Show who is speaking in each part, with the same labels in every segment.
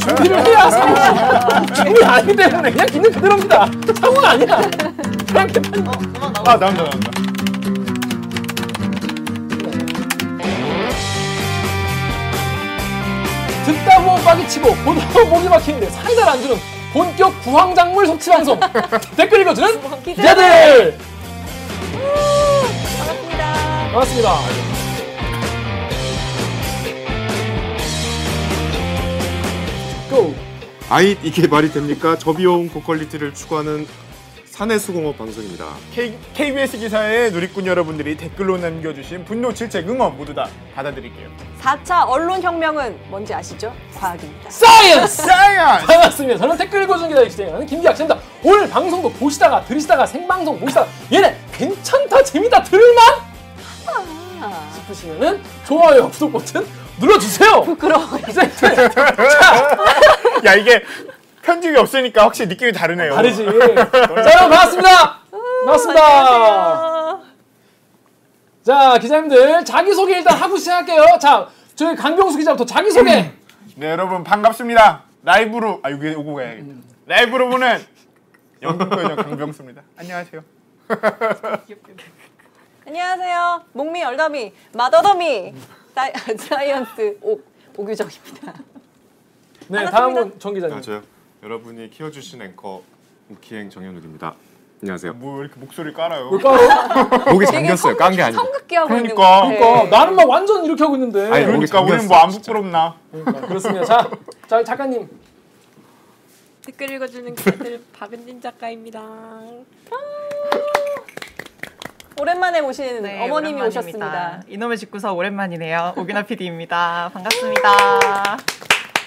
Speaker 1: 준비를 해야 상호 준비 아니기 때문에 그냥 있는 그대로입니다. 상호가 아니야. 그냥 개판.
Speaker 2: 아 나온다 나온다.
Speaker 1: 듣다 보면 빡이 치고 보다 보면 목이 막히는데 사이다를 안 주는 본격 구황작물 섭취 방송 댓글 읽어주는 기자들
Speaker 3: 음, 반갑습니다.
Speaker 1: 반갑습니다. 고!
Speaker 4: 아이 이게 말이 됩니까? 저비용 고퀄리티를 추구하는 사내수공업 방송입니다.
Speaker 2: K, KBS 기사에 누리꾼 여러분들이 댓글로 남겨주신 분노, 질책, 응원 모두 다 받아드릴게요.
Speaker 3: 4차 언론혁명은 뭔지 아시죠? 과학입니다.
Speaker 1: 사이언스!
Speaker 2: 짜야!
Speaker 1: 반갑습니다. 저는 댓글 읽어주는 기자를 진행하는 김기학입니다. 오늘 방송도 보시다가 들으시다가 생방송 보시다가 얘네 괜찮다 재밌다 들을만 싶으시면은 좋아요 구독 버튼 눌러주세요.
Speaker 3: 부끄러워.
Speaker 1: 이제 이제
Speaker 2: 야 이게 편집이 없으니까 확실히 느낌이 다르네요.
Speaker 1: 다르지. 자 여러분 반갑습니다. 반갑습니다. 자 기자님들 자기 소개 일단 하고 시작할게요. 자 저희 강병수 기자부터 자기 소개.
Speaker 2: 네 여러분 반갑습니다. 라이브로 아 여기 오고 가야겠다. 라이브로 보는 영국교장 강병수입니다. 안녕하세요.
Speaker 3: 안녕하세요. 목미 얼더미 마더더미 사이, 사이언스 옥 오규정입니다.
Speaker 1: 네
Speaker 3: 반갑습니다.
Speaker 1: 다음은 정 기자님.
Speaker 4: 아, 저요. 여러분이 키워주신 앵커 우키행 정현욱입니다. 안녕하세요.
Speaker 2: 뭐 왜 이렇게 목소리를 깔아요?
Speaker 1: 뭘까요?
Speaker 4: 목이 잠겼어요. 깐 게 아니고.
Speaker 3: 성극기하고 있는 것
Speaker 2: 그러니까,
Speaker 3: 같아.
Speaker 1: 어, 나는 막 완전 이렇게 하고 있는데.
Speaker 4: 아니,
Speaker 2: 그러니까
Speaker 4: 목이
Speaker 2: 우리는 뭐 안
Speaker 4: 잠겼어, 진짜.
Speaker 2: 부끄럽나?
Speaker 1: 그러니까 그렇습니다. 자, 자 작가님.
Speaker 5: 댓글 읽어주는 기자들 박은진 작가입니다.
Speaker 3: 아, 오랜만에 오신
Speaker 6: 네,
Speaker 3: 어머님이
Speaker 6: 오랜만입니다.
Speaker 3: 오셨습니다.
Speaker 6: 이놈의 집구석 오랜만이네요. 오기나 PD입니다. 반갑습니다.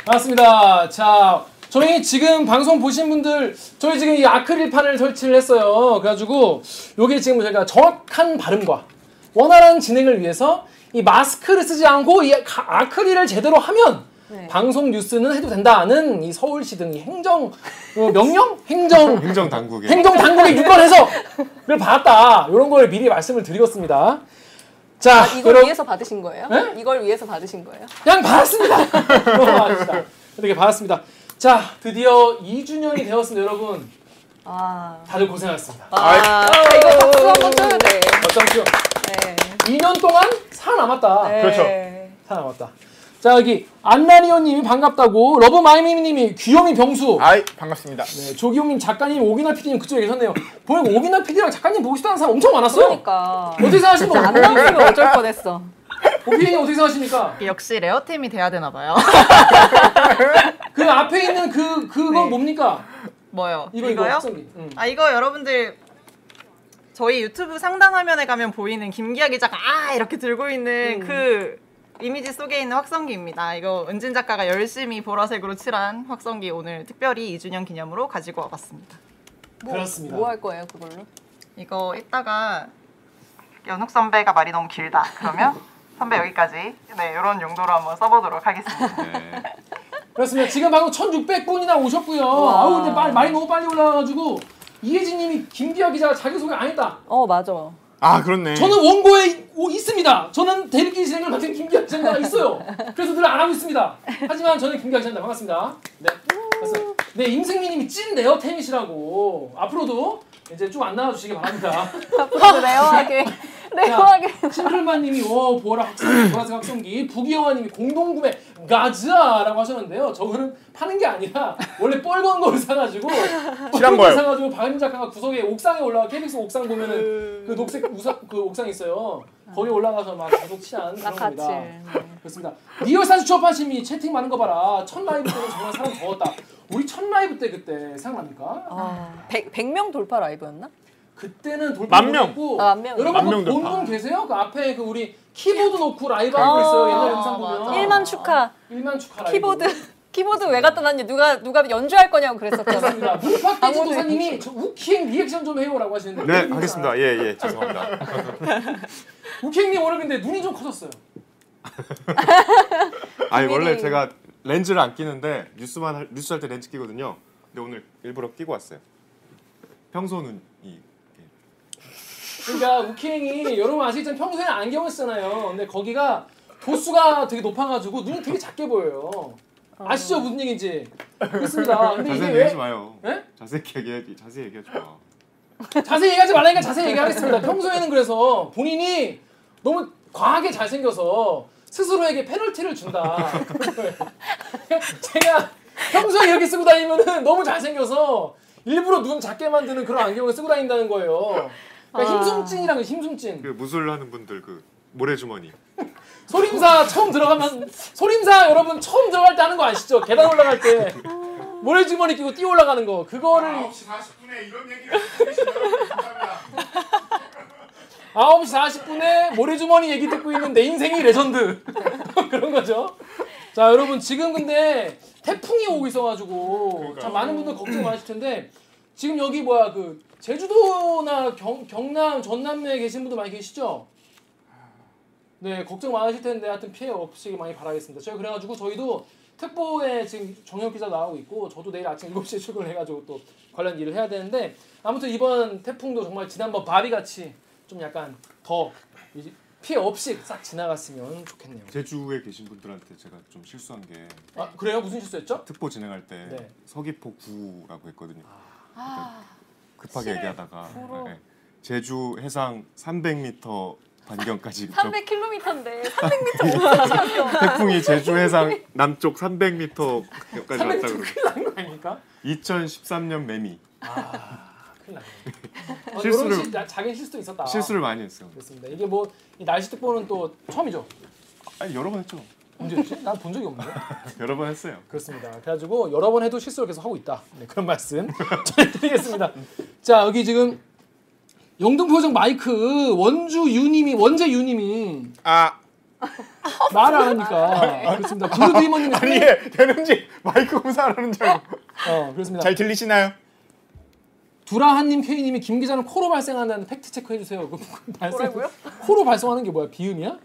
Speaker 1: 반갑습니다. 자, 저희 지금 방송 보신 분들, 저희 지금 이 아크릴판을 설치를 했어요. 그래가지고, 요게 지금 저희가 정확한 발음과 원활한 진행을 위해서 이 마스크를 쓰지 않고 이 가- 아크릴을 제대로 하면
Speaker 7: 네.
Speaker 1: 방송 뉴스는 해도 된다는 이 서울시 등 이 행정, 어, 명령? 행정
Speaker 4: 행정 당국에
Speaker 1: 행정 당국의 유권해서를 받았다. 이런 걸 미리 말씀을 드리겠습니다. 자,
Speaker 3: 아, 이걸
Speaker 1: 여러분-
Speaker 3: 위해서 받으신 거예요?
Speaker 1: 네?
Speaker 3: 이걸 위해서 받으신 거예요?
Speaker 1: 그냥 받았습니다. 넘어갑시다. 이렇게 받았습니다. 자, 드디어 2주년이 되었습니다, 여러분.
Speaker 3: 아,
Speaker 1: 다들 고생하셨습니다.
Speaker 3: 아 이거 박수 한번 쳐야 돼.
Speaker 1: 어쩜
Speaker 3: 네.
Speaker 1: 2년 동안 살아남았다.
Speaker 3: 네.
Speaker 2: 그렇죠.
Speaker 1: 살아남았다. 자, 여기 안나리오님이 반갑다고, 러브마이미님이 귀요미 병수,
Speaker 2: 아이 반갑습니다.
Speaker 1: 네, 조기용님 작가님, 오기나 PD님 그쪽에 계셨네요. 보니까 오기나 PD랑 작가님 보고 싶다는 사람 엄청 많았어요.
Speaker 3: 그러니까
Speaker 1: 어떻게 생각하십니까?
Speaker 3: 안 나오면 어쩔 뻔했어. 네.
Speaker 1: 오피디님 어떻게 생각하십니까?
Speaker 6: 역시 레어템이 돼야 되나 봐요.
Speaker 1: 그 앞에 있는 그, 그건
Speaker 6: 네.
Speaker 1: 뭡니까?
Speaker 6: 뭐요?
Speaker 1: 이거, 이거,
Speaker 6: 이거요?
Speaker 1: 확성기. 응.
Speaker 6: 아 이거 여러분들 저희 유튜브 상단 화면에 가면 보이는 김기아 기자가 아 이렇게 들고
Speaker 1: 음.
Speaker 6: 있는 그 이미지 속에 있는 확성기입니다. 이거 은진 작가가 열심히 보라색으로 칠한 확성기 오늘 특별히 2주년 기념으로 가지고 와봤습니다.
Speaker 1: 그렇습니다.
Speaker 3: 뭐 할 거예요 그걸로?
Speaker 6: 이거 이따가 연욱 선배가 말이 너무 길다. 그러면 선배 여기까지. 네, 이런 용도로 한번 써보도록 하겠습니다.
Speaker 4: 네.
Speaker 1: 그렇습니다. 지금 방금 1,600분이나 오셨고요. 아우 근데 말, 말이 너무 빨리 올라와가지고 이혜진님이 김기아 기자가 자기소개 안 했다.
Speaker 3: 어 맞아.
Speaker 2: 아 그렇네.
Speaker 1: 저는 원고에 이- 오- 있습니다. 저는 대리기 진행을 맡은 김기아 기자가 있어요. 그래서 늘 안 하고 있습니다. 하지만 저는 김기아 기자입니다. 반갑습니다. 네, 반갑습니다. 네, 임승민님이 찐 레어템이시라고 앞으로도 이제 좀 안 나와주시기 바랍니다.
Speaker 3: 레어하게 레어하게
Speaker 1: 싱글만님이 워 보라 학성기 보라색 학성기 부기영아님이 공동구매 가즈아라고 하셨는데요. 저거는 파는 게 아니라 원래 뻘건 거를 사가지고
Speaker 2: 실한
Speaker 1: 뻘건
Speaker 2: 거예요.
Speaker 1: 사가지고 박은진 작가가 구석에 옥상에 올라가 KBS 옥상
Speaker 3: 음.
Speaker 1: 보면은 그 녹색 우산 그 옥상 있어요.
Speaker 3: 아.
Speaker 1: 거기 올라가서 막 계속 치한 그런 겁니다.
Speaker 3: 낙하칠.
Speaker 1: 그렇습니다. 리얼 산수 취업하심이 채팅 많은 거 봐라. 첫 라이브 때는 정말 사람 적었다. 우리 첫 라이브 때 그때 생각납니까?
Speaker 3: 아, 100, 100명 돌파 라이브였나?
Speaker 1: 그때는 돌
Speaker 2: 만
Speaker 1: 만
Speaker 2: 명.
Speaker 1: 명고
Speaker 3: 아, 만 명.
Speaker 1: 여러분 뭐
Speaker 2: 만명 아.
Speaker 1: 본
Speaker 2: 돌파.
Speaker 1: 분 계세요? 그 앞에 그 우리 키보드 놓고 라이브 하고
Speaker 4: 아,
Speaker 1: 있어요. 옛날 영상 보면
Speaker 6: 맞아.
Speaker 3: 1만 축하
Speaker 1: 1만 축하 라이브.
Speaker 3: 키보드 키보드 왜 갖다 놨니 누가 누가 연주할 거냐고 그랬었잖아.
Speaker 1: 그렇습니다. 문파떼지
Speaker 3: 아무도
Speaker 1: 도사님이 저 우킹 리액션 좀 해요라고 하시는데
Speaker 4: 네, 하겠습니다. 예, 예, 죄송합니다.
Speaker 1: 우킹님 오늘 근데 눈이 좀 커졌어요.
Speaker 4: 아니 원래
Speaker 3: 미리.
Speaker 4: 제가 렌즈를 안 끼는데 뉴스만 할, 뉴스 할 때 렌즈 끼거든요. 근데 오늘 일부러 끼고 왔어요. 평소 눈이 이렇게.
Speaker 1: 그러니까 우킹이 여러분 아시겠지만 평소에 안경을 쓰잖아요. 근데 거기가 도수가 되게 높아가지고 눈이 되게 작게 보여요. 아시죠 무슨 얘기인지 그렇습니다. 근데 이게
Speaker 4: 자세히
Speaker 1: 왜
Speaker 4: 얘기하지 마요.
Speaker 1: 예?
Speaker 4: 자세히 얘기하지 자세히 얘기하지 마.
Speaker 1: 자세히 얘기하지 말라니까 자세히 얘기하겠습니다. 평소에는 그래서 본인이 너무 과하게 잘생겨서 스스로에게 페널티를 준다. 제가 평소에 이렇게 쓰고 다니면은 너무 잘생겨서 일부러 눈 작게 만드는 그런 안경을 쓰고 다닌다는 거예요. 그러니까 힘숨찐이라는 거예요, 힘숨찐.
Speaker 4: 그 무술 하는 분들 그 모래주머니.
Speaker 1: 소림사 처음 들어가면 소림사 여러분 처음 들어갈 때 하는 거 아시죠? 계단 올라갈 때 모래주머니 끼고 뛰어 올라가는 거 그거를
Speaker 2: 9시 40분에 이런 얘기를 듣고 계신 여러분 감사합니다.
Speaker 1: 9시 40분에 모래주머니 얘기 듣고 있는 내 인생이 레전드 그런 거죠. 자 여러분 지금 근데 태풍이 오고 있어가지고 참 많은 분들 걱정 많으실 텐데 지금 여기 뭐야 그 제주도나 경, 경남 전남에 계신 분들 많이 계시죠? 네 걱정 많으실 텐데 하여튼 피해 없이 많이 바라겠습니다. 저희 그래가지고 저희도 특보에 지금 정혁 기자 나오고 있고 저도 내일 아침 7시에 출근해가지고 또 관련 일을 해야 되는데 아무튼 이번 태풍도 정말 지난번 바비같이 좀 약간 더 이- 피해 없이 싹 지나갔으면 좋겠네요.
Speaker 4: 제주에 계신 분들한테 제가 좀 실수한 게
Speaker 1: 아 그래요? 무슨 실수였죠?
Speaker 4: 특보 진행할 때
Speaker 1: 네. 아,
Speaker 4: 서귀포 구라고 했거든요. 그러니까 급하게 얘기하다가 네. 제주 해상 300m 반경까지 좀
Speaker 3: 300km인데 300m 뭐?
Speaker 4: 태풍이 제주 해상 남쪽 300m까지 왔다
Speaker 1: 300좀
Speaker 4: 그러고
Speaker 1: 큰일 난거 아닙니까?
Speaker 4: 2013년 매미
Speaker 1: 아 큰일 났네. 아,
Speaker 4: 실수를-
Speaker 1: 실수를 작은 실수도 있었다.
Speaker 4: 실수를 많이 했어요.
Speaker 1: 그렇습니다. 이게 뭐이 날씨 특보는 또 처음이죠?
Speaker 4: 아니 여러 번 했죠.
Speaker 1: 언제였지? 난 본 적이 없는데.
Speaker 4: 여러 번 했어요.
Speaker 1: 그렇습니다. 그래가지고 여러 번 해도 실수를 계속 하고 있다. 네, 그런 말씀 전해드리겠습니다. 자 여기 지금 영등포정 마이크 원주 유님이 원재 유님이
Speaker 2: 아
Speaker 1: 말을 안 하니까 그렇습니다. 블루 디머님이
Speaker 2: 아니 예, 되는지 마이크 공사하는 줄 알고
Speaker 1: 어 그렇습니다.
Speaker 2: 잘 들리시나요?
Speaker 1: 두라한님 케이님이 김 기자는 코로 발생한다는 팩트 체크 해주세요. 발생
Speaker 3: 뭐라고요?
Speaker 1: 코로 발생하는 게 뭐야? 비음이야?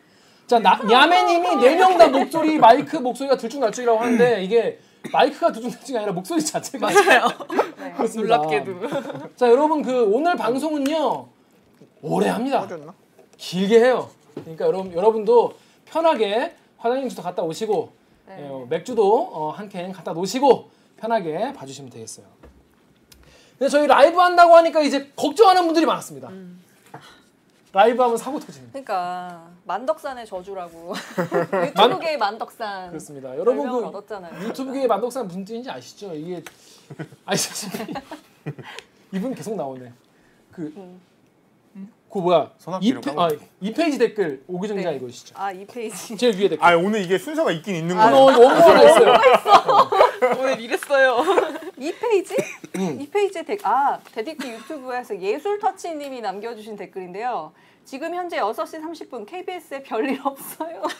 Speaker 1: 자 나, 야매님이 네 명 다 목소리 마이크 목소리가 들쭉날쭉이라고 하는데 이게 마이크가 들쭉날쭉이 아니라 목소리 자체가 맞아요.
Speaker 3: 네.
Speaker 1: 그렇습니다. 자 여러분 그 오늘 방송은요 오래 합니다. 길게 해요. 그러니까 여러분 여러분도 편하게 화장실도 갔다 오시고
Speaker 6: 네.
Speaker 3: 네.
Speaker 1: 예, 어, 맥주도 한 캔 갖다 놓으시고 편하게 봐주시면 되겠어요. 근데 저희 라이브 한다고 하니까 이제 걱정하는 분들이 많았습니다.
Speaker 3: 음.
Speaker 1: 라이브 하면 사고 터지는. 거.
Speaker 3: 그러니까 만덕산의 저주라고 유튜브계의 만덕산
Speaker 1: 그렇습니다. 여러분
Speaker 3: 네. 별명을
Speaker 1: 그
Speaker 3: 얻었잖아요.
Speaker 1: 유튜브계의 만덕산 무슨 뜻인지 아시죠? 이게 아시죠? 이분 계속 나오네. 그.
Speaker 3: 음.
Speaker 1: 그 뭐야?
Speaker 4: 음? 손학규
Speaker 1: 이
Speaker 4: 이름
Speaker 1: 페- 아,
Speaker 4: 까먹었어.
Speaker 1: 이 페이지 댓글 오기정 기자
Speaker 3: 네.
Speaker 1: 읽어주시죠.
Speaker 3: 아이 페이지
Speaker 1: 제일 위에 댓글.
Speaker 2: 아 오늘 이게 순서가 있긴 있는
Speaker 1: 아,
Speaker 2: 거예요.
Speaker 1: 너 이거 엄청 했어요.
Speaker 6: 오늘 이랬어요.
Speaker 3: 아, 네. 이 페이지 이 페이지 댓아 데디키 유튜브에서 예술 터치님이 남겨주신 댓글인데요. 지금 현재 6시 30분 KBS에 별일 없어요.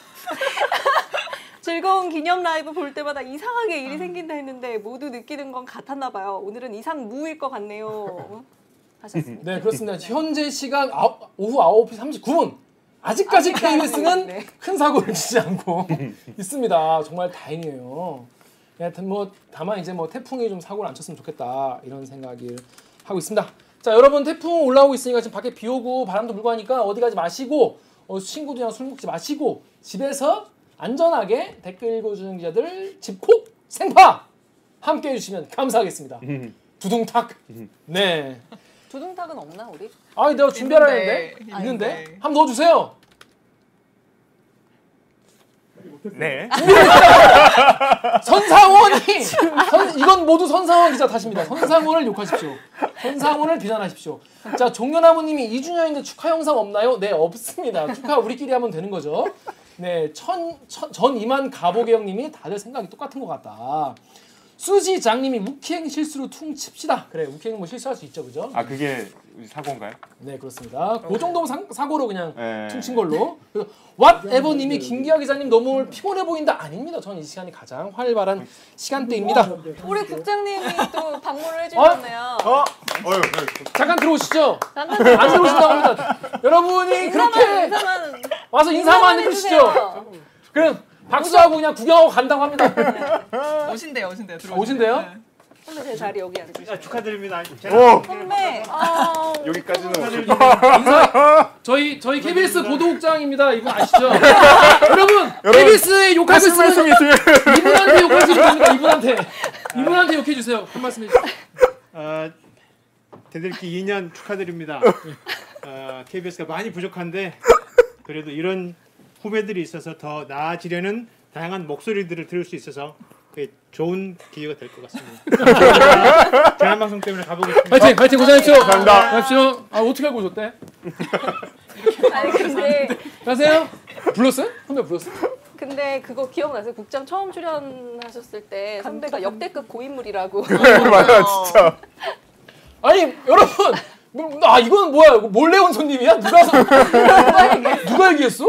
Speaker 3: 즐거운 기념 라이브 볼 때마다 이상하게 일이 생긴다 했는데 모두 느끼는 건 같았나 봐요. 오늘은 이상 무일 것 같네요. 하셨습니다.
Speaker 1: 네, 그렇습니다. 현재 시각 아홉- 오후 9시 39분. 아직까지 KBS는
Speaker 3: 네.
Speaker 1: 큰 사고를 치지 않고 있습니다. 정말 다행이에요. 예, 하여튼 뭐 다만 이제 뭐 태풍이 좀 사고를 안 쳤으면 좋겠다 이런 생각을 하고 있습니다. 자, 여러분 태풍 올라오고 있으니까 지금 밖에 비 오고 바람도 불고 하니까 어디 가지 마시고 어, 친구들이랑 술 먹지 마시고 집에서 안전하게 댓글 읽어주는 기자들 집콕 생파 함께 해주시면 감사하겠습니다. 두둥탁. 네.
Speaker 3: 두둥탁은 없나 우리?
Speaker 1: 아니 내가 준비하라는데
Speaker 6: 있는데.
Speaker 1: 있는데,
Speaker 6: 있는데.
Speaker 1: 한번 넣어주세요.
Speaker 2: 네.
Speaker 1: 선상원이 선- 이건 모두 선상원 기자 탓입니다. 선상원을 욕하십시오. 선상원을 비난하십시오. 자 종려나무님이 2주년인데 축하 영상 없나요? 네 없습니다. 축하 우리끼리 하면 되는 거죠. 네, 네천전 이만 가보게 형님이 다들 생각이 똑같은 것 같다. 수지 장님이 우키행 실수로 퉁 칩시다. 그래 우키행 뭐 실수할 수 있죠, 그죠?
Speaker 4: 아 그게 사고인가요?
Speaker 1: 네 그렇습니다. 그 정도면 상- 사고로 그냥
Speaker 4: 네.
Speaker 1: 퉁친 걸로. 그래서 왓에버님이 김기아 기자님 너무 오늘 피곤해 보인다. 아닙니다. 저는 이 시간이 가장 활발한 시간대입니다.
Speaker 3: 우리 국장님이 또 방문을 해주셨네요.
Speaker 2: 어?
Speaker 4: 어휴
Speaker 1: 잠깐 들어오시죠.
Speaker 3: 잠깐
Speaker 1: 안 들어오신다고 합니다. 여러분이
Speaker 3: 인사만
Speaker 1: 그렇게
Speaker 3: 인사만
Speaker 1: 와서 인사만 해주시죠.
Speaker 3: 해주세요.
Speaker 1: 그럼 박수하고 그냥 구경하고 간다고 합니다.
Speaker 6: 오신대요, 오신대요. 들어오신대요.
Speaker 1: 오신대요?
Speaker 6: 네.
Speaker 3: 선배 제 자리 여기 앉으시죠.
Speaker 8: 아, 축하드립니다.
Speaker 2: 오!
Speaker 3: 선배. 아,
Speaker 4: 여기까지는
Speaker 1: 저희 저희 KBS 보도국장입니다. 이분 아시죠? 여러분, KBS에 욕할 수
Speaker 2: 무슨
Speaker 1: 있으면
Speaker 2: 말씀이 있으면
Speaker 1: 이분한테 욕할 수 있습니다. 이분한테 이분한테 욕해 주세요. 한 말씀 해주세요.
Speaker 8: 어, 대들기 2년 축하드립니다. 어, KBS가 많이 부족한데 그래도 이런 후배들이 있어서 더 나아지려는 다양한 목소리들을 들을 수 있어서 그게 좋은 기회가 될 것 같습니다. 감사합니다. 대한방송 때문에 가보겠습니다.
Speaker 1: 파이팅, 파이팅 고생하십시오.
Speaker 2: 감사합니다.
Speaker 1: 고생하십시오. 아 어떻게 알고 오셨대?
Speaker 3: 아니 근데
Speaker 1: 가세요. 불렀어요? 선배 불렀어?
Speaker 3: 근데 그거 기억나세요? 국장 처음 출연하셨을 때 선배가 역대급 고인물이라고.
Speaker 2: 네, 맞아 진짜
Speaker 1: 아니 여러분, 뭐, 아 이건 뭐야? 이거 몰래 온 손님이야? 누가 서- 누가 얘기했어?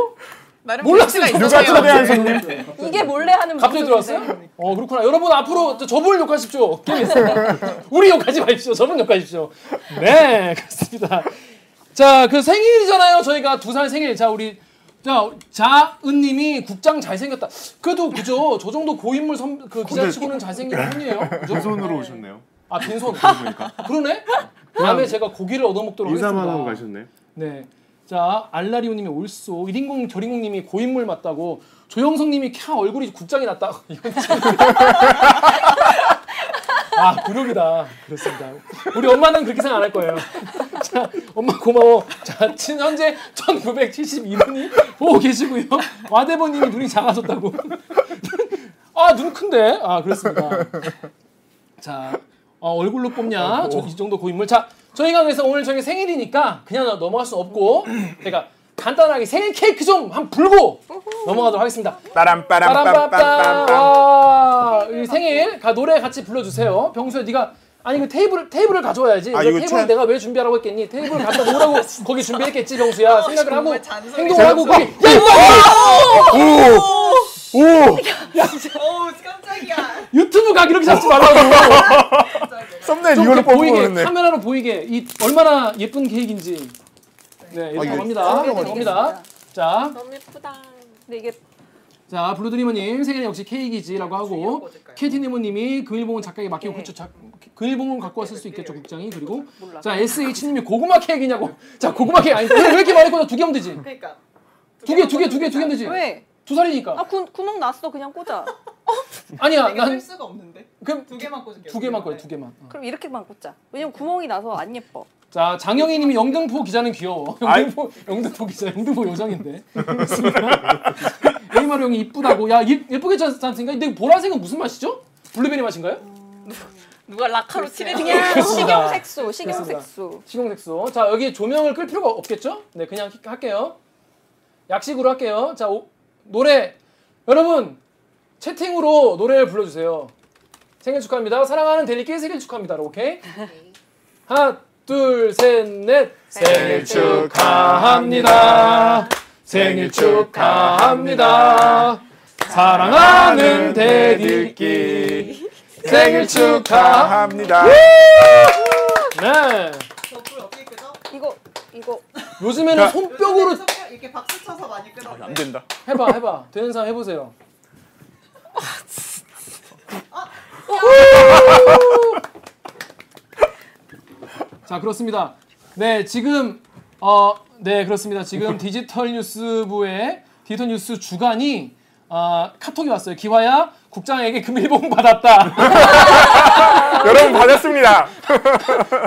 Speaker 6: 나름
Speaker 1: 몰랐어요.
Speaker 6: 가 네.
Speaker 1: 누가
Speaker 2: 누가
Speaker 6: 있어요.
Speaker 2: 초대한 손님
Speaker 3: 이게 몰래 하는
Speaker 1: 갑자기
Speaker 3: 모습인데.
Speaker 1: 들어왔어요? 어 그렇구나. 여러분 앞으로 저- 저분 욕하십시오. 게임에서 우리 욕하지 마십시오. 저분 욕하십시오. 네 그렇습니다. 자 그 생일이잖아요. 저희가 두 살 생일. 자 우리 자 자은님이 국장 잘생겼다. 그래도 그죠? 저 정도 고인물 선, 그 기자치고는 잘생긴 분이에요. 그죠?
Speaker 4: 손으로 오셨네요.
Speaker 1: 아 빈손.
Speaker 4: 보니까
Speaker 1: 그러네. 다음에 제가 고기를 얻어먹도록
Speaker 4: 인사만
Speaker 1: 하겠습니다.
Speaker 4: 하고 가셨네요.
Speaker 1: 네. 자, 알라리오님이 올쏘, 1인공 결인공님이 고인물 맞다고, 조영성님이 캬 얼굴이 국장이 났다. 이건 참- 아, 굴욕이다. 그렇습니다. 우리 엄마는 그렇게 생각 안 할 거예요. 자, 엄마 고마워. 자, 지금 현재 1972분이 보고 계시고요. 와대버님이 눈이 작아졌다고. 아, 눈 큰데? 아, 그렇습니다. 자, 어, 얼굴로 뽑냐? 저, 이 정도 고인물. 자, 저희가 그래서 오늘 저희 생일이니까 그냥 넘어갈 수 없고, 제가 간단하게 생일 케이크 좀 한 불고 넘어가도록 하겠습니다. 빠람빠빰빰.
Speaker 2: 빠람빠람빰빰빰빰
Speaker 1: 와, 이 생일 가 노래 같이 불러주세요. 병수야, 네가 아니 그 테이블을 테이블을 가져와야지.
Speaker 2: 아,
Speaker 1: 왜
Speaker 2: 이거
Speaker 1: 테이블
Speaker 2: 최-
Speaker 1: 내가 왜 준비하라고 했겠니? 테이블 갖다 놓으라고 거기 준비했겠지, 병수야. 생각을 하고
Speaker 6: 어, 정말 잔소리.
Speaker 1: 행동을 하고 거기. 야, 이거
Speaker 2: 오!
Speaker 6: 어우 깜짝이야.
Speaker 1: 유튜브 각 이렇게 잡지 말라고.
Speaker 2: 썸네일
Speaker 1: 좀
Speaker 2: 이걸로
Speaker 1: 이렇게 보이게
Speaker 2: 뽑아버렸네
Speaker 1: 카메라로 보이게 이 얼마나 예쁜 케이크인지 네 이렇게
Speaker 2: 아, 이게
Speaker 1: 갑니다
Speaker 2: 깜짝 놀랐네.
Speaker 1: 갑니다 자,
Speaker 5: 너무 예쁘다.
Speaker 3: 근데 이게
Speaker 1: 자 블루드리머님 생일은 역시 케이크이지라고 하고 캐티네모님이 그일봉은 작가에게 맡기고 그쵸 작, 그일봉은 갖고
Speaker 6: 네,
Speaker 1: 왔을 수 있겠죠 국장이 그리고 자 SH님이 고구마 케이크냐고 자 고구마 케이크 아니 왜 이렇게 많이 꽂아 두개 하면 되지
Speaker 6: 그러니까
Speaker 1: 두 개 두 개 두 개 두 개 하면 되지
Speaker 3: 왜?
Speaker 1: 두 살이니까
Speaker 3: 아 구, 구멍 났어 그냥 꽂아.
Speaker 1: 아니야
Speaker 6: 내가 할
Speaker 1: 난
Speaker 6: 수가 없는데.
Speaker 1: 그럼
Speaker 6: 두 개만 꽂을게요.
Speaker 1: 두 개만 거야 두 개만 어.
Speaker 3: 그럼 이렇게만 꽂자. 왜냐면 구멍이 나서 안 예뻐.
Speaker 1: 자 장영희님이 영등포 기자는 귀여워. 영등포 영등포 기자 영등포 요정인데. 에이마루 형이 이쁘다고. 야 예- 예쁘게 짰으니까. 근데 보라색은 무슨 맛이죠? 블루베리 맛인가요?
Speaker 5: 누가 라카로 칠했냐?
Speaker 3: 그냥
Speaker 1: 그렇습니다.
Speaker 3: 식용색소, 식용색소.
Speaker 1: 식용색소. 자 여기 조명을 끌 필요가 없겠죠? 네 그냥 히- 할게요. 약식으로 할게요. 자 오- 노래 여러분 채팅으로 노래를 불러주세요. 생일 축하합니다. 사랑하는 데리께 생일 축하합니다. 오케이? 하나 둘 셋 넷.
Speaker 3: 생일
Speaker 1: 축하합니다. 생일 축하합니다. 사랑하는 대들기 예! 생일 축하.
Speaker 2: 축하합니다
Speaker 1: 네.
Speaker 6: 저불 어떻게 끄죠?
Speaker 3: 이거 이거
Speaker 1: 요즘에는 손뼉으로
Speaker 6: 요즘에는 그러니까 이렇게 박수 쳐서 많이 끄는데.
Speaker 2: 안 된다
Speaker 1: 해봐 해봐 되는 사람 해보세요. 자 그렇습니다. 네 지금 어네 그렇습니다. 지금 디지털 뉴스부의 디지털 뉴스 주간이 아 카톡이 왔어요. 기화야 국장에게 금일봉 받았다.
Speaker 2: 여러분 받았습니다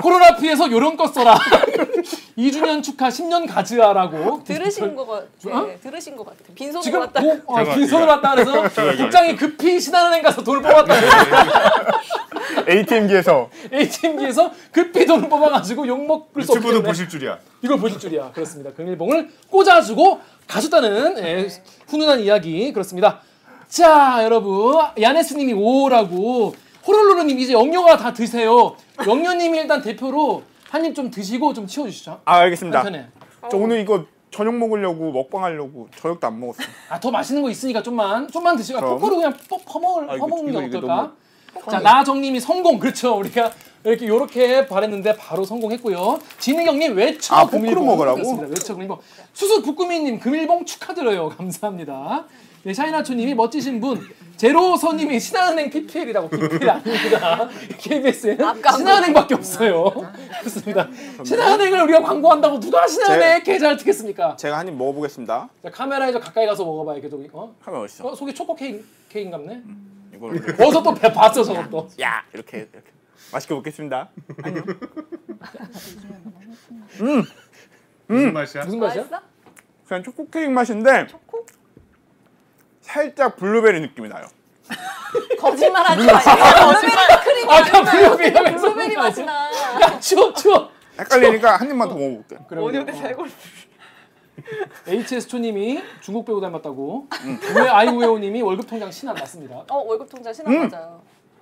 Speaker 1: 코로나 피해서 요런 거 써라. 2주년 축하 10년 가즈아라고.
Speaker 3: 들으신 거 같아.
Speaker 1: 어?
Speaker 3: 네, 들으신 거 같아. 빈손으로
Speaker 1: 지금
Speaker 3: 왔다.
Speaker 1: 고, 어,
Speaker 4: 제가
Speaker 1: 빈손을 왔다 그래서 국장이 급히 신한은행 가서 돈을 뽑았다. 그래서
Speaker 2: ATM기에서
Speaker 1: ATM기에서 급히 돈을 뽑아가지고 욕먹을 수
Speaker 4: 유튜브도
Speaker 1: 없겠네.
Speaker 4: 보실 줄이야.
Speaker 1: 이걸 보실 줄이야. 그렇습니다. 금일봉을 꽂아주고 가셨다는 예, 훈훈한 이야기 그렇습니다. 자 여러분 야네스님이 오라고 호롤로로님 이제 영료가 다 드세요. 영료님이 일단 대표로 한 입 좀 드시고 좀 치워주시죠.
Speaker 2: 아 알겠습니다
Speaker 1: 한편에.
Speaker 2: 저 오늘 이거 저녁 먹으려고 먹방 하려고 저녁도 안 먹었어
Speaker 1: 아더 맛있는 거 있으니까 좀만 좀만 드시고
Speaker 2: 그럼.
Speaker 1: 포크로 그냥 퍼, 퍼먹을
Speaker 2: 아, 이거-
Speaker 1: 퍼먹는 게
Speaker 2: 이거- 이거
Speaker 1: 어떨까?
Speaker 2: 네.
Speaker 1: 자 나정님이 성공 그렇죠 우리가 이렇게 요렇게 바랬는데 바로 성공했고요 진희경님 외쳐
Speaker 2: 아, 포크로
Speaker 1: 금일봉
Speaker 2: 먹으라고?
Speaker 1: 그렇습니다. 외쳐 금일봉 수수 북구미님 금일봉 축하드려요 감사합니다 네, 샤이나초님이 멋지신 분. 제로서님이 신한은행 PPL이라고 PPL 아닙니다. KBS에는
Speaker 3: 아까
Speaker 1: 신한은행밖에 없어요. 그렇습니다. 신한은행을 우리가 광고한다고 누가 신한은행 계좌를 트겠습니까?
Speaker 2: 제가 한 입 먹어보겠습니다.
Speaker 1: 자, 카메라에 좀 가까이 가서 먹어봐야 계속 어?
Speaker 2: 카메라 어딨어?
Speaker 1: 어 속이 초코 케이크 케이크 같네.
Speaker 2: 이걸 이렇게.
Speaker 1: 어서 또 배- 봤어 저거 또.
Speaker 2: 야 이렇게 이렇게 맛있게 먹겠습니다.
Speaker 4: 무슨 맛이야?
Speaker 1: 무슨 맛이야?
Speaker 3: 맛있어?
Speaker 2: 음. 그냥 초코 케이크 맛인데
Speaker 3: 뭐 초코?
Speaker 2: 살짝 블루베리 느낌이 나요.
Speaker 3: 거짓말하지 마. 블루베리 크림이
Speaker 1: 아까
Speaker 3: 아니야.
Speaker 1: 블루베리 하면서
Speaker 3: 블루베리 맛이
Speaker 1: 나.
Speaker 3: 나.
Speaker 1: 야 어, 추워 추워.
Speaker 2: 헷갈리니까 한 입만 더 먹어볼게.
Speaker 1: 그래. 오늘도 살고 HS 초님이 중국 배우 닮았다고. 우에 아이우에오님이 월급 통장 신안 맞습니다.
Speaker 3: 어 월급 통장 신한
Speaker 1: 음.
Speaker 3: 맞아요.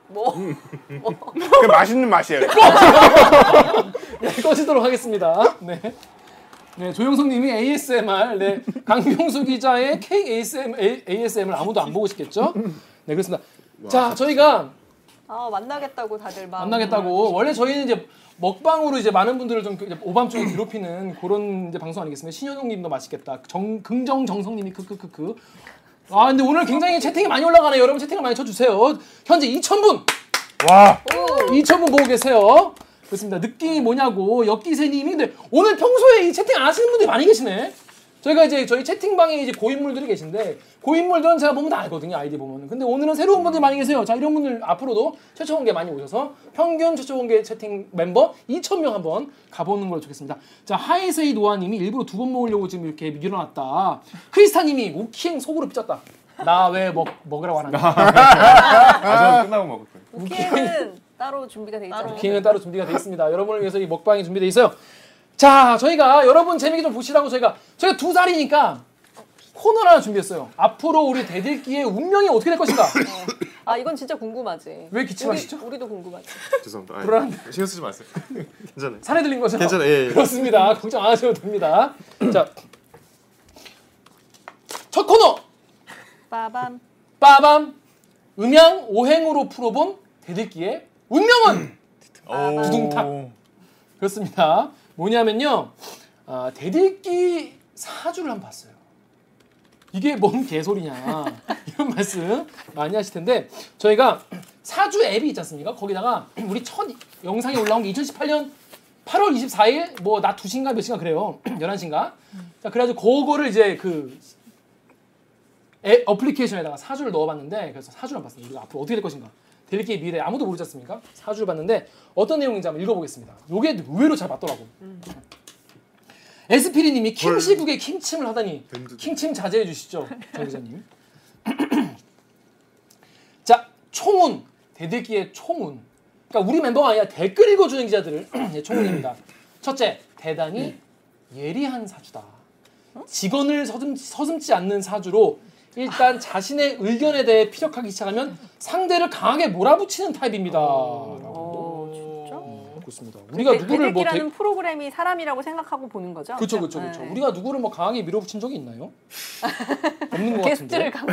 Speaker 3: 뭐?
Speaker 2: 그 맛있는 맛이에요.
Speaker 1: 네, 꺼지도록 하겠습니다. 네. 네, 조영석님이 ASMR, 네, 강병수 기자의 K ASM, ASM을 아무도 안 보고 싶겠죠? 네, 그렇습니다. 자, 저희가
Speaker 3: 아 만나겠다고 다들 막.
Speaker 1: 만나겠다고 원래 저희는 이제 먹방으로 이제 많은 분들을 좀 이제 오밤중에 괴롭히는 그런 이제 방송 아니겠습니까? 신현웅님도 맛있겠다. 정 긍정 정성님이 크크크크. 아 근데 오늘 굉장히 채팅이 많이 올라가네요. 여러분 채팅을 많이 쳐주세요. 현재 2천 분.
Speaker 2: 와
Speaker 1: 2천 분 보고 계세요. 그렇습니다. 느낌이 뭐냐고 역기세님이 근데 오늘 평소에 이 채팅 안 하시는 분들이 많이 계시네. 저희가 이제 저희 채팅방에 이제 고인물들이 계신데 고인물들은 제가 보면 다 알거든요 아이디 보면은 근데 오늘은 새로운 분들이 많이 계세요 자 이런 분들 앞으로도 최초 공개 많이 오셔서 평균 최초 공개 채팅 멤버 2,000명 한번 가보는 걸로 좋겠습니다 자 하이세이 노아님이 일부러 두 번 먹으려고 지금 이렇게 일어났다 크리스타님이 우킹 속으로 삐쳤다 나 왜 먹 먹으라고 하는지
Speaker 4: 아 저는 끝나고 먹을 거예요.
Speaker 3: 우키에는 따로 준비가 돼 있잖아요.
Speaker 1: 부킹은 따로 준비가 되어 있습니다. 여러분을 위해서 이 먹방이 준비되어 있어요. 자, 저희가 여러분 재미있게 좀 보시라고 저희가 저희가 두 살이니까 코너를 하나 준비했어요. 앞으로 우리 대들기의 운명이 어떻게 될 것인가?
Speaker 3: 아 이건 진짜 궁금하지.
Speaker 1: 왜 기침하시죠?
Speaker 3: 우리, 우리도 궁금하지.
Speaker 4: 죄송합니다.
Speaker 1: 불안한데.
Speaker 4: 아니, 신경 쓰지 마세요. 괜찮아요.
Speaker 1: 산에 들린 거죠?
Speaker 4: 괜찮아요. 예, 예.
Speaker 1: 그렇습니다. 걱정 안 하셔도 됩니다. 자, 첫 코너
Speaker 3: 빠밤.
Speaker 1: 빠밤 음양 오행으로 풀어본 대들기의 운명은 두둥탁. 그렇습니다. 뭐냐면요. 아, 대들기 사주를 한번 봤어요. 이게 뭔 개소리냐. 이런 말씀 많이 하실 텐데 저희가 사주 앱이 있지 않습니까? 거기다가 우리 첫 영상에 올라온 게 2018년 8월 24일 뭐 낮 2시인가 몇 시인가 그래요. 11시인가. 자, 그래가지고 그거를 이제 그 앱, 어플리케이션에다가 사주를 넣어봤는데 그래서 사주를 봤습니다. 이거 앞으로 어떻게 될 것인가? 델리키의 미래 아무도 모르지 않습니까? 사주를 봤는데 어떤 내용인지 한번 읽어보겠습니다. 요게 의외로 잘 맞더라고.
Speaker 7: 음.
Speaker 1: 에스피리님이 킹시국에 킹침을 하다니 킹침 자제해 주시죠, 정 기자님. 자, 총운 대들기의 총운. 그러니까 우리 멤버가 아니라 댓글 읽어주는 기자들을 예, 총운입니다. 첫째, 대단히 예리한 사주다.
Speaker 3: 어?
Speaker 1: 직원을 서슴, 서슴지 않는 사주로
Speaker 3: 아.
Speaker 1: 일단 자신의 의견에 대해 피력하기 시작하면 상대를 강하게 몰아붙이는 타입입니다.
Speaker 3: 오 어, 진짜?
Speaker 1: 음, 그렇습니다. 우리가
Speaker 3: 대-
Speaker 1: 누구를 뭐
Speaker 3: 대들기라는
Speaker 1: 대...
Speaker 3: 프로그램이 사람이라고 생각하고 보는 거죠?
Speaker 1: 그쵸 그쵸 그쵸.
Speaker 3: 네.
Speaker 1: 우리가 누구를 뭐 강하게 밀어붙인 적이 있나요? 없는 것 같은데.
Speaker 3: 게스트를 강.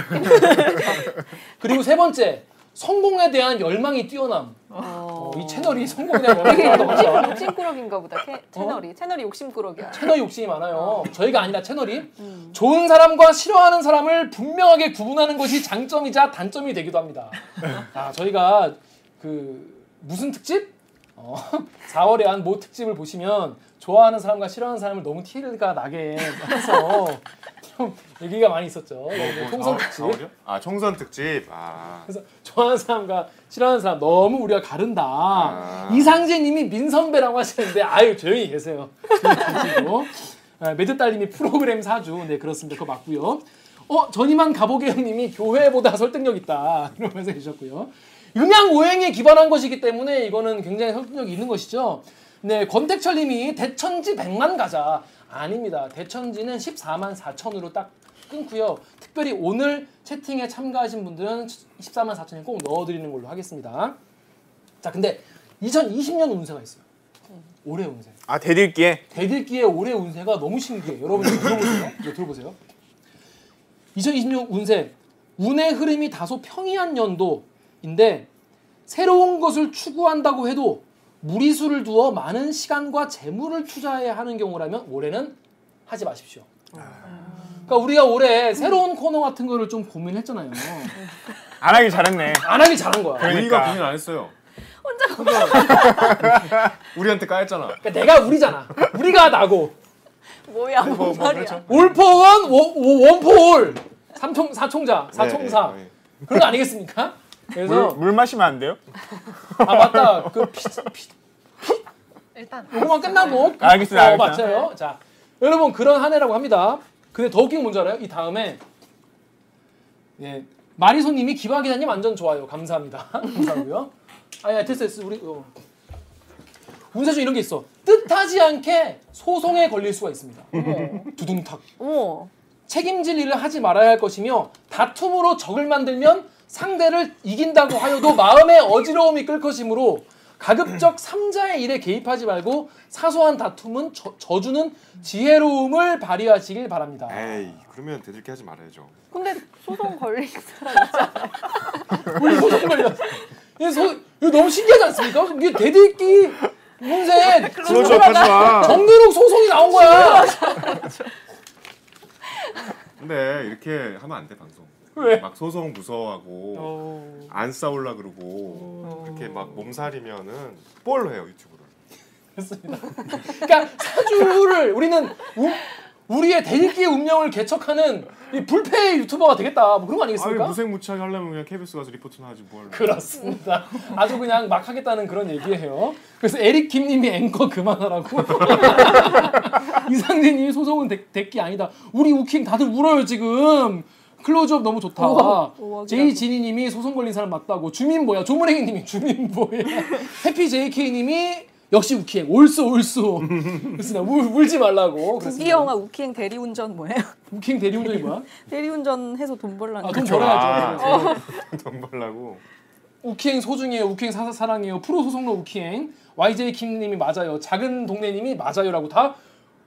Speaker 1: 그리고 세 번째 성공에 대한 열망이 뛰어남. 어, 이 채널이 성공에 대한 열망이 뛰어남.
Speaker 3: 욕심 욕심꾸러기인가 보다. 캐, 채널이 채널이 욕심꾸러기야.
Speaker 1: 채널 욕심이 많아요.
Speaker 3: 어.
Speaker 1: 저희가 아니라 채널이
Speaker 3: 음.
Speaker 1: 좋은 사람과 싫어하는 사람을 분명하게 구분하는 것이 장점이자 단점이 되기도 합니다.
Speaker 4: 뭐,
Speaker 1: 아, 저희가 그 무슨 특집? 어, 4월에 한 모 특집을 보시면 좋아하는 사람과 싫어하는 사람을 너무 티가 나게 해서 좀 얘기가 많이
Speaker 4: 뭐,
Speaker 1: 있었죠. 네, 통선 특집.
Speaker 4: 가오려? 아 총선 특집. 아
Speaker 1: 그래서 좋아하는 사람과 싫어하는 사람 너무 우리가 가른다. 이상재님이 민선배라고 하시는데 아유 조용히 계세요. 조용히 계시고. 아, 매드딸님이 프로그램 사주 네 그렇습니다. 그거 맞고요. 어 전이만 가보게 형님이 교회보다 설득력 있다 이런 말씀 해주셨고요. 음양 오행에 기반한 것이기 때문에 이거는 굉장히 설득력이 있는 것이죠. 네 권택철님이 대천지 100만 가자 아닙니다. 대천지는 14만 4천으로 딱 끊고요. 특별히 오늘 채팅에 참가하신 분들은 14만 4천에 꼭 넣어드리는 걸로 하겠습니다. 자, 근데 2020년 운세가 있어요. 올해 운세.
Speaker 2: 아 대들기에
Speaker 1: 대들기의 올해 운세가 너무 신기해요. 여러분 이거 들어보세요. 이거 들어보세요. 2020년 운세. 운의 흐름이 다소 평이한 연도인데 새로운 것을 추구한다고 해도 무리수를 두어 많은 시간과 재물을 투자해야 하는 경우라면 올해는 하지 마십시오. 그러니까 우리가 올해 새로운 코너 같은 거를 좀 고민했잖아요.
Speaker 2: 안 하길 잘했네.
Speaker 1: 안 하길 잘한 거야.
Speaker 4: 우리가
Speaker 2: 그러니까.
Speaker 4: 고민 안 했어요. 혼자 우리한테 까였잖아.
Speaker 1: 그러니까 내가 우리잖아. 우리가 나고.
Speaker 3: 뭐야
Speaker 4: 뭐,
Speaker 3: 뭔
Speaker 4: 뭐
Speaker 3: 말이야.
Speaker 4: 그렇죠.
Speaker 1: 올포원 원포올 삼총 사총자 사총사
Speaker 4: 네, 네,
Speaker 1: 그런 거 아니겠습니까?
Speaker 2: 물,
Speaker 1: 그래서
Speaker 2: 물 마시면 안 돼요?
Speaker 1: 아 맞다 그 피, 피,
Speaker 6: 일단
Speaker 1: 요거만 끝나고
Speaker 2: 알겠습니다,
Speaker 1: 어,
Speaker 2: 알겠습니다.
Speaker 1: 맞아요. 자 여러분 그런 한 해라고 합니다. 근데 더 웃긴 건 뭔지 알아요? 이 다음에 예 마리소님이 기바 기자님 완전 좋아요 감사합니다 감사하고요. 아야 됐어 됐어 우리 어. 운세중 이런 게 있어 뜻하지 않게 소송에 걸릴 수가 있습니다. 네.
Speaker 4: 어.
Speaker 1: 두둥탁.
Speaker 3: 어머
Speaker 1: 책임질 일을 하지 말아야 할 것이며 다툼으로 적을 만들면 상대를 이긴다고 하여도 마음의 어지러움이 끌 것이므로 가급적 삼자의 일에 개입하지 말고 사소한 다툼은 저, 저주는 지혜로움을 발휘하시길 바랍니다.
Speaker 4: 에이 그러면 대들기 하지 말아야죠.
Speaker 3: 근데 소송 걸린 사람
Speaker 1: 우리 소송 걸렸어. 이거, 소, 이거 너무 신기하지 않습니까? 이게 대들기 문제
Speaker 4: 그렇죠 하지마.
Speaker 1: 정근욱 소송이 나온 거야.
Speaker 4: 근데 이렇게 하면 안 돼 방송.
Speaker 1: 왜? 어.
Speaker 4: 막 소송 무서워하고 안 싸울라 그러고 이렇게 막 몸살이면은 볼로 해요 유튜브를.
Speaker 1: 그렇습니다. 그러니까 사주를 우리는 우, 우리의 대기의 운명을 개척하는 이 불패의 유튜버가 되겠다. 뭐 그런 거
Speaker 4: 아니
Speaker 1: 아니겠습니까?
Speaker 4: 무색무취하게 하려면 그냥 KBS 가서 리포트나 하지 뭘.
Speaker 1: 그렇습니다. 아주 그냥 막 하겠다는 그런 얘기예요. 그래서 에릭 김님이 앵커 그만하라고. 이상진님이 소송은 대, 대기 아니다. 우리 우킹 다들 울어요 지금. 클로즈업 너무 좋다.
Speaker 3: 우와,
Speaker 1: 제이지니님이 소송 걸린 사람 맞다고. 주민 뭐야? 조무랭이님이 주민 뭐야? 해피 JK님이 역시 우킹 올수 올수. 그래서 울 울지 말라고.
Speaker 3: 국기 영화 우키행 대리운전 뭐예요?
Speaker 1: 어, 우킹 대리운전이 뭐야?
Speaker 3: 대리운전 해서 돈 벌라는
Speaker 1: 아돈
Speaker 4: 그쵸.
Speaker 1: 벌어야죠.
Speaker 4: 아, 돈 벌라고.
Speaker 1: 우키행 소중해요. 우키행 사사 사랑해요. 프로 소속로 우키행. YJ 킴님이 맞아요. 작은 동네님이 맞아요라고 다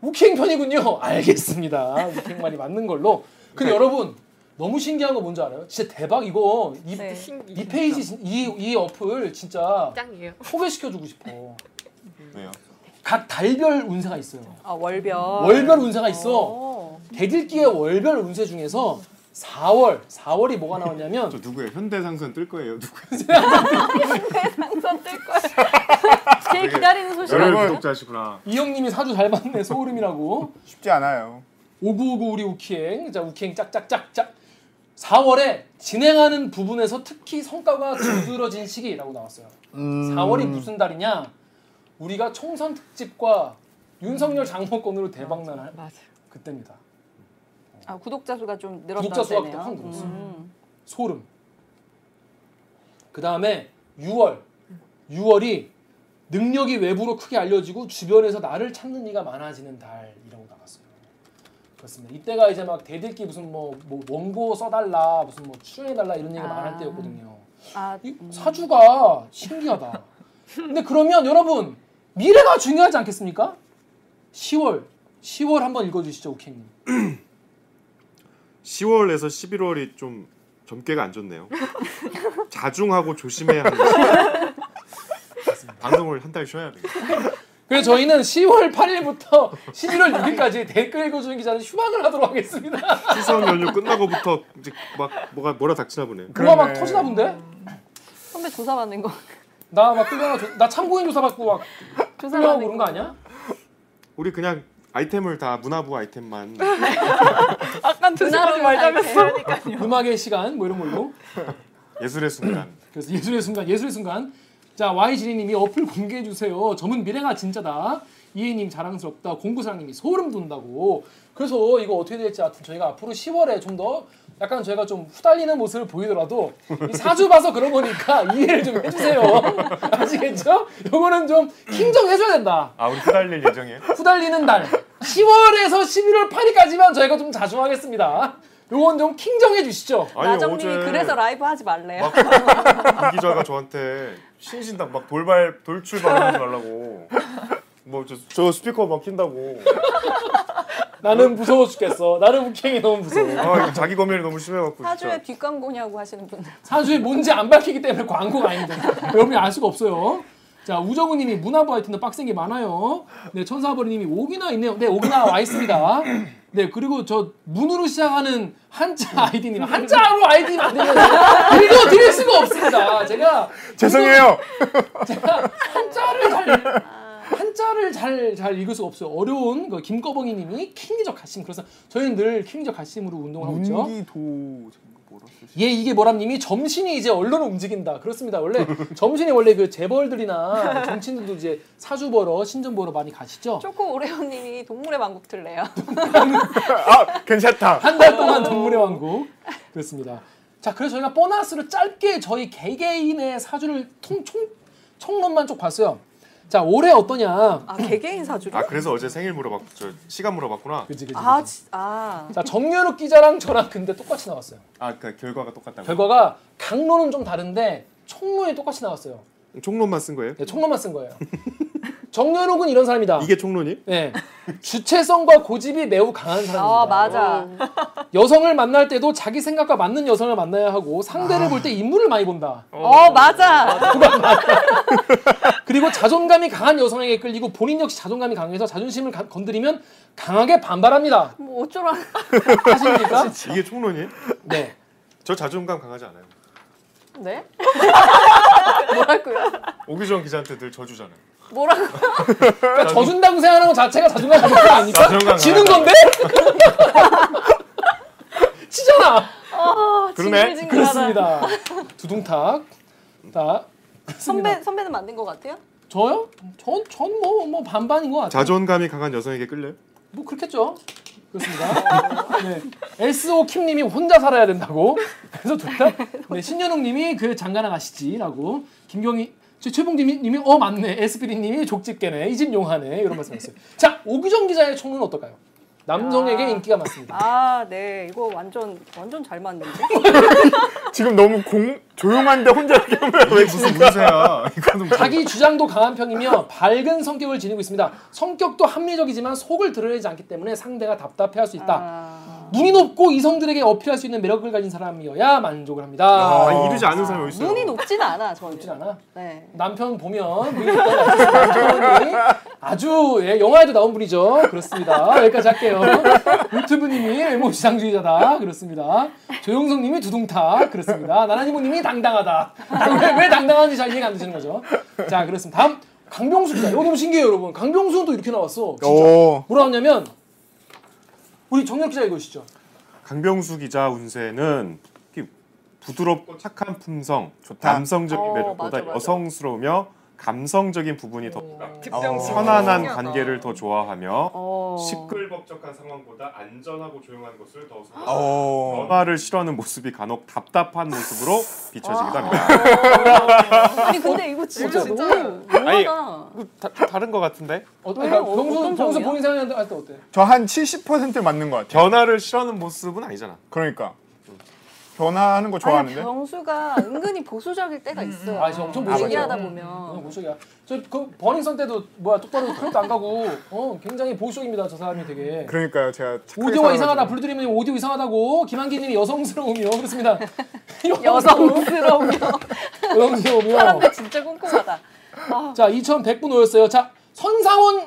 Speaker 1: 우키행 편이군요. 알겠습니다. 우키행 말이 맞는 걸로.
Speaker 4: 네.
Speaker 1: 근데 여러분 너무 신기한 거 뭔지 알아요? 진짜 대박 이거 이,
Speaker 3: 네.
Speaker 1: 이 페이지 진- 이, 이 어플 진짜
Speaker 5: 짱이에요.
Speaker 1: 소개시켜주고 싶어.
Speaker 4: 왜요?
Speaker 1: 각 달별 운세가 있어요.
Speaker 3: 아 월별
Speaker 1: 월별 운세가 있어.
Speaker 3: 어.
Speaker 1: 대들기의 월별 운세 중에서 4월 4월이 뭐가 나왔냐면
Speaker 4: 저 누구예요? 현대상선 뜰 거예요. 누구?
Speaker 3: 항상 뜰 거야 제일 기다리는 소식
Speaker 4: 열혈
Speaker 3: 아니에요?
Speaker 4: 구독자시구나.
Speaker 1: 이 형님이 사주 잘 봤네 소름이라고.
Speaker 2: 쉽지 않아요.
Speaker 1: 5959 우리 우키행 자 우키행 짝짝짝짝 4월에 진행하는 부분에서 특히 성과가 두드러진 시기라고 나왔어요.
Speaker 2: 음.
Speaker 1: 4월이 무슨 달이냐? 우리가 총선 특집과 윤석열 장모권으로 대박난 할- 그때입니다.
Speaker 3: 아 구독자 수가 좀 늘었다네요 음.
Speaker 1: 구독자 수가 확 늘었어요. 소름. 그 다음에 6월. 6월이 능력이 외부로 크게 알려지고 주변에서 나를 찾는 이가 많아지는 달이라고 나왔어요. 그렇습니다. 이때가 이제 막 대들기 무슨 뭐, 뭐 원고 써달라 무슨 뭐 출연해달라 이런 얘기가
Speaker 3: 아.
Speaker 1: 많을 때였거든요.
Speaker 3: 아
Speaker 1: 이 사주가 신기하다. 근데 그러면 여러분 미래가 중요하지 않겠습니까? 10월 10월 한번 읽어주시죠 오케이님.
Speaker 4: 10월에서 11월이 좀 점괘가 안 좋네요. 자중하고 조심해야 합니다. 방송을 한 달 쉬어야 돼요.
Speaker 1: 그래서 저희는 10월 8일부터 11월 6일까지 댓글 읽어주는 기자는 휴방을 하도록 하겠습니다.
Speaker 4: 추석 연휴 끝나고부터 이제 막 뭐가 뭐라 닥치나 보네.
Speaker 1: 뭐가 막
Speaker 2: 그러네.
Speaker 1: 터지나 본데?
Speaker 3: 선배 조사받는 거
Speaker 1: 나 막 끌려나 조- 나 참고인 조사 받고 막 끌려가고
Speaker 3: 조사받는
Speaker 1: 그런 거 아니야?
Speaker 4: 우리 그냥 아이템을 다 문화부 아이템만
Speaker 6: 약간 조심하지
Speaker 3: 누나로는
Speaker 6: 말자면서
Speaker 3: 안
Speaker 1: 음악의 시간 뭐 이런 걸로.
Speaker 4: 예술의 순간.
Speaker 1: 그래서 예술의 순간, 예술의 순간. 자, YG님이 어플 공개해 주세요. 점은 미래가 진짜다. 이혜님 자랑스럽다. 공구사랑님이 소름 돋는다고. 그래서 이거 어떻게 될지 하여튼 저희가 앞으로 10월에 좀 더 약간 저희가 좀 후달리는 모습을 보이더라도 이 사주 봐서 그런 거니까 이해를 좀 해주세요. 아시겠죠? 요거는 좀 킹정해줘야 된다.
Speaker 4: 아 우리 후달릴 예정이에요?
Speaker 1: 후달리는 달 10월에서 11월 8일까지만 저희가 좀 자주 하겠습니다. 요건 좀 킹정해 주시죠.
Speaker 3: 나정님이 그래서 라이브 하지 말래요
Speaker 4: 이 기자가 저한테 신신당 막 돌발 돌출 발언하지 말라고. 뭐 저 스피커 막힌다고.
Speaker 1: 나는 무서워 죽겠어. 나는 우킹이 너무 무서워.
Speaker 4: 아 이거 자기 검열이 너무 심해갖고.
Speaker 3: 사주에 뒷광고냐고 하시는 분들
Speaker 1: 사주에 뭔지 안 밝히기 때문에 광고가 아닌데 여러분이 알 수가 없어요. 자 우정우님이 문화부 아이템도 빡센 게 많아요. 네 천사버리님이 오기나 있네요. 네 오기나 와 있습니다. 네 그리고 저 문으로 시작하는 한자 아이디님 한자로 아이디 만들면 읽어 드릴 수가 없습니다. 제가
Speaker 2: 죄송해요.
Speaker 1: 한자를 잘 한자를 잘 잘 읽을 수가 없어요. 어려운 그 김꺼봉이님이 킹리적 가심 그래서 저희는 늘 킹리적 가심으로 운동하고 있죠.
Speaker 2: 문기도 뭐라 쓰시?
Speaker 1: 예 이게 뭐람님이 점신이 이제 언론을 움직인다 그렇습니다 원래 점신이 원래 그 재벌들이나 정치인들도 이제 사주 보러 신전 보러 많이 가시죠
Speaker 3: 초코 오레오님이 동물의 왕국 틀래요.
Speaker 2: 아 괜찮다.
Speaker 1: 한 달 동안 동물의 왕국 그렇습니다 자 그래서 저희가 보너스로 짧게 저희 개개인의 사주를 통총 총론만 쭉 봤어요 자 올해 어떠냐
Speaker 3: 아 개개인 사주로?
Speaker 4: 아 그래서 어제 생일 물어봤 저 시간 물어봤구나.
Speaker 1: 그지 그지
Speaker 3: 아,
Speaker 1: 그지.
Speaker 3: 지, 아.
Speaker 1: 자 정연욱 기자랑 저랑 근데 똑같이 나왔어요
Speaker 2: 아그
Speaker 4: 그러니까
Speaker 2: 결과가 똑같다고.
Speaker 1: 결과가 강론은 좀 다른데 총론이 똑같이 나왔어요
Speaker 4: 총론만 쓴 거예요?
Speaker 1: 네, 총론만 쓴 거예요 정연욱은 이런 사람이다
Speaker 4: 이게 총론이?
Speaker 1: 네. 주체성과 고집이 매우 강한 사람입니다. 어.
Speaker 3: 아 맞아.
Speaker 1: 여성을 만날 때도 자기 생각과 맞는 여성을 만나야 하고 상대를
Speaker 4: 아.
Speaker 1: 볼 때 인물을 많이 본다.
Speaker 3: 어 맞아.
Speaker 1: 그리고 자존감이 강한 여성에게 끌리고 본인 역시 자존감이 강해서 자존심을 가- 건드리면 강하게 반발합니다.
Speaker 3: 뭐 어쩌라.
Speaker 1: 하십니까?
Speaker 4: 이게 총론이?
Speaker 1: 네.
Speaker 4: 저 자존감 강하지 않아요.
Speaker 3: 네? 뭐라고요?
Speaker 4: 오기정 기자한테 늘 저주잖아요.
Speaker 3: 뭐라고?
Speaker 1: 그러니까 저준다고 생각하는 것 자체가 자존감이 강한 거 아닙니까?
Speaker 4: 자존감
Speaker 1: 지는
Speaker 4: 강하다.
Speaker 1: 건데? 치잖아.
Speaker 3: 아
Speaker 4: 그러네.
Speaker 3: 징글징글하다.
Speaker 1: 그렇습니다. 두둥탁. 자,
Speaker 3: 선배 선배는 만든 것 같아요?
Speaker 1: 저요? 전 전 뭐 뭐 반반인 것 같아요.
Speaker 4: 자존감이 강한 여성에게 끌려요?
Speaker 1: 뭐 그렇겠죠. 그렇습니다. 네. S.O. 킴님이 혼자 살아야 된다고. 그래서 좋다. 네, 신현웅님이 그 장가나 가시지라고. 김경희 저 최봉님이 어 맞네. S.P.D님이 족집게네. 이 집 용하네. 이런 말씀하셨어요. 자 오규정 기자의 총론 어떨까요? 남성에게
Speaker 3: 아.
Speaker 1: 인기가 많습니다.
Speaker 3: 아 네. 이거 완전 완전 잘 맞는데.
Speaker 2: 지금 너무 공 조용한데 혼자 이렇게 하면 왜 무슨 문제야? 이거는
Speaker 1: 자기 주장도 강한 편이며 밝은 성격을 지니고 있습니다. 성격도 합리적이지만 속을 드러내지 않기 때문에 상대가 답답해할 수 있다.
Speaker 3: 아.
Speaker 1: 눈이 높고 이성들에게 어필할 수 있는 매력을 가진 사람이어야 만족을 합니다.
Speaker 4: 아, 이르지 않은 사람이 어디 있어요?
Speaker 3: 눈이 높진 않아 저는.
Speaker 1: 높진 않아.
Speaker 3: 네.
Speaker 1: 남편 보면 눈이 떠나요. 아주 예, 영화에도 나온 분이죠. 그렇습니다. 여기까지 할게요. 유튜브님이 외모 지상주의자다. 그렇습니다. 조영성님이 두둥탁. 그렇습니다. 나나니모님이 당당하다. 아니, 왜, 왜 당당한지 잘 이해가 안 되시는 거죠. 자 그렇습니다. 다음 강병수 기자. 이거 너무 신기해요 여러분. 강병수는 또 이렇게 나왔어. 진짜.
Speaker 2: 오.
Speaker 1: 뭐라 하냐면 우리 정력 기자 읽어주시죠.
Speaker 4: 강병수 기자 운세는 특히 부드럽고 착한 품성,
Speaker 2: 좋다.
Speaker 4: 남성적인
Speaker 3: 어,
Speaker 4: 매력보다
Speaker 3: 맞아, 맞아.
Speaker 4: 여성스러우며 감성적인 부분이 더 어.
Speaker 6: 득점
Speaker 4: 편안한
Speaker 6: 신기하다.
Speaker 4: 관계를 더 좋아하며
Speaker 3: 어.
Speaker 4: 시끌벅적한 상황보다 안전하고 조용한 것을 더 선호.
Speaker 2: 오.
Speaker 4: 변화를 싫어하는 모습이 간혹 답답한 모습으로 비춰지기도 합니다.
Speaker 3: 아. 어. 아니 근데 이거 진짜
Speaker 1: 진짜
Speaker 3: 너무 너무하다.
Speaker 4: 다, 다른 것 같은데?
Speaker 1: 어, 그러니까
Speaker 3: 어,
Speaker 1: 병수
Speaker 3: 어떤
Speaker 1: 병수
Speaker 3: 점이야?
Speaker 1: 본인 생각할 때 어때?
Speaker 2: 저 한 70% 맞는 것 같아요.
Speaker 4: 변화를 싫어하는 모습은 아니잖아.
Speaker 2: 그러니까 변화하는 거
Speaker 3: 아니
Speaker 2: 좋아하는데.
Speaker 3: 병수가 은근히 보수적일 때가 있어요.
Speaker 1: 아, 저 엄청 보수적이에요.
Speaker 3: 얘기하다
Speaker 1: 어,
Speaker 3: 보면.
Speaker 1: 보수적이야. 저그 버닝썬 때도 뭐야 똑바로 클럽도 안 가고 어 굉장히 보수적입니다 저 사람이 되게.
Speaker 2: 그러니까요, 제가 착하게
Speaker 1: 오디오가 이상하다
Speaker 2: 살아가지고.
Speaker 1: 불드림이 오디오 이상하다고 김한기님이 여성스러우며 그렇습니다.
Speaker 3: 여성스러우며
Speaker 1: 여성스러우며.
Speaker 3: 사람들 진짜 꼼꼼하다. 아.
Speaker 1: 자 2,100분 오였어요. 자 선상원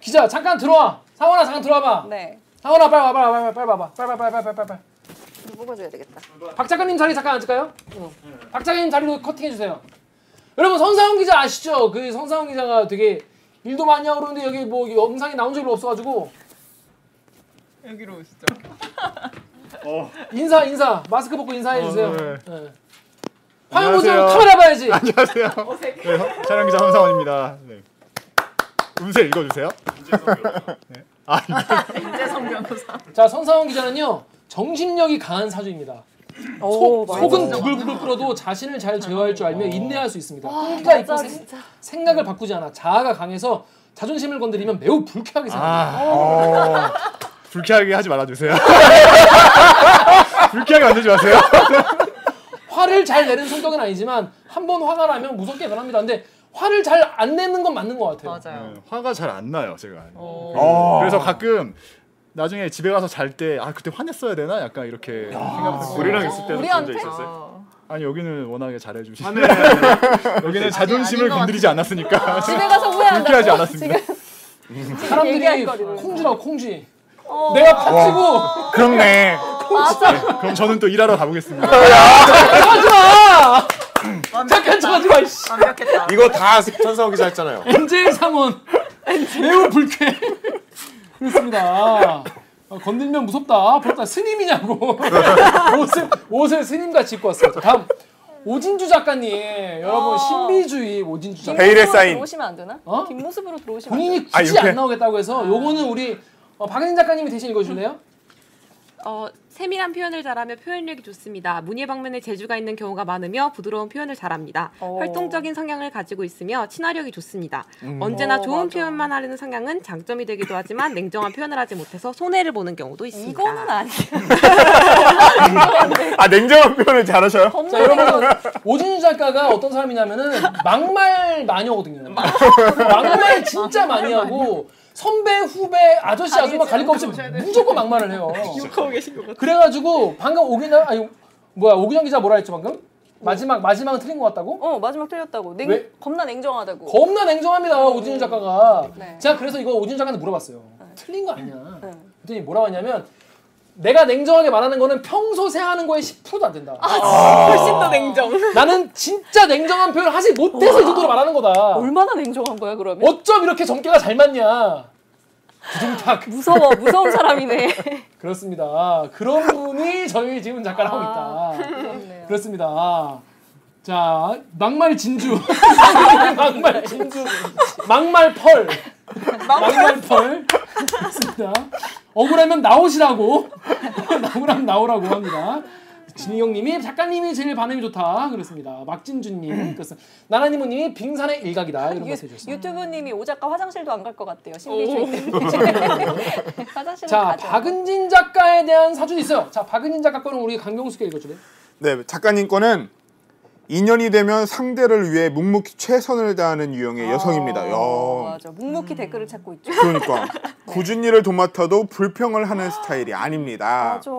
Speaker 1: 기자 잠깐 들어와. 상원아 잠깐 들어와봐.
Speaker 3: 네.
Speaker 1: 상원아 빨리 와봐 빨리 와봐 빨리 와봐 빨리 와봐 빨리 와봐 빨리 와봐.
Speaker 3: 뽑아줘야 되겠다.
Speaker 1: 박 작가님 자리 잠깐 앉을까요?
Speaker 6: 어.
Speaker 1: 박 작가님 자리로 커팅해 주세요. 여러분 선상훈 기자 아시죠? 그 선상훈 기자가 되게 일도 많이 하고 그러는데 여기 뭐 영상이 나온 적이 없어가지고
Speaker 6: 여기로 오시죠.
Speaker 1: 인사 인사 마스크 벗고 인사해 주세요.
Speaker 2: 어, 네.
Speaker 1: 네. 화영 보자
Speaker 2: 안녕하세요.
Speaker 1: 카메라 봐야지.
Speaker 6: 어,
Speaker 2: 안녕하세요. 네, 허- 촬영 기자 황상원입니다. 네. 음색 읽어주세요.
Speaker 9: 네. 아,
Speaker 6: 이재성 변호사.
Speaker 1: 자 선상훈 기자는요 정신력이 강한 사주입니다. 속, 속은 부글부글 끓어도 자신을 잘 제어할 줄 알며 인내할 수 있습니다. 끈기가 있고
Speaker 3: 맞아,
Speaker 1: 생-
Speaker 3: 진짜.
Speaker 1: 생각을 바꾸지 않아 자아가 강해서 자존심을 건드리면 매우 불쾌하게 생각합니다.
Speaker 2: 어, 불쾌하게 하지 말아주세요. 불쾌하게 만들지 마세요.
Speaker 1: 화를 잘 내는 성격은 아니지만 한 번 화가 나면 무섭게 변합니다. 근데 화를 잘 안 내는 건 맞는 것 같아요.
Speaker 6: 맞아요.
Speaker 2: 네.
Speaker 9: 화가 잘 안 나요 제가
Speaker 2: 어.
Speaker 9: 그래서 가끔 나중에 집에 가서 잘 때 아 그때 화냈어야 되나 약간 이렇게 생각하고
Speaker 4: 아. 우리랑 있을 때도 그런 적
Speaker 3: 우리한테?
Speaker 4: 있었어요?
Speaker 9: 아니 여기는 워낙에 잘해주시
Speaker 4: 화내.
Speaker 9: 여기는 자존심을
Speaker 6: 것
Speaker 9: 건드리지 않았으니까
Speaker 3: 집에 가서 후회한다.
Speaker 9: 불쾌하지 않았습니다
Speaker 1: 사람들이
Speaker 3: 얘기할 거리를.
Speaker 1: 콩쥐라고 콩쥐. 내가 파치고
Speaker 2: 그렇네.
Speaker 3: 아,
Speaker 9: 그럼 저는 또 일하러 가보겠습니다.
Speaker 1: 하지 마. 잠깐 저하지 마. 이씨.
Speaker 6: 완벽했다.
Speaker 4: 이거 다 천사호 기사 했잖아요.
Speaker 1: 엔젤 상원 매우 불쾌. 그렇습니다. 어, 건들면 무섭다. 보다 스님이냐고. 옷을 옷을 스님같이 입고 왔어요. 다음 오진주 작가님 여러분
Speaker 3: 어.
Speaker 1: 신비주의 아. 오진주 작가.
Speaker 2: 베일의
Speaker 3: 뒷모습으로
Speaker 2: 사인.
Speaker 3: 들어오시면 안 되나?
Speaker 1: 어?
Speaker 3: 뒷모습으로 들어오시면 안 되나?
Speaker 1: 본인이
Speaker 2: 아,
Speaker 1: 굳이
Speaker 2: 이렇게?
Speaker 1: 안 나오겠다고 해서 요거는 우리 어, 박은진 작가님이 대신 읽어줄래요?
Speaker 5: 어, 세밀한 표현을 잘하며 표현력이 좋습니다. 문예 방면에 재주가 있는 경우가 많으며 부드러운 표현을 잘합니다.
Speaker 3: 어.
Speaker 5: 활동적인 성향을 가지고 있으며 친화력이 좋습니다.
Speaker 1: 음.
Speaker 5: 언제나
Speaker 3: 어,
Speaker 5: 좋은
Speaker 3: 맞아.
Speaker 5: 표현만 하려는 성향은 장점이 되기도 하지만 냉정한 표현을 하지 못해서 손해를 보는 경우도 있습니다.
Speaker 3: 이거는 아니야.
Speaker 2: 아 냉정한 표현을 잘하셔요.
Speaker 1: 자
Speaker 3: 겁나
Speaker 1: 여러분 오진주 작가가 어떤 사람이냐면은 막말 많이 하거든요. 막말 진짜 많이 하고 선배 후배 아저씨 아줌마 가릴 거 없이 무조건 막말을 해요.
Speaker 6: 욕하고 계신 것 같아.
Speaker 1: 그래가지고 방금 오기나 아니 뭐야 오기정 기자 뭐라 했죠 방금 마지막 마지막은 틀린 것 같다고?
Speaker 3: 어 마지막 틀렸다고. 냉,
Speaker 1: 왜?
Speaker 3: 겁나 냉정하다고.
Speaker 1: 겁나 냉정합니다 오진주 작가가.
Speaker 3: 네.
Speaker 1: 제가 그래서 이거 오진주 작가한테 물어봤어요. 틀린 거 아니야.
Speaker 3: 네.
Speaker 1: 그랬더니 뭐라고 했냐면 내가 냉정하게 말하는 거는 평소에 하는 거에 10%도 안 된다.
Speaker 3: 아,
Speaker 6: 아. 훨씬 더 냉정.
Speaker 1: 나는 진짜 냉정한 표현을 하지 못해서 이 정도로 말하는 거다.
Speaker 3: 얼마나 냉정한 거야 그러면?
Speaker 1: 어쩜 이렇게 점괘가 잘 맞냐? 부둥탁.
Speaker 3: 무서워 무서운 사람이네.
Speaker 1: 그렇습니다. 그런 분이 저희 지금 작가를
Speaker 3: 아,
Speaker 7: 아,
Speaker 10: 아,
Speaker 1: 하고 있다. 그렇습니다. 아, 자, 막말 진주. 막말 진주. 막말 펄. 막말 펄. 그렇습니다. 억울하면 나오시라고. 나오라면 나오라고 합니다. 진희 형님이 작가님이 제일 반응이 좋다. 그렇습니다. 막진주님. 그렇습니다. 나나니모님이 빙산의 일각이다. 이런 거
Speaker 3: 음. 유,
Speaker 1: 해주셨습니다.
Speaker 3: 유튜브님이 오작가 화장실도 안 갈 것 같대요. 신비주의 때문에. 화장실은
Speaker 1: 자,
Speaker 3: 가죠.
Speaker 1: 박은진 작가에 대한 사주도 있어요. 자, 박은진 작가 거는 우리 강경수께 읽어줄래?
Speaker 2: 네, 작가님 거는 인연이 되면 상대를 위해 묵묵히 최선을 다하는 유형의 여성입니다.
Speaker 3: 어,
Speaker 2: 야,
Speaker 3: 맞아.
Speaker 1: 음.
Speaker 3: 묵묵히 댓글을 찾고 있죠.
Speaker 2: 그러니까 굳은 일을 도맡아도 불평을 하는 스타일이 아닙니다.
Speaker 3: 맞아.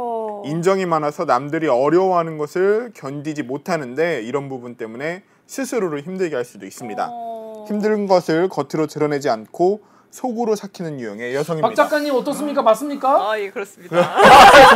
Speaker 2: 인정이 많아서 남들이 어려워하는 것을 견디지 못하는데 이런 부분 때문에 스스로를 힘들게 할 수도 있습니다.
Speaker 3: 어,
Speaker 2: 힘든 것을 겉으로 드러내지 않고 속으로 삭히는 유형의 여성입니다.
Speaker 1: 박 작가님 어떻습니까? 맞습니까?
Speaker 6: 아, 예, 그렇습니다.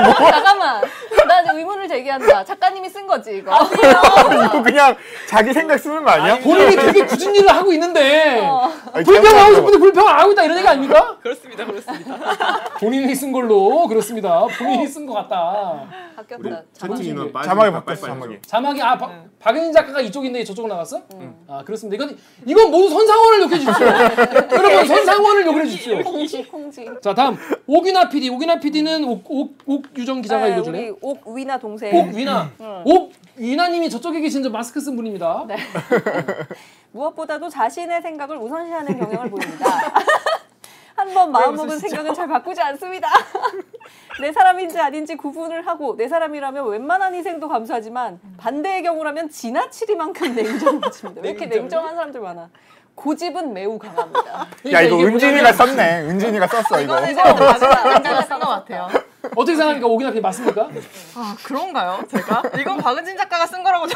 Speaker 3: 잠깐만. 나 이제 의문을 제기한다. 작가님이 쓴 거지 이거.
Speaker 1: 아,
Speaker 2: 이거 그냥 자기 생각 쓰는 거 아니야?
Speaker 1: 본인이 되게 굳은 일을 하고 있는데
Speaker 3: 어.
Speaker 2: 아니,
Speaker 1: 불평하고
Speaker 2: 잠깐만.
Speaker 1: 싶은데 불평 안 하고 있다 이런 얘기 아닙니까?
Speaker 6: 그렇습니다. 그렇습니다.
Speaker 1: 본인이 쓴 걸로 그렇습니다. 본인이 쓴 것 같다.
Speaker 3: 바뀌었다.
Speaker 1: 채팅
Speaker 3: 자막이.
Speaker 1: 인원
Speaker 2: 자막에 바꿨어, 자막에.
Speaker 1: 자막이 아 박- 박은진 작가가 이쪽인데 저쪽으로 나갔어? 아 그렇습니다. 이건 이건 모두 선상원을 욕해 주십시오.
Speaker 3: 네.
Speaker 1: 여러분 선상원을 욕을 해 주십시오.
Speaker 3: 콩지 콩지.
Speaker 1: 자 다음 오균아 PD. 오균아 PD는 옥옥유정 기자가
Speaker 3: 네,
Speaker 1: 읽어주네.
Speaker 3: 우리 옥위나 동생. 음.
Speaker 1: 옥위나. 옥위나님이 저쪽에 계신 저 마스크 쓴 분입니다.
Speaker 3: 무엇보다도 자신의 생각을 우선시하는 경향을 보입니다. 한 번 마음먹은 생각은 잘 바꾸지 않습니다. 내 사람인지 아닌지 구분을 하고 내 사람이라면 웬만한 희생도 감수하지만 반대의 경우라면 지나치리만큼 냉정해집니다. 왜 이렇게 냉정한 사람들 많아? 고집은 매우 강합니다.
Speaker 2: 야
Speaker 1: 그러니까
Speaker 2: 이거
Speaker 1: 이게
Speaker 2: 은진이가
Speaker 1: 뭐냐면
Speaker 2: 썼네. 은진이가 썼어 이거.
Speaker 6: 이거는 아, 네, 제가 맞아. 쓴것 같아요.
Speaker 1: 어떻게 생각하니까 오균아 PD 맞습니까?
Speaker 6: 아, 그런가요? 제가? 이건 박은진 작가가 쓴 거라고 저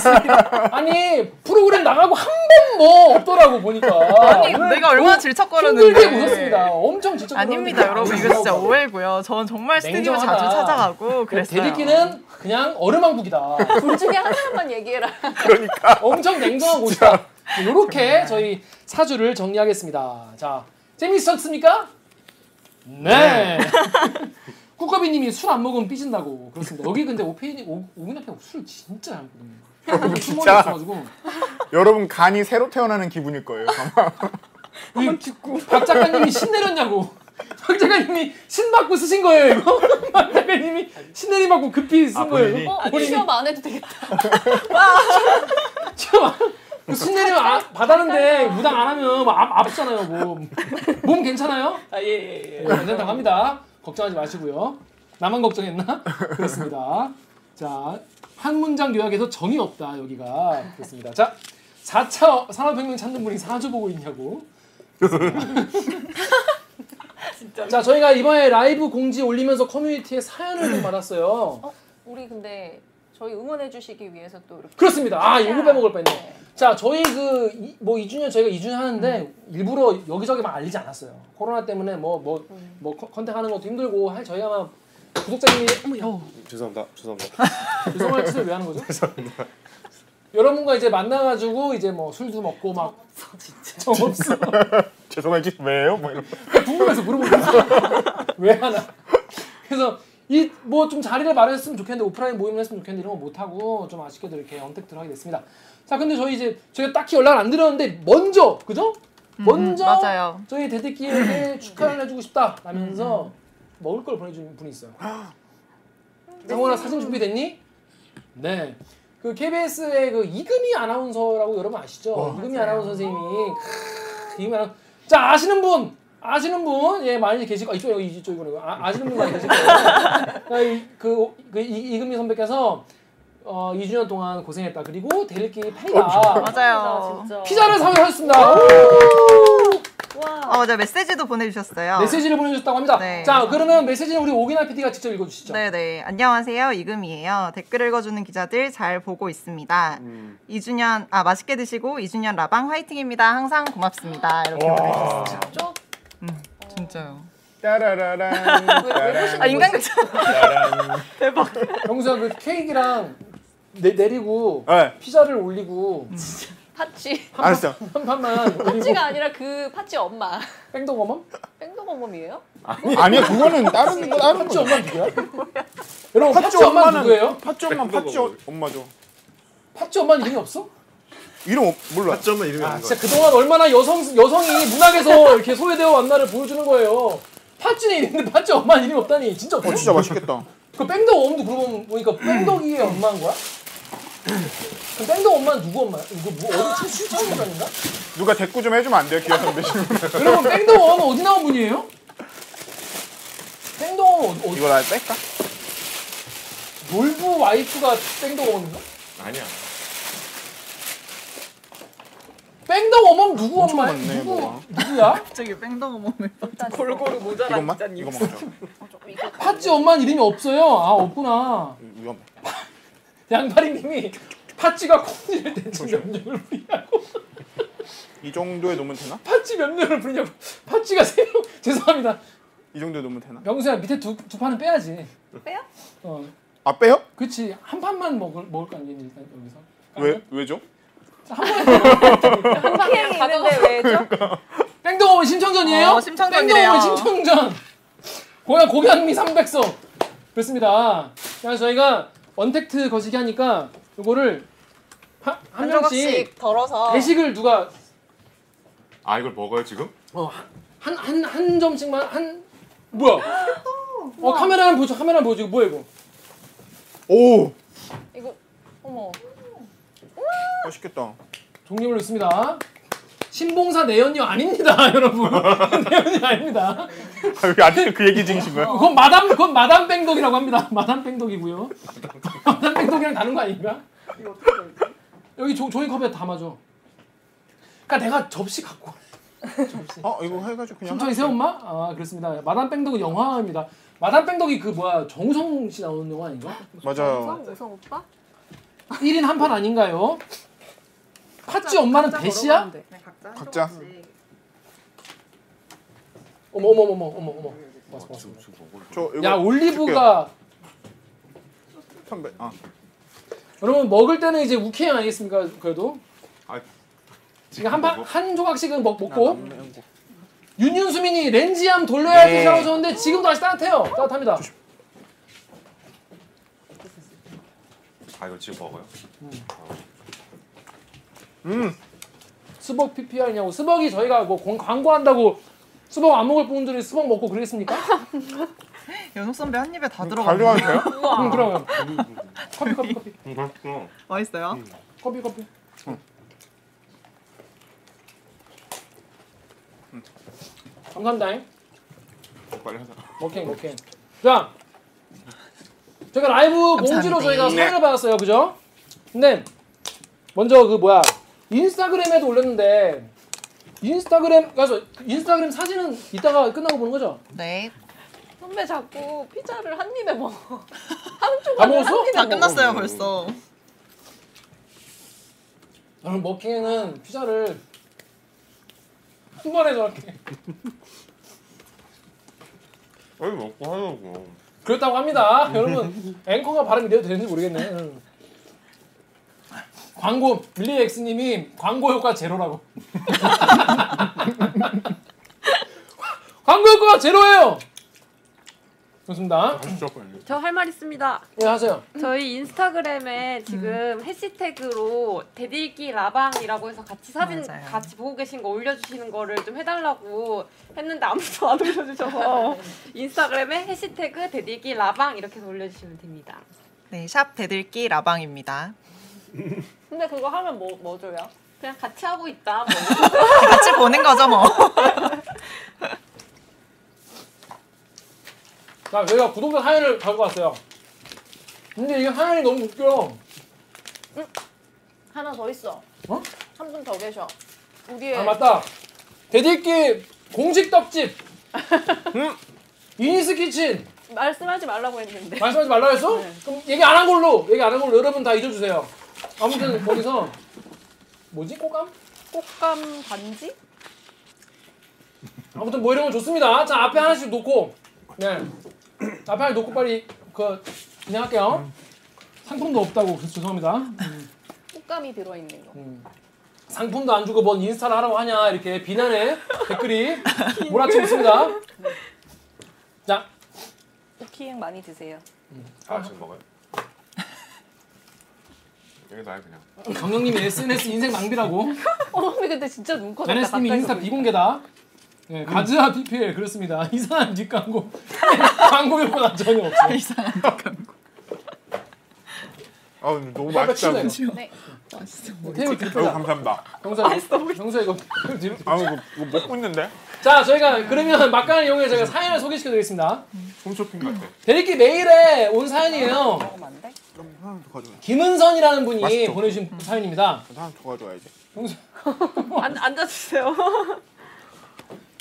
Speaker 1: 아니 프로그램 나가고 한 번 뭐 없더라고 보니까
Speaker 6: 아니, 내가 얼마나 질척거렸는데.
Speaker 1: 네. 어, 힘들게 웃었습니다. 엄청 어, 지적.
Speaker 6: 아닙니다, 여러분. 이거 진짜 오해고요. 전 정말 스튜디오
Speaker 1: 냉정하다.
Speaker 6: 자주 찾아가고 그랬어요.
Speaker 1: 대리기는 그냥 얼음왕국이다.
Speaker 3: 둘 중에 하나만 얘기해라.
Speaker 2: 그러니까.
Speaker 1: 엄청 냉정한 곳이다. 이렇게 저희 사주를 정리하겠습니다. 자 재밌었습니까? 네. 국가비님이 술 안 먹으면 삐진다고 그렇습니다. 여기 근데 오페인 오민 앞에 술 진짜 잘 먹거든요.
Speaker 2: 진짜.
Speaker 1: 없어가지고 그
Speaker 2: 여러분 간이 새로 태어나는 기분일 거예요. 아마.
Speaker 1: 한번 듣고 박 작가님이 신 내렸냐고 박 작가님이 신 받고 쓰신 거예요 이거 박 작가님이 신 내림 받고 급히 쓴
Speaker 4: 아,
Speaker 1: 거예요
Speaker 4: 본인이?
Speaker 1: 이거?
Speaker 3: 어,
Speaker 1: 본인이
Speaker 3: 취업 안 해도 되겠다.
Speaker 1: 참, 그신 내림 아, 받았는데 무당 안 하면 뭐 아, 아프잖아요 몸. 몸 괜찮아요?
Speaker 6: 아, 예, 예, 예.
Speaker 1: 예, 괜찮다고 합니다 걱정하지 마시고요 나만 걱정했나? 그렇습니다 자 한 문장 요약에서 정이 없다 여기가 그렇습니다 자 4차 산업혁명 찾는 분이 사주 보고 있냐고 자 저희가 이번에 라이브 공지 올리면서 커뮤니티에 사연을 좀 받았어요.
Speaker 3: 우리 근데 저희 응원해 주시기 위해서 또 이렇게
Speaker 1: 그렇습니다. 아 이거 빼먹을 아. 뻔했네. 자, 저희 그 뭐 2주년 저희가 2주년 하는데 일부러 여기저기 막 알리지 않았어요. 코로나 때문에 뭐 뭐 뭐 컨택하는 것도 힘들고 할 저희가 구독자님이 뭐, 어머 야
Speaker 4: 죄송합니다. 죄송합니다.
Speaker 1: 죄송할 짓을 왜 하는 거죠? 여러분과 이제 만나가지고 이제 뭐 술도 먹고 막 진짜 정 없어
Speaker 2: 죄송할지 왜요? 뭐 이런.
Speaker 1: 궁금해서 물어보는 거야 왜 하나 그래서 이 뭐 좀 자리를 마련했으면 좋겠는데 오프라인 모임을 했으면 좋겠는데 이런 거 못 하고 좀 아쉽게도 이렇게 언택트를 하게 됐습니다 자 근데 저희 이제 저희가 딱히 연락을 안 드렸는데 먼저 그죠? 먼저
Speaker 6: 음, 맞아요. 음,
Speaker 1: 저희 대대끼에게 축하를 해주고 싶다 라면서 먹을 걸 보내주는 분이 있어요 정원아 사진 준비됐니? 네. 그 KBS의 그 이금희 아나운서라고 여러분 아시죠? 이금희 아나운서 선생님이 크, 이금희 아나... 자 아시는 분 아시는 분예 많이 계실 거 이쪽 이거 이쪽 이거 아, 아시는 분 많이 계실 거예요. 그그 그, 이- 이금희 선배께서 어 2주년 동안 고생했다 그리고 데일끼리
Speaker 6: 어,
Speaker 1: 팬이다
Speaker 6: 맞아요.
Speaker 3: 진짜.
Speaker 1: 어, 피자를 사오셨습니다.
Speaker 3: 와.
Speaker 6: 어, 네, 메시지도 보내주셨어요.
Speaker 1: 메시지를 보내주셨다고 합니다.
Speaker 6: 네.
Speaker 1: 자 그러면 메시지는 우리 오기나 PD가 직접 읽어주시죠.
Speaker 6: 네네. 안녕하세요. 이금이에요. 댓글 읽어주는 기자들 잘 보고 있습니다. 2주년, 아, 맛있게 드시고 2주년 라방 화이팅입니다. 항상 고맙습니다. 이렇게 보내주셨어요.
Speaker 3: 쪽?
Speaker 6: 진짜요.
Speaker 2: 따라라란. 따란,
Speaker 6: 아, 인간극장.
Speaker 2: 따란.
Speaker 1: 병수야 그 케이크랑 내, 내리고
Speaker 2: 네. 음.
Speaker 1: 피자를 올리고
Speaker 3: 파치.
Speaker 2: 아, 알았어.
Speaker 1: 한 판만 올리고
Speaker 3: 파치가 아니라 그 파치 엄마.
Speaker 1: 뺑동 어멈?
Speaker 3: 뺑동 어머이에요
Speaker 2: 아니야 그거는 다른 거 다른
Speaker 1: 팥쥐
Speaker 2: 거.
Speaker 1: 엄마 누구야? 여러분 팥쥐 엄마 누구예요?
Speaker 2: 팥쥐 엄마 팥쥐 네, 엄마죠.
Speaker 1: 팥쥐 엄마 이름이 없어?
Speaker 2: 이름 없- 몰라.
Speaker 4: 하점은 이름이 없는 거
Speaker 1: 아, 진짜 그동안 얼마나 여성 여성이 문학에서 이렇게 소외되어 왔나를 보여주는 거예요. 팥쥐는 있는데 팥쥐 엄마 이름이 없다니 진짜
Speaker 2: 어
Speaker 1: 없어?
Speaker 2: 진짜 맛있겠다.
Speaker 1: 그 뺑덕 엄도 그러고 보니까 뺑덕이의 엄마인 거야? 그럼 뺑덕 엄마는 누구 엄마야? 이거 뭐 어디 친친척 아닌가?
Speaker 2: 누가 대꾸 좀 해주면 안 돼요 기아 선배님.
Speaker 1: 여러분 뺑덕 엄은 어디 나온 분이에요? 뺑덕 엄 어디?
Speaker 2: 이걸 아예 뺄까?
Speaker 1: 놀부 와이프가 뺑덕 어머니인가?
Speaker 4: 아니야.
Speaker 1: 뺑덕 어머니 누구 엄마야?
Speaker 2: 많네,
Speaker 1: 누구
Speaker 2: 뭐가.
Speaker 1: 누구야?
Speaker 6: 갑자기 뺑덩어 몸을 골고루 모자라
Speaker 2: 이것만? 이거 먹자.
Speaker 1: 팥쥐 엄마는 이름이 없어요. 아 없구나.
Speaker 2: 위험해.
Speaker 1: 양파리님이 팥쥐가 콩질을 대충
Speaker 2: 그렇죠.
Speaker 1: 몇년을 부리냐고.
Speaker 2: 이 정도에 놓으면 되나?
Speaker 1: 팥쥐 몇년을 부리냐고. 팥쥐가 세명 죄송합니다.
Speaker 2: 이 정도에 놓으면 되나?
Speaker 1: 병수야 밑에 두, 두 판은 빼야지.
Speaker 3: 빼요?
Speaker 1: 어,
Speaker 2: 아 빼요?
Speaker 1: 그렇지 한 판만 먹을 먹을 거 아니니 일단 여기서.
Speaker 2: 왜 왜죠?
Speaker 3: 항상 있는데 왜 쪽?
Speaker 2: 그러니까.
Speaker 1: 뺑덕 어머니 신청전이에요?
Speaker 6: 어, 신청전이래요.
Speaker 1: 뺑덕 어머니 신청전. 고양 고양미 300석. 그렇습니다. 그래서 저희가 언택트 거시기 하니까 요거를 하- 한 명씩
Speaker 3: 덜어서.
Speaker 1: 배식을 누가
Speaker 4: 아 이걸 먹어요 지금?
Speaker 1: 한 한 한 점씩만 한 뭐야? 어 카메라 한번 보죠. 카메라 한번 보죠. 이거 뭐야 이거?
Speaker 2: 오
Speaker 3: 이거 어머.
Speaker 2: 맛있겠다.
Speaker 1: 종류별로 있습니다. 신봉사 내연녀 아닙니다, 여러분. 내연녀 아닙니다.
Speaker 2: 아, 여기 아직도 그 얘기 중이신 거예요?
Speaker 1: 그건 마담 그건 마담 뺑덕이라고 합니다. 마담 뺑덕이고요. 마담 뺑덕이랑 다른 거 아닌가? 여기 조, 종이컵에 담아줘. 그러니까 내가 접시 갖고. 왔네.
Speaker 2: 어 이거 해가지고 그냥.
Speaker 1: 순천이 새엄마? 아 그렇습니다. 마담 뺑덕은 영화입니다. 마담 뺑덕이 그 뭐야 정우성 씨 나오는 영화 아닌가?
Speaker 2: 맞아요.
Speaker 3: 우성 우성 오빠?
Speaker 1: 1인 한 판 아닌가요? 팥쥐 엄마는 배시야?
Speaker 6: 네, 각자.
Speaker 2: 각자.
Speaker 1: 어머 어머 어머 어머 어머.
Speaker 4: 아,
Speaker 1: 왔어, 왔어.
Speaker 2: 저 이거
Speaker 1: 야
Speaker 2: 줄게요.
Speaker 1: 올리브가
Speaker 2: 선배. 아
Speaker 1: 여러분 먹을 때는 이제 우케이 아니겠습니까? 그래도
Speaker 4: 아,
Speaker 1: 지금 한한 조각씩은 먹, 먹고
Speaker 2: 남는 거.
Speaker 1: 윤윤수민이 렌지암 돌려야지
Speaker 2: 네.
Speaker 1: 잘하셨는데 지금도 아직 따뜻해요. 따뜻합니다.
Speaker 4: 아 이거 지금 먹어요.
Speaker 2: 음.
Speaker 1: 스벅 PPR이냐고 스벅이 저희가 뭐 공- 광고한다고 스벅 안 먹을 분들이 스벅 먹고 그러겠습니까?
Speaker 6: 연옥 선배 한 입에 다 들어가.
Speaker 2: 관리하면 돼요?
Speaker 1: 응, 그럼 커피 커피 커피
Speaker 4: 음, 맛있어.
Speaker 6: 맛있어요?
Speaker 1: 커피 커피. 감사합니다.
Speaker 4: 빨리 하자.
Speaker 1: 오케이 오케이. 자, 저희가 라이브
Speaker 6: 감사합니다.
Speaker 1: 공지로 저희가
Speaker 6: 네.
Speaker 1: 사연을 받았어요, 그죠? 근데 먼저 그 뭐야 인스타그램에도 올렸는데 인스타그램 가서 인스타그램 사진은 이따가 끝나고 보는 거죠?
Speaker 6: 네.
Speaker 3: 선배 자꾸 피자를 한 입에 먹어. 한
Speaker 1: 다
Speaker 3: 조각.
Speaker 1: 먹었어?
Speaker 6: 다 끝났어요 벌써.
Speaker 1: 저는 먹기에는 피자를 한 번에 저렇게
Speaker 4: 빨리 먹고 하려고.
Speaker 1: 그렇다고 합니다. 여러분 앵커가 발음이 돼도 되는지 모르겠네. 응. 광고 밀리엑스님이 광고 효과 제로라고. 광고 효과가 제로예요. 좋습니다.
Speaker 4: 아, 진짜 빨리.
Speaker 5: 저 할 말 있습니다.
Speaker 1: 예 하세요.
Speaker 5: 저희 인스타그램에
Speaker 6: 음.
Speaker 5: 지금 해시태그로 대들기 라방이라고 해서 같이 사진
Speaker 6: 맞아요.
Speaker 5: 같이 보고 계신 거 올려주시는 거를 좀 해달라고 했는데 아무도 안
Speaker 6: 네.
Speaker 5: 올려주셔서 인스타그램에 해시태그 대들기 라방 이렇게 해서 올려주시면 됩니다.
Speaker 6: 네, 샵 대들기 라방입니다.
Speaker 3: 근데 그거 하면 뭐, 뭐 줘요?
Speaker 5: 그냥 같이 하고 있다. 뭐.
Speaker 6: 같이 보는 거죠, 뭐.
Speaker 1: 자, 저희가 구독자 사연을 가지고 왔어요. 근데 이게 사연이 너무 웃겨.
Speaker 3: 하나 더 있어.
Speaker 1: 어?
Speaker 3: 한 분 더 계셔. 우리의
Speaker 1: 아 맞다. 대들기 공식 떡집. 응? 이니스 키친.
Speaker 3: 말씀하지 말라고 했는데. 네.
Speaker 1: 말씀하지 말라 했어? 그럼 얘기 안 한 걸로 얘기 안 한 걸로 여러분 다 잊어주세요. 아무튼 거기서 뭐지 꼬감?
Speaker 3: 꽃감 반지?
Speaker 1: 아무튼 뭐 이런 건 좋습니다. 자 앞에 하나씩 놓고 네 앞에 하나 놓고 빨리 그 그냥 할게요. 상품도 없다고 그래서 죄송합니다. 음.
Speaker 3: 꽃감이 들어있는 거.
Speaker 1: 상품도 안 주고 뭔 인스타를 하라고 하냐 이렇게 비난의 댓글이 몰아치고 있습니다. 자
Speaker 3: 우키행 많이 드세요.
Speaker 4: 아 지금 먹어요. 여기서 아예 그냥.
Speaker 1: 감독님이 SNS 인생 낭비라고
Speaker 3: 어머니 근데 진짜 눈꺼
Speaker 1: 자네스님이 인스타 비공개다. 예, 가즈아 PPL 그렇습니다. 이상한 뒷광고 광고 효과가 전혀 없어. 요
Speaker 4: 아 근데 너무
Speaker 1: 아,
Speaker 4: 맛있다.
Speaker 1: 치다
Speaker 4: 고
Speaker 1: 이거.
Speaker 2: 어,
Speaker 1: 테이블 뒤로
Speaker 4: 아유
Speaker 1: 빼자.
Speaker 4: 감사합니다.
Speaker 1: 경사 경사 이거 테이블 뒤로.
Speaker 4: 아 이거, 이거 먹고 있는데
Speaker 1: 자 저희가 그러면 막간을 이용해 제가 사연을 소개시켜드리겠습니다.
Speaker 4: 홈쇼핑 같아.
Speaker 1: 대리기 메일에 온 사연이에요.
Speaker 3: 안 돼?
Speaker 2: 하나 더 가져와.
Speaker 1: 김은선이라는 분이
Speaker 4: 맛있죠? 그
Speaker 1: 보내주신 사연입니다.
Speaker 2: 하나 더 가져와야지.
Speaker 5: 음. 앉, 앉아주세요.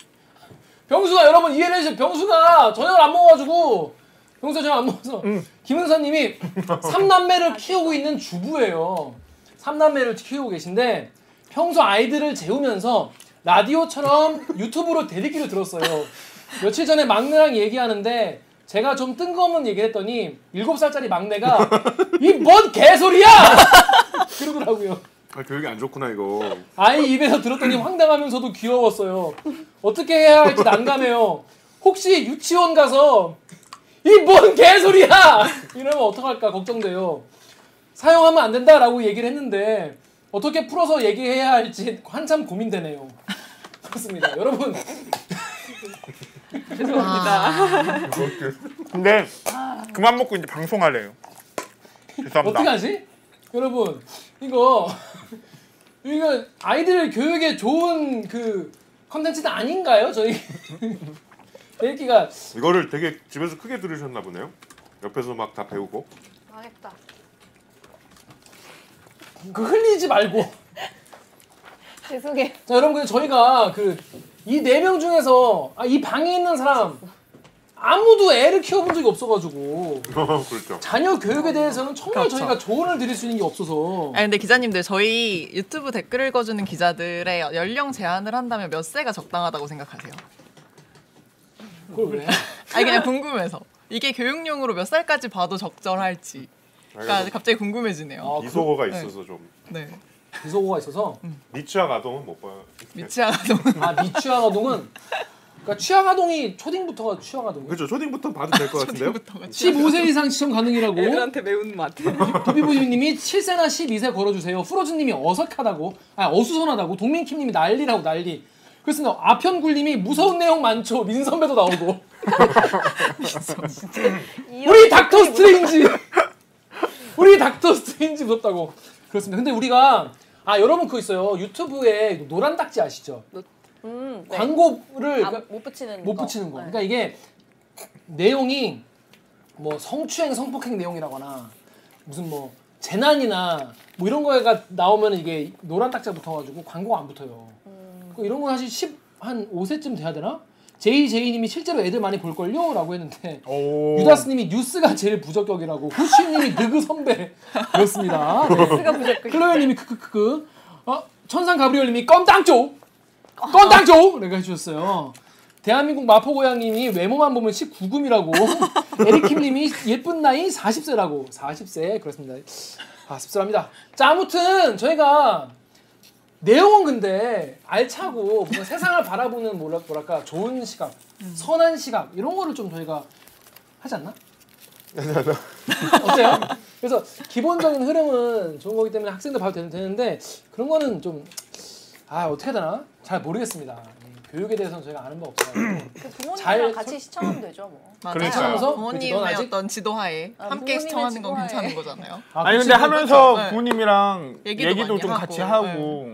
Speaker 1: 병수가 여러분 이해를 해주세요. 병수가 저녁을 안 먹어가지고 병수가 저녁 안 먹어서
Speaker 4: 음.
Speaker 1: 김은서님이 삼남매를 키우고 있는 주부예요. 삼남매를 키우고 계신데 평소 아이들을 재우면서 라디오처럼 유튜브로 대리기를 들었어요. 며칠 전에 막내랑 얘기하는데 제가 좀 뜬금없는 얘기를 했더니 일곱 살짜리 막내가 이 뭔 개소리야! 그러더라고요.
Speaker 4: 아 교육이 안 좋구나 이거.
Speaker 1: 아이 입에서 들었더니 황당하면서도 귀여웠어요. 어떻게 해야 할지 난감해요. 혹시 유치원 가서 이 뭔 개소리야! 이러면 어떡할까 걱정돼요. 사용하면 안 된다라고 얘기를 했는데 어떻게 풀어서 얘기해야 할지 한참 고민되네요. 그렇습니다. 여러분
Speaker 2: 아. 근데 그만 먹고 이제 방송하래요. 죄송합니다.
Speaker 1: 어떻게 하지? 여러분 이거 이거 아이들 교육에 좋은 그 컨텐츠는 아닌가요? 저희 대기가
Speaker 4: 이거를 되게 집에서 크게 들으셨나 보네요. 옆에서 막 다 배우고.
Speaker 5: 망했다.
Speaker 1: 그 흘리지 말고
Speaker 3: 죄송해.
Speaker 1: 자 여러분 근데 저희가 그 이 네 명 중에서 아, 이 방에 있는 사람 아무도 애를 키워본 적이 없어가지고
Speaker 4: 그렇죠.
Speaker 1: 자녀 교육에 대해서는 정말
Speaker 6: 그렇죠.
Speaker 1: 저희가 조언을 드릴 수 있는 게 없어서
Speaker 6: 아 근데 기자님들 저희 유튜브 댓글 읽어주는 기자들의 연령 제한을 한다면 몇 세가 적당하다고 생각하세요?
Speaker 1: 그걸 왜?
Speaker 6: 아니 그냥 궁금해서 이게 교육용으로 몇 살까지 봐도 적절할지 그러니까 갑자기 궁금해지네요.
Speaker 1: 아
Speaker 4: 이소호가 있어서 좀
Speaker 6: 네
Speaker 1: 비소호가 있어서
Speaker 2: 음.
Speaker 4: 니치와 가동은 못 봐요.
Speaker 6: 미치아 가동
Speaker 1: 아 미취학아동은 그러니까 취학아동이 초딩부터가 취학아동
Speaker 4: 그렇죠. 초딩부터 봐도 될 것 같은데요.
Speaker 1: 15세 이상 시청 가능이라고
Speaker 5: 매운 맛.
Speaker 1: 도비부님이 7세나 12세 걸어주세요. 프로즈님이 어색하다고, 아 어수선하다고, 동민킴님이 난리라고 난리. 그렇습니다. 아편굴님이 무서운 내용 많죠. 민선배도 나오고. 우리 닥터 스트레인지. 우리 닥터 스트레인지 무섭다고. 그렇습니다. 근데 우리가 아 여러분 그거 있어요. 유튜브에 노란 딱지 아시죠?
Speaker 3: 음. 네.
Speaker 1: 광고를
Speaker 3: 아,
Speaker 1: 그러니까
Speaker 3: 못 붙이는
Speaker 1: 못
Speaker 3: 거.
Speaker 1: 붙이는 거.
Speaker 3: 네.
Speaker 1: 그러니까 이게 내용이 뭐 성추행, 성폭행 내용이라거나 무슨 뭐 재난이나 뭐 이런 거가 나오면 이게 노란 딱지가 붙어가지고 광고가 안 붙어요.
Speaker 2: 음.
Speaker 1: 그 이런 거 사실 10, 한 5세쯤 돼야 되나? 제이제이님이 실제로 애들 많이 볼걸요? 라고 했는데
Speaker 2: 오.
Speaker 1: 유다스님이 뉴스가 제일 부적격이라고 후시님이 느그 선배였습니다. 네. 클로에님이 크크크크 어? 천상 가브리올님이 껌땅조!
Speaker 3: 아,
Speaker 1: 껌땅조! 라고 해주셨어요. 대한민국 마포고양님이 외모만 보면 19금이라고 에릭킴님이 예쁜 나이 40세라고 40세 그렇습니다. 아 씁쓸합니다. 자 아무튼 저희가 내용은 근데 알차고 뭔가 세상을 바라보는 뭐라- 뭐랄까 좋은 시각, 선한 시각 이런 거를 좀 저희가 하지 않나? 어때요? 그래서 기본적인 흐름은 좋은 거기 때문에 학생들 봐도 되는- 되는데 그런 거는 좀 아 어떻게 해야 되나 잘 모르겠습니다. 음, 교육에 대해서는 저희가 아는 바 없어요.
Speaker 3: 그 부모님이랑
Speaker 1: 잘
Speaker 3: 같이 시청하면 되죠 뭐.
Speaker 6: 맞아요.
Speaker 2: 그러니까요.
Speaker 6: 부모님의
Speaker 1: 넌 아직-
Speaker 6: 어떤 지도하에
Speaker 3: 아,
Speaker 6: 함께
Speaker 3: 부모님의
Speaker 6: 시청하는 건
Speaker 3: 지도하에.
Speaker 6: 괜찮은 거잖아요.
Speaker 2: 아니
Speaker 1: 그치,
Speaker 2: 근데 하면서
Speaker 6: 네.
Speaker 2: 부모님이랑
Speaker 6: 얘기도
Speaker 2: 얘기도,
Speaker 6: 많이
Speaker 2: 좀
Speaker 6: 하고,
Speaker 2: 같이 하고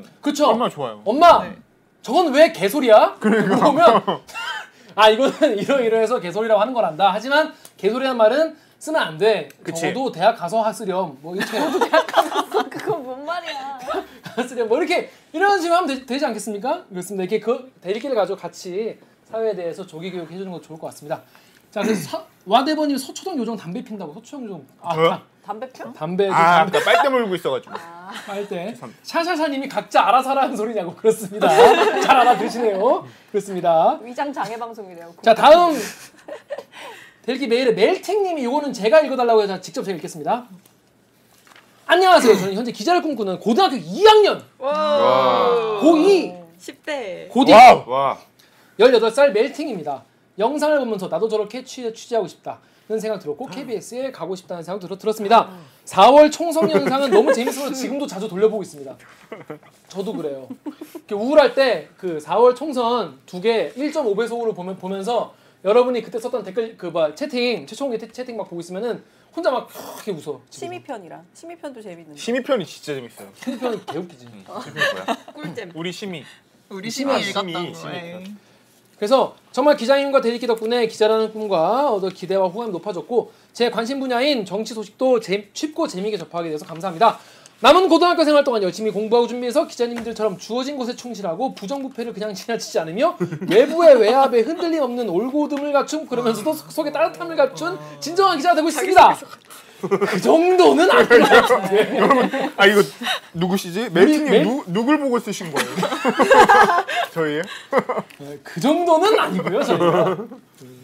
Speaker 1: 네. 그쵸?
Speaker 2: 얼마나 좋아요.
Speaker 1: 엄마,
Speaker 6: 네.
Speaker 1: 저건 왜 개소리야? 그러니까. 보면 아 이거는 이러이러해서 개소리라고 하는 거란다. 하지만 개소리란 말은 쓰면 안 돼.
Speaker 2: 그치.
Speaker 1: 저도 대학 가서 하스렴. 뭐 이렇게
Speaker 3: 그건 뭔 말이야.
Speaker 1: 하스렴. 뭐 이렇게 이런 식으로 하면 되, 지 않겠습니까? 그렇습니다. 이렇게 그 대리기를 가지고 같이 사회에 대해서 조기 교육 해주는 거 좋을 것 같습니다. 자 그래서 서- 와대버님 서초동 요정 담배 핀다고 서초동 요정 아,
Speaker 2: 저요?
Speaker 1: 다-
Speaker 3: 담배 펴?
Speaker 1: 담배 그
Speaker 2: 아,
Speaker 1: 담배
Speaker 2: 아까 빨대 물고 있어가지고.
Speaker 1: 할때 샤샤샤님이 각자 알아서 하라는 소리냐고 그렇습니다. 잘 알아들으시네요. 그렇습니다.
Speaker 3: 위장 장애 방송이래요.
Speaker 1: 자 다음 델기 메일의 멜팅님이 이거는 제가 읽어달라고 해서 직접 제가 읽겠습니다. 안녕하세요. 저는 현재 기자를 꿈꾸는 고등학교 2학년 고2
Speaker 5: 10대.
Speaker 1: 고딩
Speaker 4: 와
Speaker 1: 18살 멜팅입니다. 영상을 보면서 나도 저렇게 취, 취재하고 싶다. 는 생각 들었고 KBS에 가고 싶다는 생각 들, 들었습니다. 4월 총선 영상은 너무 재밌어서 지금도 자주 돌려보고 있습니다. 저도 그래요. 이렇게 우울할 때 그 4월 총선 두 개 1.5배속으로 보면 보면서 여러분이 그때 썼던 댓글 그뭐 채팅 최초공개 채- 채팅 막 보고 있으면은 혼자 막 크게 웃어.
Speaker 3: 심의편이랑 심의편도 재밌는데.
Speaker 2: 심의편이 진짜 재밌어요.
Speaker 1: 편이 개웃기지.
Speaker 5: 꿀잼.
Speaker 2: 우리 심의. 아,
Speaker 6: 우리 심이
Speaker 2: 심의,
Speaker 6: 읽었던 거.
Speaker 2: 심의.
Speaker 6: 예.
Speaker 1: 그래서 정말 기자님과 대리기 덕분에 기자라는 꿈과 얻어 기대와 호감이 높아졌고 제 관심 분야인 정치 소식도 재- 쉽고 재미있게 접하게 돼서 감사합니다. 남은 고등학교 생활 동안 열심히 공부하고 준비해서 기자님들처럼 주어진 곳에 충실하고 부정부패를 그냥 지나치지 않으며 외부의 외압에 흔들림 없는 올고듬을 갖춤 그러면서도 속- 속에 따뜻함을 갖춘 진정한 기자가 되고 있습니다. 그 정도는 아닌 것 같은데.
Speaker 2: 아 이거 누구시지? 멜팅님
Speaker 1: 멜-
Speaker 2: 누 누굴 보고 쓰신 거예요? 저희요?
Speaker 1: 그 정도는 아니고요 저희가 음,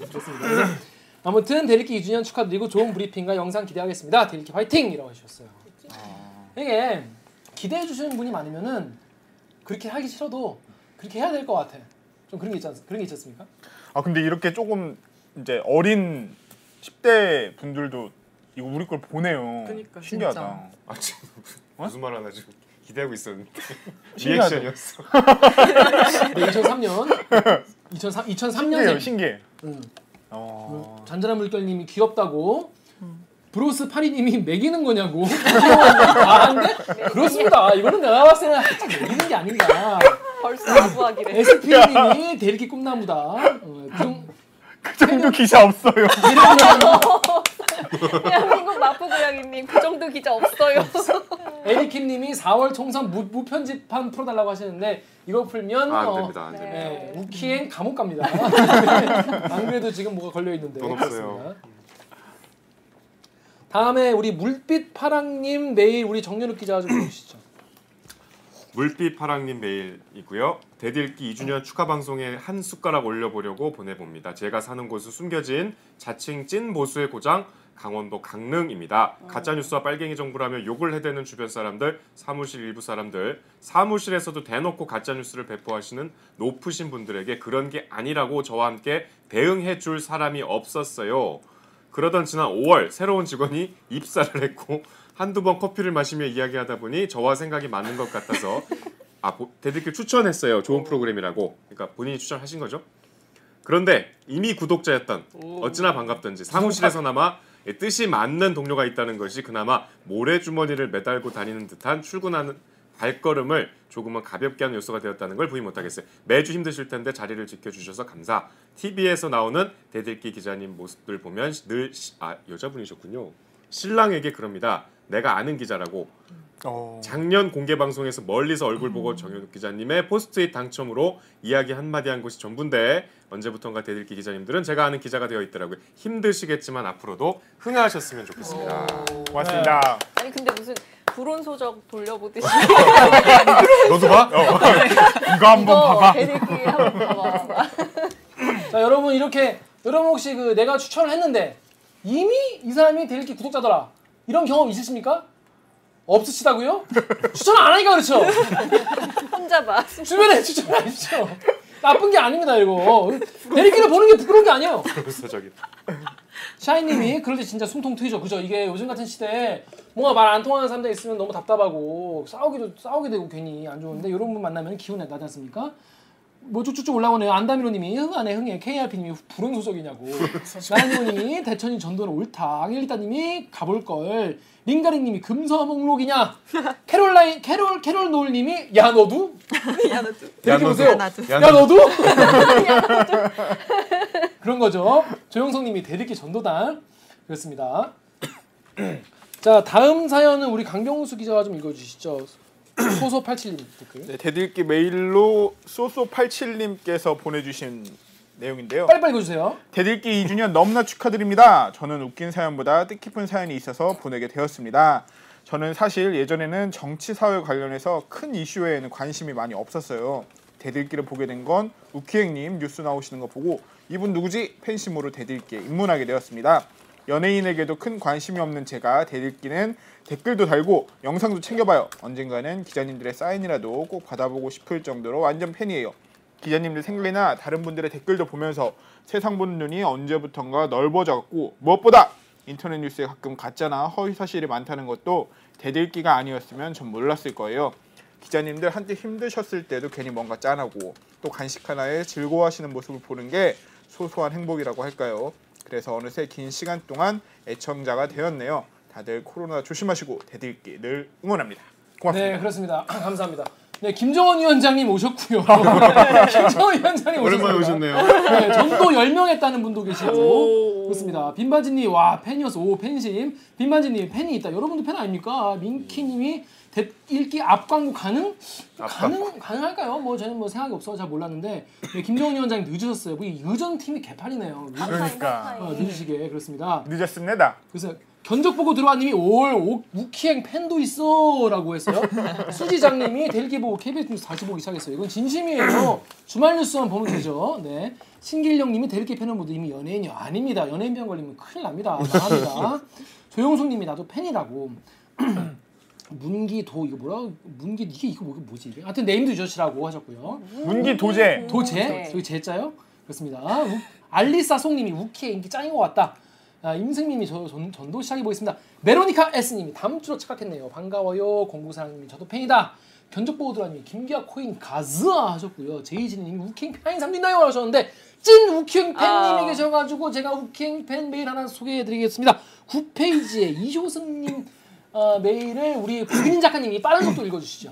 Speaker 1: 좋습니다 그래서 아무튼 데리키 2주년 축하드리고 좋은 브리핑과 영상 기대하겠습니다 데리키 화이팅! 이라고 하셨어요
Speaker 2: 아.
Speaker 1: 이게 기대해 주시는 분이 많으면은 그렇게 하기 싫어도 그렇게 해야 될 것 같아 좀 그런 게 있지 않, 그런 게 있지 않습니까?
Speaker 2: 아 근데 이렇게 조금 이제 어린 10대 분들도 이거 우리 걸 보내요.
Speaker 6: 그니까,
Speaker 2: 신기하다.
Speaker 4: 아, 지금 무슨 말 하나 지금 기대하고 있었는데
Speaker 2: 어? 신기하다.
Speaker 4: 리액션이었어.
Speaker 1: 네, 2003년 2003, 2003년생
Speaker 2: 신기해요, 신기해.
Speaker 1: 음.
Speaker 2: 어.
Speaker 1: 잔잔한 물결님이 귀엽다고 브로스 파리님이 매기는 거냐고 아 근데 그렇습니다 이거는 내가 봤을 때는 살짝 매기는 게 아닌가
Speaker 3: 벌써 아부하기래.
Speaker 1: SP님이 대리기 꿈나무다. 어, 그중
Speaker 2: 그 정도 기사 없어요.
Speaker 3: 대한민국 마포고양이님 그 정도 기자 없어요.
Speaker 1: 에리킴님이 4월 총선 무, 무편집판 풀어달라고 하시는데 이거 풀면
Speaker 4: 아, 안
Speaker 1: 어,
Speaker 4: 됩니다. 안 됩니다.
Speaker 1: 네, 우키엔 감옥 갑니다. 안 그래도 지금 뭐가 걸려 있는데.
Speaker 4: 돈 없어요.
Speaker 1: 다음에 우리 물빛 파랑님 메일 우리 정윤욱 기자 좀 보시죠.
Speaker 4: 물빛파랑님 메일이고요. 대들기 2주년 축하 방송에 한 숟가락 올려보려고 보내봅니다. 제가 사는 곳은 숨겨진 자칭 찐 보수의 고장 강원도 강릉입니다. 가짜 뉴스와 빨갱이 정부라며 욕을 해대는 주변 사람들, 사무실 일부 사람들, 사무실에서도 대놓고 가짜 뉴스를 배포하시는 높으신 분들에게 그런 게 아니라고 저와 함께 대응해 줄 사람이 없었어요. 그러던 지난 5월 새로운 직원이 입사를 했고 한두 번 커피를 마시며 이야기하다 보니 저와 생각이 맞는 것 같아서 아 보- 대들길 추천했어요 좋은 프로그램이라고 그러니까 본인이 추천하신 거죠 그런데 이미 구독자였던 어찌나 반갑던지 사무실에서나마 뜻이 맞는 동료가 있다는 것이 그나마 모래주머니를 매달고 다니는 듯한 출근하는 발걸음을 조금은 가볍게 하는 요소가 되었다는 걸 부인 못하겠어요. 매주 힘드실 텐데 자리를 지켜주셔서 감사. TV에서 나오는 대들기 기자님 모습들 보면 늘 아 여자분이셨군요. 신랑에게 그럽니다. 내가 아는 기자라고
Speaker 2: 어.
Speaker 4: 작년 공개 방송에서 멀리서 얼굴 보고 정현욱 기자님의 포스트잇 당첨으로 이야기 한마디 한 것이 전부인데 언제부턴가 대들기 기자님들은 제가 아는 기자가 되어 있더라고요. 힘드시겠지만 앞으로도 흥하셨으면 좋겠습니다.
Speaker 2: 고맙습니다.
Speaker 3: 네. 아니 근데 무슨 불온 소적 돌려보듯이
Speaker 4: 너도 봐? 어.
Speaker 2: 이거 한번
Speaker 3: 이거
Speaker 2: 봐봐.
Speaker 3: 걔들끼리 한번 봐봐.
Speaker 1: 자 여러분 이렇게 여러분 혹시 그 내가 추천을 했는데 이미 이 사람이 데일기 구독자더라 이런 경험 있으십니까? 없으시다고요? 추천 안 하니까 그렇죠.
Speaker 3: 혼자 봐.
Speaker 1: 주변에 추천 안 하십시오. 나쁜 게 아닙니다 이거. 데일기를 보는 게 부끄러운 게 아니에요.
Speaker 4: 저기.
Speaker 1: 샤이님이 그럴 때 진짜 숨통 트이죠. 그죠? 이게 요즘 같은 시대에 뭔가 말 안 통하는 사람들 있으면 너무 답답하고 싸우기도 싸우게 되고 괜히 안 좋은데 이런 분 만나면 기운 나지 않습니까? 뭐 쭉쭉쭉 올라오네요. 안다미로님이 흥 안에 흥에 KRP님이 불운 소속이냐고. 나연이님이 대천이 전도는 옳다. 앙일리따님이 가볼 걸. 링가링님이 금서목록이냐. 캐롤라인 캐롤 캐롤 노을님이 야 너도
Speaker 4: 야,
Speaker 1: 이렇게
Speaker 4: 너도.
Speaker 1: 보세요. 야 너도? 그런 거죠. 조영성님이 대리기 전도단 그렇습니다. 자 다음 사연은 우리 강병수 기자가 좀 읽어주시죠. 소소 87님 댓글.
Speaker 2: 네, 대들기 메일로 소소87님께서 보내주신 내용인데요.
Speaker 1: 빨리빨리 읽어주세요.
Speaker 2: 대들기 2주년 너무나 축하드립니다. 저는 웃긴 사연보다 뜻깊은 사연이 있어서 보내게 되었습니다. 저는 사실 예전에는 정치 사회 관련해서 큰 이슈에는 관심이 많이 없었어요. 대들기를 보게 된 건 우키행님 뉴스 나오시는 거 보고 이분 누구지 팬심으로 대들기에 입문하게 되었습니다. 연예인에게도 큰 관심이 없는 제가 대들기는 댓글도 달고 영상도 챙겨봐요. 언젠가는 기자님들의 사인이라도 꼭 받아보고 싶을 정도로 완전 팬이에요. 기자님들 생각이나 다른 분들의 댓글도 보면서 세상 보는 눈이 언제부턴가 넓어졌고 무엇보다 인터넷 뉴스에 가끔 가짜나 허위 사실이 많다는 것도 대들기가 아니었으면 전 몰랐을 거예요. 기자님들 한때 힘드셨을 때도 괜히 뭔가 짠하고 또 간식 하나에 즐거워하시는 모습을 보는 게 소소한 행복이라고 할까요? 그래서 어느새 긴 시간 동안 애청자가 되었네요. 다들 코로나 조심하시고 대들기 늘 응원합니다. 고맙습니다.
Speaker 1: 네 그렇습니다. 감사합니다. 네 김정원 위원장님 오셨고요.
Speaker 2: 아, 네.
Speaker 1: 김정원 위원장님
Speaker 4: 오랜만에
Speaker 1: 오셨습니다.
Speaker 4: 오셨네요.
Speaker 1: 네, 전도 10명 했다는 분도 계시고 그렇습니다. 빈반지님 와 팬이어서 오 팬심 빈반지님 팬이 있다. 여러분도 팬 아닙니까? 민키님이 댓 읽기 앞광고 가능? 가능 가능할까요? 뭐 저는 뭐 생각이 없어서 잘 몰랐는데 네, 김정은 위원장 늦으셨어요. 뭐 이 의전 팀이 개판이네요. 늦-
Speaker 2: 그러니까
Speaker 1: 어, 늦으시게 그렇습니다.
Speaker 2: 늦었습니다.
Speaker 1: 그래서 견적 보고 들어왔님이 올 오- 우키행 팬도 있어라고 했어요. 수지장님이 델기 보고 KBS 뉴스 다시 보기 시작했어요. 이건 진심이에요. 주말 뉴스만 보면 되죠. 네. 신길령님이 델기 팬은 모두 이미 연예인이 아닙니다. 연예인 병 걸리면 큰일 납니다. 망합니다. 조용숙님이 나도 팬이라고. 문기도 이거 뭐라 문기 이게 이거 뭐- 이거 뭐지 이게? 하여튼 네임도 유저시라고 하셨고요.
Speaker 2: 문기 도제.
Speaker 1: 도제 여기 제자요? 그렇습니다. 우- 알리사 송님이 우키의 인기 짱인 것 같다. 아, 임승님이 저 전, 전도 시작해 보겠습니다. 메로니카 S님이 다음 주로 착각했네요. 반가워요. 공구사랑님이 저도 팬이다. 견적보호드라님이 김기아 코인 가즈아 하셨고요. 제이지님이 우킹 팬인 사람도 있나요? 하셨는데 찐 우킹 팬님이
Speaker 5: 아.
Speaker 1: 계셔가지고 제가 우킹 팬 메일 하나 소개해드리겠습니다. 9페이지에 이효승님 어, 메일을 우리 박민 작가님이 빠른 속도 읽어주시죠.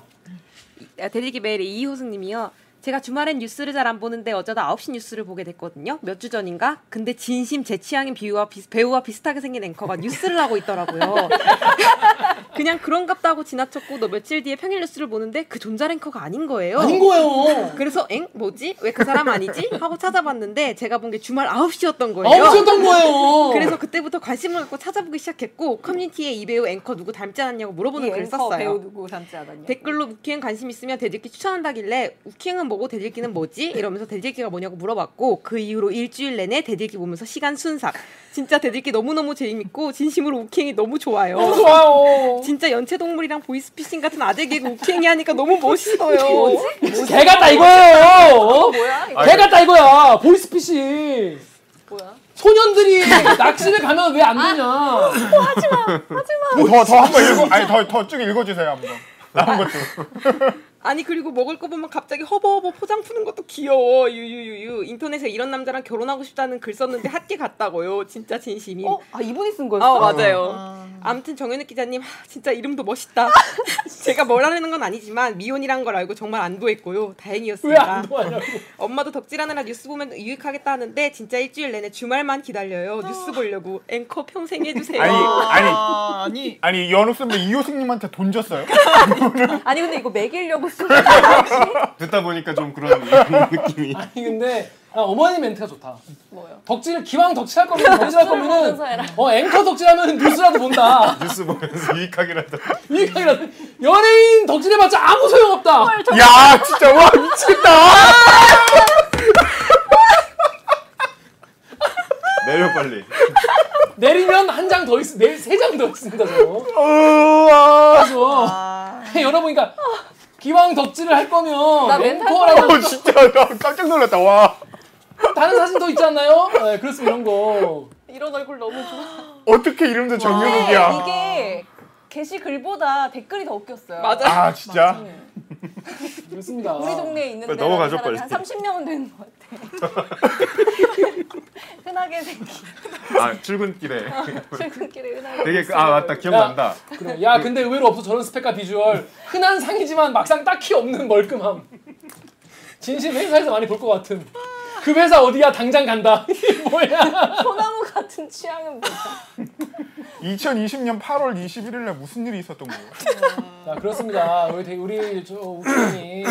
Speaker 5: 아, 대리기 메일의 이호승님이요. 제가 주말엔 뉴스를 잘 안 보는데 어쩌다 9시 뉴스를 보게 됐거든요. 몇 주 전인가? 근데 진심 제 취향인 비유와 비슷- 배우와 비슷하게 생긴 앵커가 뉴스를 하고 있더라고요. 그냥 그런갑다고 지나쳤고 너 며칠 뒤에 평일 뉴스를 보는데 그 존잘 앵커가 아닌 거예요.
Speaker 1: 아닌 거예요.
Speaker 5: 그래서 엥? 뭐지? 왜 그 사람 아니지? 하고 찾아봤는데 제가 본 게 주말 9시였던 거예요.
Speaker 1: 없었던 거예요.
Speaker 5: 그래서 그때부터 관심을 갖고 찾아보기 시작했고 커뮤니티에 이 배우 앵커 누구 닮지 않았냐고 물어보는
Speaker 3: 이
Speaker 5: 글을
Speaker 3: 앵커
Speaker 5: 썼어요.
Speaker 3: 배우 누구 닮지 않았냐?
Speaker 5: 댓글로 우키행 관심 있으면 대들기 추천한다길래 우키행은 뭐고 대들기는 뭐지? 이러면서 대들기가 뭐냐고 물어봤고 그 이후로 일주일 내내 대들기 보면서 시간 순삭. 진짜 대들기 너무너무 재밌고 진심으로 우키행이 너무 좋아요.
Speaker 1: 너무 좋아요.
Speaker 5: 진짜 연체동물이랑 보이스피싱 같은 아재 개그 우키행이 하니까 너무 멋있어요.
Speaker 1: 개 같다 이거예요. 어?
Speaker 3: 뭐야? 이거
Speaker 1: 개 같다 이거야. 보이스피싱.
Speaker 3: 뭐야?
Speaker 1: 소년들이 낚시를 가면 왜 안 되냐.
Speaker 2: 뭐 더 더 한번 읽어. 아니 더 더 쭉 읽어주세요 한번. 나온 것도.
Speaker 5: 아니 그리고 먹을 거 보면 갑자기 허버허버 포장 푸는 것도 귀여워 유유유유 인터넷에 이런 남자랑 결혼하고 싶다는 글 썼는데 핫게 같다고요 진짜 진심이
Speaker 3: 어? 아 이분이 쓴
Speaker 5: 아
Speaker 3: 거였어?
Speaker 5: 맞아요 아무튼 정현욱 기자님 하, 진짜 이름도 멋있다 제가 뭐라는 건 아니지만 미혼이란 걸 알고 정말 안도했고요
Speaker 1: 왜 안
Speaker 5: 다행이었습니다
Speaker 1: 도와냐고.
Speaker 5: 엄마도 덕질하느라 뉴스 보면 유익하겠다 하는데 진짜 일주일 내내 주말만 기다려요
Speaker 1: 아.
Speaker 5: 뉴스 보려고 앵커 평생 해주세요
Speaker 2: 아니 아니
Speaker 6: 아, 아니
Speaker 2: 아니 연옥 배 이효승님한테 돈 줬어요?
Speaker 3: 아니 근데 이거 먹이려고 쓴
Speaker 4: 듣다 보니까 좀 그런 느낌이.
Speaker 1: 아니 근데 아, 어머니 멘트가 좋다.
Speaker 3: 뭐요? 아,
Speaker 1: 덕질을 기왕 덕질할 거면 덕질할 거면은
Speaker 3: 보면서 해라.
Speaker 1: 어 앵커 덕질하면 뉴스라도 본다.
Speaker 4: 뉴스 보면서 유익하기라도
Speaker 1: 이게 아니라 연예인 덕질해봤자 아무 소용없다.
Speaker 2: 야 진짜 와
Speaker 3: 아,
Speaker 2: 미치겠다.
Speaker 4: 내려 빨리.
Speaker 1: 내리면 한 장 더 있, 내일 세 장 더 있습니다. 저.
Speaker 2: 우와.
Speaker 1: 그래서 열어보니까 기왕 덕질을 할
Speaker 3: 아. 나
Speaker 1: 거면
Speaker 3: 멘탈
Speaker 1: 앵커라고
Speaker 2: 어 진짜 나 깜짝 놀랐다 와.
Speaker 1: 다른 사진 더 있지 않나요? 네, 그렇습니다 이런 거.
Speaker 3: 이런 얼굴 너무 좋아.
Speaker 2: 어떻게 이름도 정유국이야.
Speaker 3: 아, 네, 이게 게시 글보다 댓글이 더 웃겼어요.
Speaker 5: 맞아.
Speaker 2: 아 진짜.
Speaker 1: 그렇습니다.
Speaker 3: 우리 동네에 있는데
Speaker 4: 넘어가죠,
Speaker 3: 사람이 한
Speaker 4: 빨리.
Speaker 3: 30명은 되는 것 같아. 흔하게 생긴
Speaker 4: 아 출근길에
Speaker 3: 출근길에 흔하게.
Speaker 4: 되게 그- 아 맞다 기억난다.
Speaker 1: 그래. 야 근데 의외로 없어 저런 스펙과 비주얼 흔한 상이지만 막상 딱히 없는 멀끔함. 진심 회사에서 많이 볼 것 같은. 그 회사 어디야 당장 간다. 이게 뭐야?
Speaker 3: 소나무 같은 취향은 뭐야?
Speaker 2: 2020년 8월 21일에 무슨 일이 있었던 거예요?
Speaker 1: 그러니까 자 그렇습니다. 우리 되게 우리 저 우빈이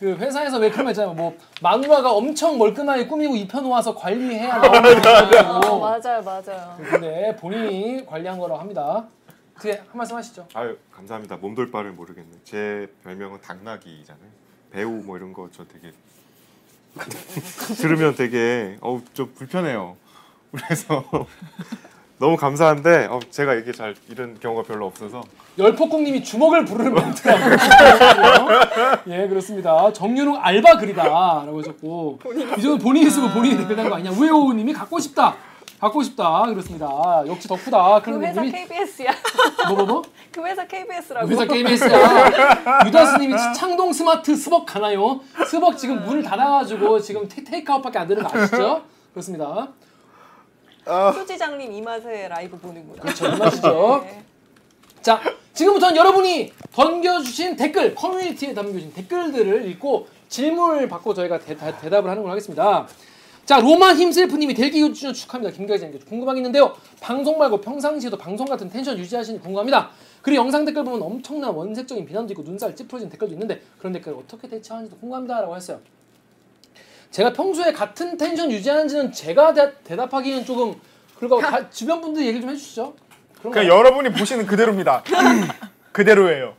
Speaker 1: 그 회사에서 왜 그런 거 있잖아요. 뭐 만화가 엄청 멀끔하게 꾸미고 입혀놓아서 관리해야
Speaker 3: 아,
Speaker 1: 나오고.
Speaker 3: 맞아요, 맞아요.
Speaker 1: 근데 본인이 관리한 거라고 합니다. 뒤에 한 말씀 하시죠.
Speaker 4: 아유 감사합니다. 몸돌 바를 모르겠네. 제 별명은 당나귀잖아요. 배우 뭐 이런 거 저 되게 들으면 되게 어우 좀 불편해요. 그래서 너무 감사한데 어, 제가 이게 잘 이런 경우가 별로 없어서
Speaker 1: 열폭국님이 주먹을 부르는 멘트라고 예 그렇습니다 정윤웅 알바 글이다라고 하셨고 이 정도 본인이 쓰고 본인이 댓글단 거 아니냐 우에오우님이 갖고 싶다 갖고 싶다 그렇습니다 역시 덕후다
Speaker 3: 그
Speaker 1: 아, 그런
Speaker 3: 회사
Speaker 1: 분이
Speaker 3: KBS야.
Speaker 1: 뭐뭐뭐
Speaker 3: 그 회사 KBS라고.
Speaker 1: 뭐 회사 게임 했어요 유다스님이 창동 스마트 스벅 가나요 스벅 지금 문을 닫아가지고 지금 테, 테이크아웃밖에 안 되는 거 아시죠 그렇습니다
Speaker 3: 소지장님 이맛에 라이브 보는구나.
Speaker 1: 그렇죠 이맛이죠
Speaker 3: 네.
Speaker 1: 자, 지금부터는 여러분이 던겨주신 댓글, 커뮤니티에 담겨진 댓글들을 읽고 질문을 받고 저희가 대, 답을 하는 걸로 하겠습니다. 자, 로마 힘셀프님이 대기 유치원 축하합니다. 김가희장님 궁금한 게 있는데요. 방송 말고 평상시에도 방송 같은 텐션 유지하시는지 궁금합니다. 그리고 영상 댓글 보면 엄청난 원색적인 비난도 있고 눈살 찌푸러진 댓글도 있는데 그런 댓글을 어떻게 대처하는지도 궁금합니다. 라고 했어요. 제가 평소에 같은 텐션 유지하는지는 제가 대, 대답하기는 조금 그리고 다- 주변 분들 얘기 좀 해주시죠. 그런
Speaker 2: 그냥 그러니까 여러분이 보시는 그대로입니다. 그대로예요.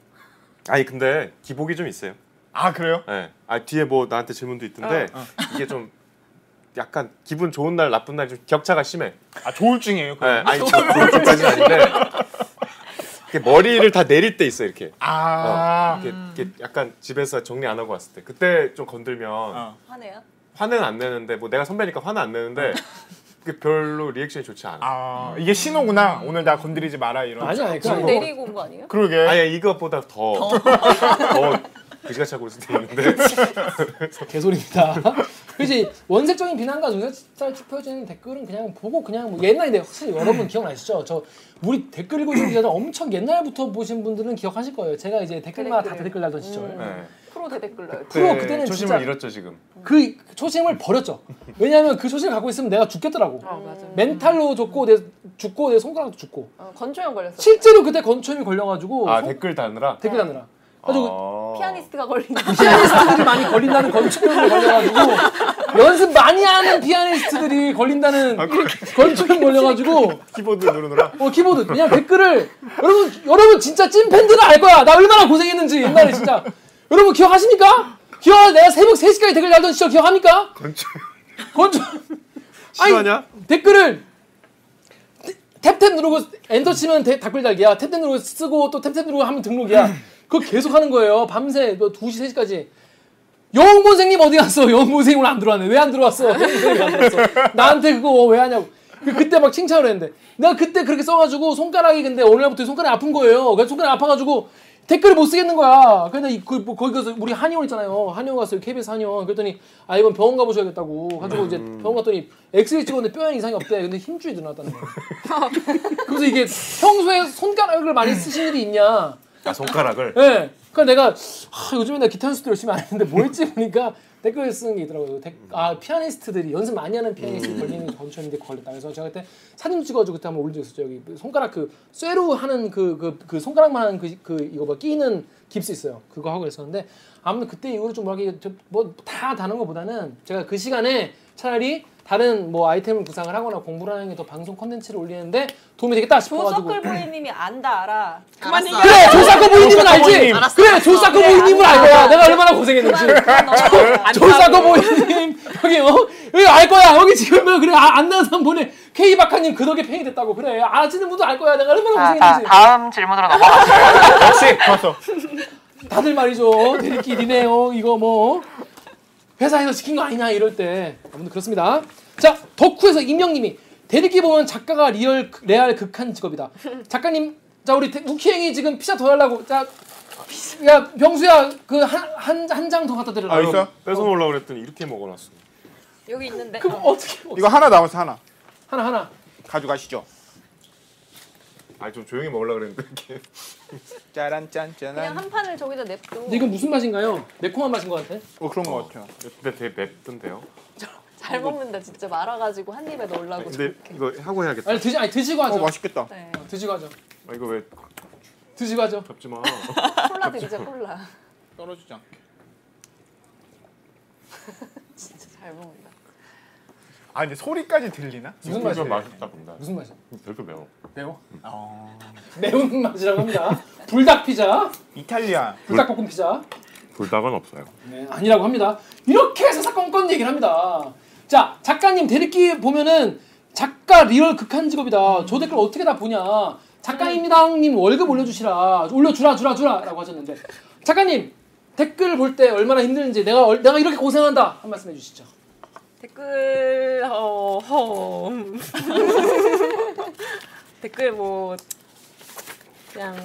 Speaker 4: 아니 근데 기복이 좀 있어요.
Speaker 2: 아 그래요? 어,
Speaker 4: 예. 아 뒤에 뭐 나한테 질문도 있던데 이게 좀 약간 기분 좋은 날 나쁜 날 좀 격차가 심해.
Speaker 2: 아 조울증이에요.
Speaker 4: 예.
Speaker 2: 그럼.
Speaker 4: 아니 저 그런 것까지는 아닌데 이렇게 머리를 다 내릴 때 있어 이렇게. 어,
Speaker 2: 아.
Speaker 4: 이렇게, 이렇게 약간 집에서 정리 안 하고 왔을 때 그때 좀 건들면
Speaker 2: 어.
Speaker 3: 화내요?
Speaker 4: 화는 안 내는데 뭐 내가 선배니까 화는 안 내는데 그게 별로 리액션이 좋지 않아.
Speaker 2: 아 이게 신호구나. 오늘 나 건드리지 마라 이런.
Speaker 1: 아니 아니 그냥
Speaker 3: 내리고 온 거 아니에요?
Speaker 2: 그러게.
Speaker 4: 아니 이것보다
Speaker 2: 어.
Speaker 4: 더더 그지같이 하고 올 수도 있는데
Speaker 1: 개소리입니다. 그지 원색적인 비난과 눈살 찌푸려지는 댓글은 그냥 보고 그냥 뭐 옛날인데 확실히 여러분 기억나시죠? 저 우리 댓글 읽어주는 기자 엄청 옛날부터 보신 분들은 기억하실 거예요. 제가 이제 댓글마다 다 댓글 달던 시절.
Speaker 4: 네.
Speaker 3: 음. 프로 대댓글러요.
Speaker 2: 네,
Speaker 1: 프로 그때는
Speaker 4: 초심을
Speaker 1: 진짜-
Speaker 4: 잃었죠 지금.
Speaker 1: 그 초심을 버렸죠. 왜냐하면 그 초심을 갖고 있으면 내가 죽겠더라고.
Speaker 3: 아,
Speaker 1: 음. 멘탈로 죽고 내 죽고 내 손가락도 죽고.
Speaker 3: 어, 건조염 걸렸어.
Speaker 1: 실제로 그때 건초염이 걸려가지고
Speaker 4: 아
Speaker 1: 손-
Speaker 4: 댓글 다느라.
Speaker 1: 댓글 달느라. 그래가지고
Speaker 4: 아.
Speaker 3: 피아니스트가 걸린 거.
Speaker 1: 피아니스트들이 많이 걸린다는 건축병에 걸려가지고 연습 많이 하는 피아니스트들이 걸린다는 건축병 걸려가지고
Speaker 4: 키보드 누르느라.
Speaker 1: 어 키보드 그냥 댓글을 여러분 여러분 진짜 찐 팬들은 알 거야 나 얼마나 고생했는지 옛날에 진짜 여러분 기억하십니까? 기억 내가 새벽 3시까지 댓글 달던 시절 기억합니까?
Speaker 4: 건축.
Speaker 1: 건축
Speaker 4: 싫어하냐?
Speaker 1: 댓글을 탭- 탭탭 누르고 엔터 치면 대- 댓글 달기야. 탭탭 누르고 쓰고 또 탭탭 누르고 하면 등록이야. 그거 계속 하는 거예요. 밤새 뭐 2시, 3시까지. 영웅 선생님 어디 갔어? 영웅 선생님 오늘 안 들어왔네. 왜 안 들어왔어? 영웅 선생님 왜안 들어왔어? 나한테 그거 왜 하냐고. 그- 그때 막 칭찬을 했는데 내가 그때 그렇게 써가지고 손가락이 근데 오늘부터 손가락이 아픈 거예요. 그래서 손가락 아파가지고 댓글을 못 쓰겠는 거야. 근데 이- 그, 뭐 거기 가서 우리 한의원 있잖아요. 한의원 갔어요. KBS 한의원. 그랬더니 아 이건 병원 가보셔야겠다고. 가지고 이제 병원 갔더니 엑스레이 찍었는데 뼈에 이상이 없대. 근데 힘줄이 늘어났다는 거야. 그래서 이게 평소에 손가락을 많이 쓰신 일이 있냐?
Speaker 4: 아 손가락을.
Speaker 1: 예. 그러니까 내가 아, 요즘에 나 기타 연습도 열심히 안 했는데 뭐 했지 보니까 댓글 쓰는 게 있더라고요. 댓- 아 피아니스트들이 연습 많이 하는 피아니스트 걸리는 전처인데 걸렸다. 그래서 제가 그때 사진 찍어주고 그때 한번 올린 적 있었죠. 여기 손가락 그 쇠로 하는 그 그 그 손가락만 하는 그, 그 이거 뭐 끼는 깁스 있어요. 그거 하고 그랬었는데 아무튼 그때 이후로 좀 뭐라기 뭐다 다는 것보다는 제가 그 시간에 차라리 다른 뭐 아이템을 구상을 하거나 공부를 하는 게 더 방송 컨텐츠를 올리는데 도움이 되겠다 싶어가지고
Speaker 3: 조석글 부인님이 안다 알아.
Speaker 6: 그만 얘기.
Speaker 1: 그래 조사코 보이님은 알지
Speaker 2: 보이님.
Speaker 1: 그래 조사코 보이님을 알 거야 내가 얼마나 고생했는지
Speaker 3: 네, 그만 넘어가자.
Speaker 1: 조사코 보이님 여기 어 여기 알 거야 여기 지금 뭐 그래 아, 안 나온 사람 보내 K 박하님 그 덕에 팬이 됐다고 그래 아시는 아, 분도 알 거야 내가 얼마나 고생했는지
Speaker 6: 다음 질문으로 넘어가.
Speaker 2: 역시 좋았어.
Speaker 1: 다들 말이죠 대리끼리네요 이거 뭐 회사에서 시킨 거 아니냐 이럴 때 아무튼 그렇습니다 자 덕후에서 임영님이 대리끼 보면 작가가 리얼 레알 극한 직업이다 작가님 자 우리 대- 우키행이 지금 피자 더 달라고 자야 병수야 그 한 한 장 더 갖다 드려라
Speaker 2: 아, 있어?
Speaker 4: 뺏어 먹으려고 그랬더니 이렇게 먹어놨어.
Speaker 3: 여기 있는데.
Speaker 1: 그럼 어떻게 뭐,
Speaker 2: 이거 하나 남았어 하나
Speaker 1: 하나 하나
Speaker 2: 가져가시죠.
Speaker 4: 아니 좀 조용히 먹으려고 그랬는데 이렇게.
Speaker 2: 짜란 짠
Speaker 3: 그냥
Speaker 2: 짜란.
Speaker 3: 한 판을 저기다 냅둬.
Speaker 1: 근데 이거 무슨 맛인가요? 매콤한 맛인 것 같아
Speaker 2: 어 그런 거 같아요.
Speaker 4: 근데 되게 맵던데요.
Speaker 3: 잘 먹는다 진짜 말아가지고 한 입에 넣으려고.
Speaker 4: 근데 이거 하고 해야겠다.
Speaker 1: 아니 드시 아니 드시고
Speaker 2: 어
Speaker 1: 하죠
Speaker 2: 맛있겠다.
Speaker 3: 네.
Speaker 1: 드시고 하죠
Speaker 4: 아, 이거 왜
Speaker 1: 드시고 하죠
Speaker 4: 잡지 마.
Speaker 3: 콜라 드리자 콜라.
Speaker 2: 떨어지지 않게.
Speaker 3: 진짜 잘 먹는다.
Speaker 2: 아 근데 소리까지 들리나?
Speaker 1: 무슨
Speaker 4: 좀
Speaker 1: 맛이에요? 어.
Speaker 4: 맛있다 본다.
Speaker 1: 무슨 맛이야?
Speaker 4: 되게 매워. 음.
Speaker 1: 매워? 매운 맛이라고 합니다 불닭 피자
Speaker 2: 이탈리아.
Speaker 1: 불닭볶음 피자
Speaker 4: 불닭은 없어요.
Speaker 1: 네, 아니라고 합니다. 이렇게 해서 사건 건 얘기를 합니다. 자, 작가님 대리기 보면은 작가 리얼 극한 직업이다. 저 댓글 어떻게 다 보냐. 작가입니다님 월급 올려주시라. 올려주라 주라 주라라고 하셨는데 작가님 댓글 볼 때 얼마나 힘드는지 내가 얼- 내가 이렇게 고생한다 한 말씀 해주시죠.
Speaker 5: 댓글 어, 허 음. 댓글 뭐 그냥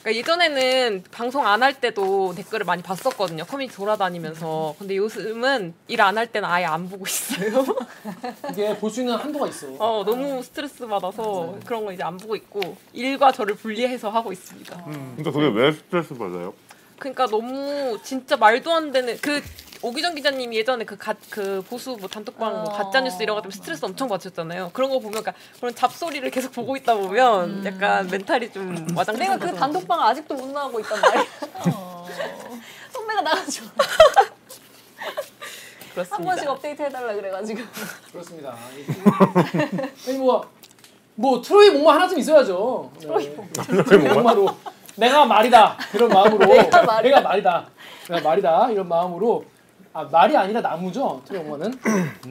Speaker 5: 그러니까 예전에는 방송 안 할 때도 댓글을 많이 봤었거든요 커뮤니티 돌아다니면서 근데 요즘은 일 안 할 때는 아예 안 보고 있어요
Speaker 1: 이게 볼 수 있는 한도가 있어.
Speaker 5: 어 너무 스트레스 받아서 그런 거 이제 안 보고 있고 일과 저를 분리해서 하고 있습니다
Speaker 4: 근데 그게 왜 스트레스 받아요?
Speaker 5: 그러니까 너무 진짜 말도 안 되는 그 오기정 기자님이 예전에 그, 가, 그 보수 뭐 단톡방 뭐
Speaker 3: 어.
Speaker 5: 가짜뉴스 이런 것 때문에 스트레스 엄청 받으셨잖아요. 그런 거 보면 그러니까 그런 잡소리를 계속 보고 있다 보면 약간 멘탈이 좀 와장창
Speaker 3: 내가 그
Speaker 5: 가서.
Speaker 3: 단독방 아직도 못 나가고 있단 말이야.
Speaker 1: 어.
Speaker 3: 선배가 나가줘.
Speaker 5: 그렇습니다.
Speaker 3: 한 번씩 업데이트 해달라 그래가지고.
Speaker 1: 그렇습니다. 아니 뭐, 뭐 트로이 목마 하나쯤 있어야죠. 예. 아, 트로이 목마로 내가 말이다 이런 마음으로
Speaker 3: 내가 말이다.
Speaker 1: 내가 말이다 내가 말이다 이런 마음으로 아 말이 아니라 나무죠 트로이 목마는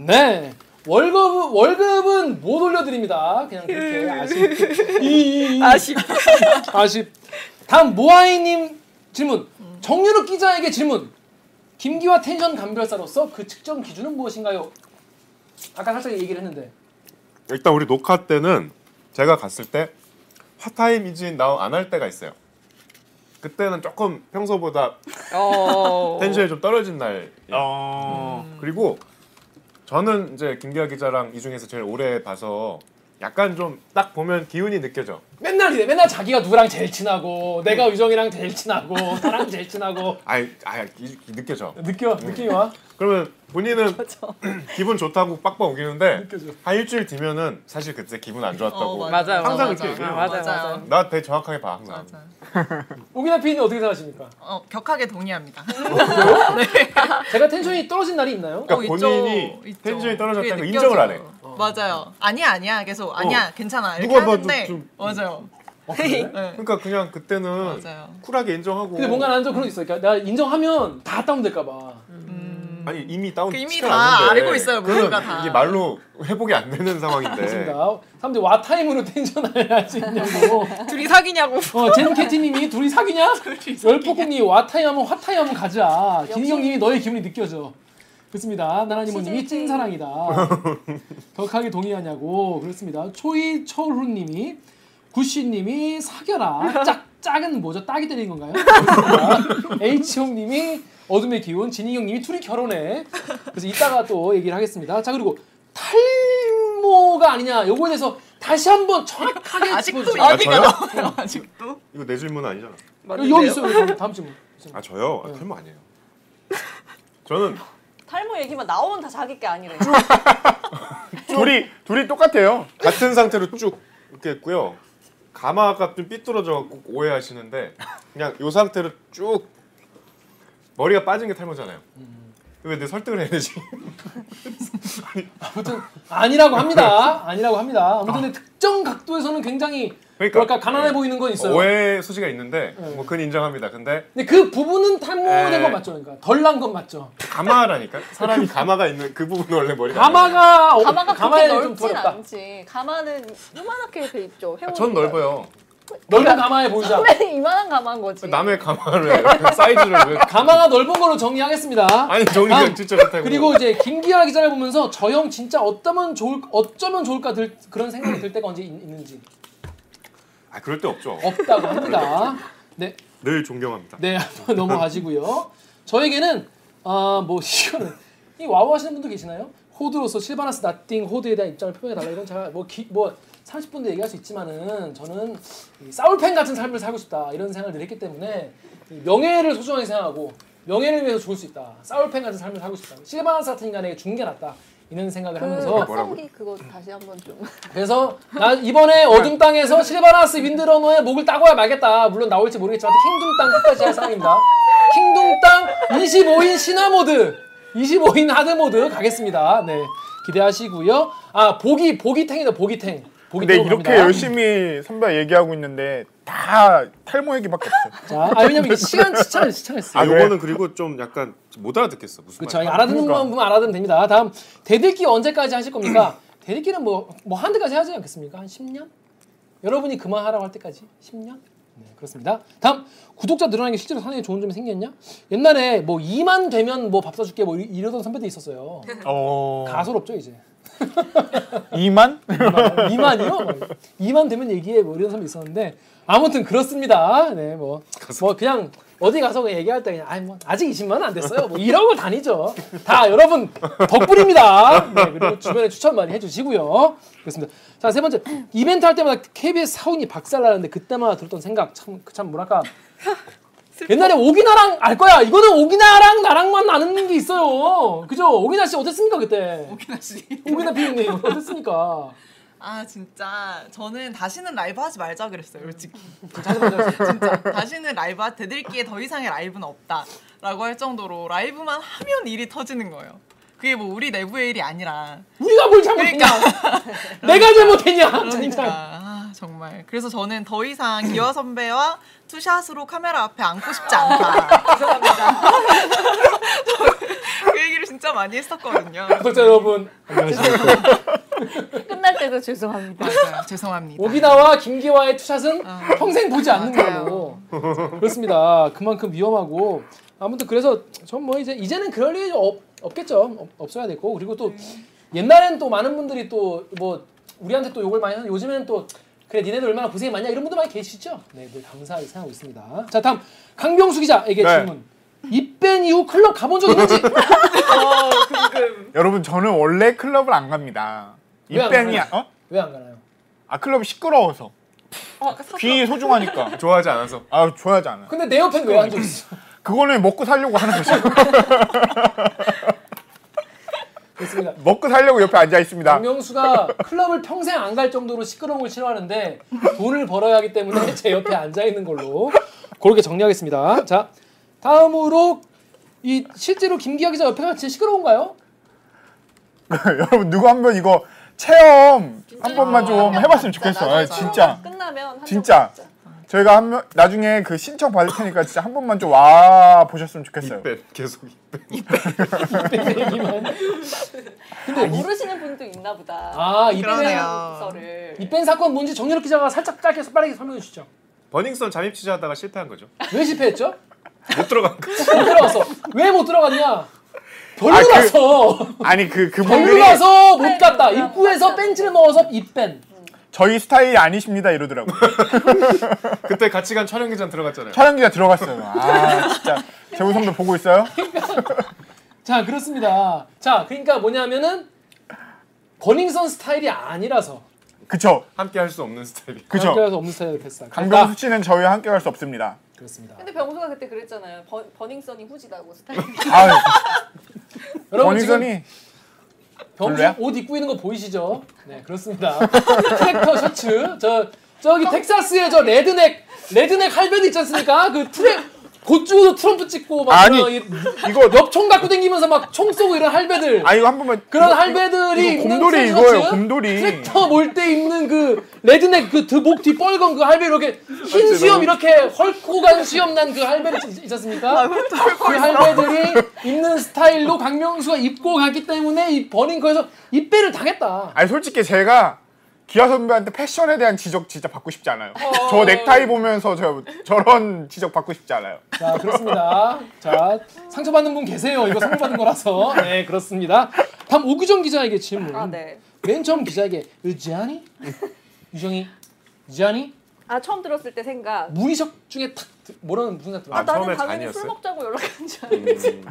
Speaker 1: 네 월급 월급은 못 올려드립니다 그냥 그렇게 아쉽 이- 이- 이-
Speaker 5: 아쉽.
Speaker 1: 아쉽 다음 모아이님 질문 정유럽 기자에게 질문 김기화 텐션 감별사로서 그 측정 기준은 무엇인가요? 아까 살짝 얘기를 했는데
Speaker 4: 일단 우리 녹화 때는 제가 갔을 때 화타임 이진 나온 안 할 때가 있어요. 그때는 조금 평소보다
Speaker 5: 어.
Speaker 4: 텐션이 좀 떨어진 날. 음.
Speaker 2: 어.
Speaker 4: 그리고 저는 이제 김기아 기자랑 이 중에서 제일 오래 봐서 약간 좀 딱 보면 기운이 느껴져.
Speaker 1: 맨날 이래 맨날 자기가 누구랑 제일 친하고
Speaker 4: 음.
Speaker 1: 내가 유정이랑 제일 친하고 나랑 제일 친하고
Speaker 4: 아이, 아이 이- 이- 느껴져. 음.
Speaker 1: 느껴 느낌이 와
Speaker 4: 그러면 본인은 기분 좋다고 빡빡 우기는데
Speaker 1: 느껴져.
Speaker 4: 한 일주일 뒤면은 사실 그때 기분 안 좋았다고.
Speaker 5: 맞아요.
Speaker 4: 항상
Speaker 5: 맞아요.
Speaker 4: 이렇게
Speaker 5: 맞아요.
Speaker 4: 얘기해요.
Speaker 5: 맞아요.
Speaker 6: 맞아요.
Speaker 5: 맞아요.
Speaker 4: 나 되게 정확하게 봐 항상.
Speaker 1: 오기나 PD는 어떻게 생각하십니까?
Speaker 6: 어, 격하게 동의합니다.
Speaker 1: 제가 텐션이 떨어진 날이 있나요?
Speaker 4: 그러니까 본인이
Speaker 6: 있죠, 있죠.
Speaker 4: 텐션이 떨어졌다는 걸
Speaker 6: 그게
Speaker 4: 인정을 안 해.
Speaker 6: 느껴져요. 맞아요. 아니야 아니야. 계속 아니야 괜찮아. 이렇게
Speaker 4: 누가 봐도
Speaker 6: 하는데
Speaker 4: 좀-
Speaker 6: 맞아요.
Speaker 1: 어,
Speaker 6: 네.
Speaker 4: 그러니까 그냥 그때는
Speaker 6: 맞아요.
Speaker 4: 쿨하게 인정하고.
Speaker 1: 근데 뭔가 나는 좀 그런 게 있어 그러니까 내가 인정하면 다 다운될까 봐
Speaker 4: 아니 이미 다운.
Speaker 6: 그 이미
Speaker 4: 시간
Speaker 6: 다
Speaker 4: 왔는데
Speaker 6: 알고 있어요,
Speaker 4: 그건
Speaker 6: 모두가 다.
Speaker 4: 이게 말로 회복이 안 되는 상황인데.
Speaker 1: 그렇습니다 사람들이 와타임으로 텐션을 할수 있냐고
Speaker 5: 둘이 사귀냐고.
Speaker 1: 어, 젠케티님이 둘이 사귀냐? 열폭국님 와타이하면 화타이하면 가자. 김희경님이 너의 기분이 느껴져. 그렇습니다. 나나님모님이
Speaker 3: CJP.
Speaker 1: 찐사랑이다.
Speaker 10: 어.
Speaker 7: 아.
Speaker 1: 격하게 동의하냐고. 그렇습니다. 초이철훈님이 구씨님이 사겨라. 짝 짝은 뭐죠? 딱이 때린 건가요? H형님이 어둠의 기운, 진희경님이 둘이 결혼해. 그래서 이따가 또 얘기를 하겠습니다. 자 그리고 탈모가 아니냐? 요거에 대해서 다시 한번 정확하게
Speaker 6: 아직도
Speaker 1: 짚어주세요.
Speaker 4: 아,
Speaker 6: 얘기가
Speaker 4: 저요?
Speaker 6: 나와요. 아직도.
Speaker 4: 이거 내 질문 아니잖아.
Speaker 1: 여기 여기 있어요. 여기 다음 질문. 네.
Speaker 4: 아 저요? 아, 탈모 아니에요. 저는
Speaker 3: 탈모 얘기만 나오면 다 자기 게 아니래.
Speaker 2: 둘이 둘이 똑같아요.
Speaker 4: 같은 상태로 쭉 이렇게 했고요. 가마가 좀 삐뚤어져 갖고 오해하시는데 그냥 요 상태로 쭉 머리가 빠진 게 탈모잖아요.
Speaker 1: 음,
Speaker 4: 왜 내 설득을 해야 되지?
Speaker 1: 아무튼 아니라고
Speaker 4: 네.
Speaker 1: 합니다. 아니라고 합니다. 아무튼 근데 특정 각도에서는 굉장히
Speaker 4: 그러니까.
Speaker 1: 뭐랄까 가난해 보이는 건 있어요.
Speaker 4: 오해 소지가 있는데 뭐 그건 인정합니다. 근데
Speaker 1: 근데 그 부분은 탈모된
Speaker 4: 네.
Speaker 1: 건 맞죠, 그러니까 덜 난 건 맞죠.
Speaker 4: 가마라니까 사람이 가마가 있는 그 부분은 원래 머리가
Speaker 1: 가마가 어,
Speaker 3: 가마가
Speaker 1: 가마에
Speaker 3: 그렇게
Speaker 1: 좀
Speaker 3: 넓진
Speaker 1: 부럽다.
Speaker 3: 않지. 가마는 요만하게 이렇게 입죠. 회원.
Speaker 4: 아, 전 넓어요.
Speaker 1: 넓은 가마에 보이자.
Speaker 3: 이만한 가마인 거지.
Speaker 4: 남의 가마를 왜, 사이즈를 왜
Speaker 1: 가마가 넓은 거로 정리하겠습니다.
Speaker 4: 아니 정리가
Speaker 1: 다음.
Speaker 4: 진짜 못하고
Speaker 1: 그리고 이제 김기아 기자를 보면서 저 형 진짜 어쩌면 좋을 어쩌면 좋을까 들, 그런 생각이 들 때가 언제 있, 는지
Speaker 4: 아 그럴 때 없죠.
Speaker 1: 없다고 합니다. 네,
Speaker 4: 늘 존경합니다.
Speaker 1: 네 한번 넘어가시고요. 저에게는 아뭐 이거는 이 와우 하시는 분도 계시나요? 호드로서 실바나스 나띵 호드에 대한 입장을 표명해 달라 이건 제가 뭐뭐 30분도 얘기할 수 있지만은 저는 이 싸울팬 같은 삶을 살고 싶다 이런 생각을 늘 했기 때문에 이 명예를 소중하게 생각하고 명예를 위해서 죽을 수 있다 싸울팬 같은 삶을 살고 싶다 실바나스 같은 인간에게 죽는 게 낫다 이런 생각을
Speaker 3: 그러니까
Speaker 1: 하면서
Speaker 3: 성기 그 그거 다시 한번 좀.
Speaker 1: 그래서 나 이번에
Speaker 2: 네.
Speaker 1: 어둠 땅에서 실바나스 윈드러너의 목을 따고야 말겠다. 물론 나올지 모르겠지만 킹둥 땅 끝까지 할 상입니다. 킹둥 땅 25인 신화 모드, 25인 하드 모드 가겠습니다. 네 기대하시고요. 아 보기 보기탱이다 보기탱.
Speaker 2: 근데
Speaker 1: 보기탱으로
Speaker 2: 이렇게
Speaker 1: 갑니다.
Speaker 2: 열심히 선배 얘기하고 있는데 다 탈모 얘기밖에 없어.
Speaker 1: 자, 아 왜냐면 이게 시간 시차를 시차했어요. 네.
Speaker 4: 아
Speaker 2: 아, 왜?
Speaker 4: 요거는 그리고 좀 약간 못 알아듣겠어 무슨 그러니까
Speaker 1: 그렇죠.
Speaker 4: 말이야.
Speaker 1: 알아듣는 분만 알아듣면 됩니다. 다음 대들기 언제까지 하실 겁니까? 대들기는 뭐뭐 한드까지 하지 않겠습니까? 한 10년? 여러분이 그만하라고 할 때까지 10년? 네 그렇습니다. 다음 구독자 늘어나는 게 실제로 사회에 좋은 점이 생겼냐? 옛날에 뭐 2만 되면 뭐 밥 사줄게 뭐 이- 이러던 선배들 있었어요.
Speaker 2: 어.
Speaker 1: 가소롭죠 이제.
Speaker 2: 2만?
Speaker 1: 2만이요? 2만 되면 얘기해 뭐 이런 사람이 있었는데 아무튼 그렇습니다. 네, 뭐, 뭐 그냥 어디 가서 그냥 얘기할 때 그냥 아이 뭐 아직 20만 은안 됐어요. 뭐 이런 걸 다니죠. 다 여러분 덕분입니다. 네, 그리고 주변에 추천 많이 해주시고요. 그렇습니다. 자 세 번째 이벤트 할 때마다 KBS 사운이 박살나는데 그때마다 들었던 생각 참참 참 뭐랄까 옛날에 오기나랑 알 거야. 이거는 오기나랑 나랑만 아는 게 있어요. 그죠? 오기나 씨 어땠습니까 그때?
Speaker 6: 오키나 씨.
Speaker 1: 오기나 PD님 어땠습니까?
Speaker 6: 아 진짜 저는 다시는 라이브 하지 말자 그랬어요 솔직히
Speaker 1: 자주 가져가세요.
Speaker 6: 진짜 다시는 라이브 하- 대들기에 더 이상의 라이브는 없다라고 할 정도로 라이브만 하면 일이 터지는 거예요 그게 뭐 우리 내부의 일이 아니라
Speaker 1: 우리가 뭘 잘못했냐? 내가 잘못했냐?
Speaker 6: 그러니까 아, 정말 그래서 저는 더 이상 기화 선배와 투샷으로 카메라 앞에 앉고 싶지 않다 죄송합니다 그 얘기를 진짜 많이 했었거든요
Speaker 1: 구독자 여러분,
Speaker 3: 끝날 때도 죄송합니다.
Speaker 6: 맞아요 죄송합니다 어.
Speaker 1: 오기나와 김기화의 투샷은 평생 보지 않는 걸로
Speaker 6: 맞아요.
Speaker 1: 그렇습니다. 그만큼 위험하고 아무튼 그래서 전 뭐 이제 이제는 그럴 일이 없, 없겠죠. 없, 없어야 되고 그리고 또 옛날엔 또 많은 분들이 또 뭐 우리한테 또 욕을 많이 하는 요즘에는 또 그래 니네들 얼마나 고생이 많냐 이런 분들 많이 계시죠. 네, 늘 감사하게 생각하고 있습니다. 자 다음 강병수 기자에게
Speaker 2: 네. 어,
Speaker 1: 질문. 입밴 이후 클럽 가본 적 있는지?
Speaker 2: 그 여러분 저는 원래 클럽을 안 갑니다. 이
Speaker 1: 왜안
Speaker 2: 밴이
Speaker 1: 가요?
Speaker 2: 어?
Speaker 1: 왜 안 가나요?
Speaker 2: 아 클럽이 시끄러워서.
Speaker 5: 어, 아까 사-
Speaker 2: 귀 소중하니까.
Speaker 4: 좋아하지 않아서
Speaker 2: 아 좋아하지 않아.
Speaker 1: 근데 내 옆엔 왜 앉아 있어?
Speaker 2: 그거는 먹고 살려고 하는 거죠.
Speaker 1: 그렇습니다.
Speaker 2: 먹고 살려고 옆에 앉아 있습니다.
Speaker 1: 박명수가 클럽을 평생 안 갈 정도로 시끄러운 걸 싫어하는데 돈을 벌어야 하기 때문에 제 옆에 앉아 있는 걸로 그렇게 정리하겠습니다. 자, 다음으로 이 실제로 김기아 기자 옆에가 제일 시끄러운가요?
Speaker 2: 여러분 누구 한 번 이거 체험 한 번만 좀 해봤으면 좋겠어. 아, 진짜
Speaker 3: 끝나면 한
Speaker 2: 진짜 저희가 한 명, 나중에 그 신청 받을 테니까 진짜 한 번만 좀 와 보셨으면 좋겠어요.
Speaker 4: 입뺀 계속 입뺀
Speaker 3: 정도 아, 모르시는 분도 있나 보다.
Speaker 1: 아, 이뺀
Speaker 6: 그러네요.
Speaker 3: 서를.
Speaker 1: 이뺀 사건 뭔지 정유럽 기자가 살짝 짧게 빠르게 설명해 주시죠.
Speaker 4: 버닝썬 잠입 취재하다가 실패한 거죠.
Speaker 1: 왜 실패했죠?
Speaker 4: 못 들어간 거.
Speaker 1: 못 들어갔어. 왜 못 들어갔냐? 별로라서
Speaker 2: 아, 그 아니 그 그분들이
Speaker 1: 별로라서 네, 못 갔다. 입구에서 벤치를 먹어서 입뺀.
Speaker 2: 저희 스타일이 아니십니다 이러더라고. 요
Speaker 4: 그때 같이 간 촬영 기장 들어갔잖아요.
Speaker 2: 촬영기가 들어갔어요. 아 진짜 재우 선배 보고 있어요?
Speaker 1: 자 그렇습니다. 자 그러니까 뭐냐면은 버닝썬 스타일이 아니라서
Speaker 2: 그쵸
Speaker 4: 함께 할 수 없는 스타일이.
Speaker 2: 그쵸.
Speaker 1: 학교에서 없는 그러니까 스타일이 됐어.
Speaker 2: 강병수 씨는 저희와 함께 갈 수 없습니다.
Speaker 1: 그렇습니다.
Speaker 3: 근데 병수가 그때 그랬잖아요. 버, 버닝썬이 후지다고 스타일.
Speaker 2: 아유,
Speaker 1: 여러분 지금
Speaker 2: 원희선이
Speaker 1: 병수
Speaker 2: 별로야?
Speaker 1: 옷 입고 있는 거 보이시죠? 네 그렇습니다. 트랙터 셔츠 저 저기 텍사스의 저 레드넥 레드넥 할배도 있지 않습니까? 그 트랙 곧죽어도 트럼프 찍고 막
Speaker 2: 아니,
Speaker 1: 저 이-
Speaker 2: 이거
Speaker 1: 엽총 갖고 다니면서 막 총 쏘고 이런 할배들
Speaker 2: 아 이거 한 번만
Speaker 1: 그런
Speaker 2: 이거-
Speaker 1: 할배들이
Speaker 2: 이거
Speaker 1: 입는
Speaker 2: 곰돌이
Speaker 1: 트랙 셔츠?
Speaker 2: 이거예요, 곰돌이.
Speaker 1: 트랙터 몰 때 입는 그 레드넥 그목뒤 뻘건 그 할배 이렇게
Speaker 2: 아,
Speaker 1: 흰 수염 이렇게 헐코간 수염 난 그 할배들 있- 있지 않습니까? 그 할배들이 입는 스타일로 박명수가 입고 가기 때문에 이 버닝커에서 입배를 당했다.
Speaker 2: 아니 솔직히 제가 기아 선배한테 패션에 대한 지적 진짜 받고 싶지 않아요.
Speaker 1: 어.
Speaker 2: 저 넥타이 보면서 저 저런 지적 받고 싶지 않아요.
Speaker 1: 자 그렇습니다. 자 상처받는 분 계세요. 이거 선물 받은 거라서 네 그렇습니다. 다음 오규정 기자에게 질문.
Speaker 3: 아 네.
Speaker 1: 맨 처음 기자에게 의지하니? 유정이 의지하니?
Speaker 3: 아 처음 들었을 때 생각.
Speaker 1: 무의식 중에 탁 드- 뭐라는 무슨 생각 들어?
Speaker 4: 아,
Speaker 1: 아,
Speaker 4: 나-
Speaker 3: 나는
Speaker 4: 처음에
Speaker 3: 당연히 술
Speaker 4: 잔이었어요?
Speaker 3: 먹자고 연락한 줄 알았지.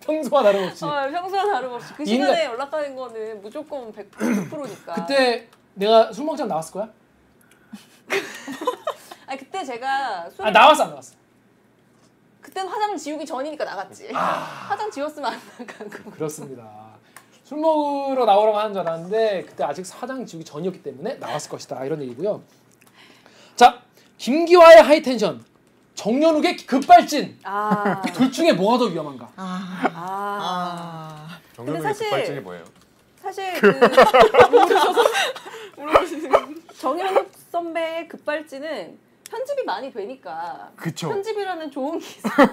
Speaker 1: 평소와 다름없이
Speaker 3: 어, 평소와 다름없이 그
Speaker 1: 인간-
Speaker 3: 시간에 연락하는 거는 무조건 100%, 100%니까.
Speaker 1: 그때 내가 술 먹자 나왔을 거야? 아,
Speaker 3: 아니 그때 제가 술
Speaker 1: 아 나왔어 안 나왔어?
Speaker 3: 그때는 화장 지우기 전이니까 나갔지.
Speaker 1: 아.
Speaker 3: 화장 지웠으면 안 나가고.
Speaker 1: 그렇습니다. 술 먹으러 나오라고 하는 줄 알았는데 그때 아직 사장 지우기 전이었기 때문에 나왔을 것이다 이런 얘기고요. 자 김기화의 하이텐션, 정연욱의 급발진
Speaker 3: 아.
Speaker 1: 둘 중에 뭐가 더 위험한가?
Speaker 3: 아.
Speaker 4: 정현우의
Speaker 3: 사실-
Speaker 4: 급발진이 뭐예요?
Speaker 3: 사실 그 모르셔서 모르시는 정현욱 선배의 급발진은 편집이 많이 되니까
Speaker 2: 그쵸.
Speaker 3: 편집이라는 좋은 기사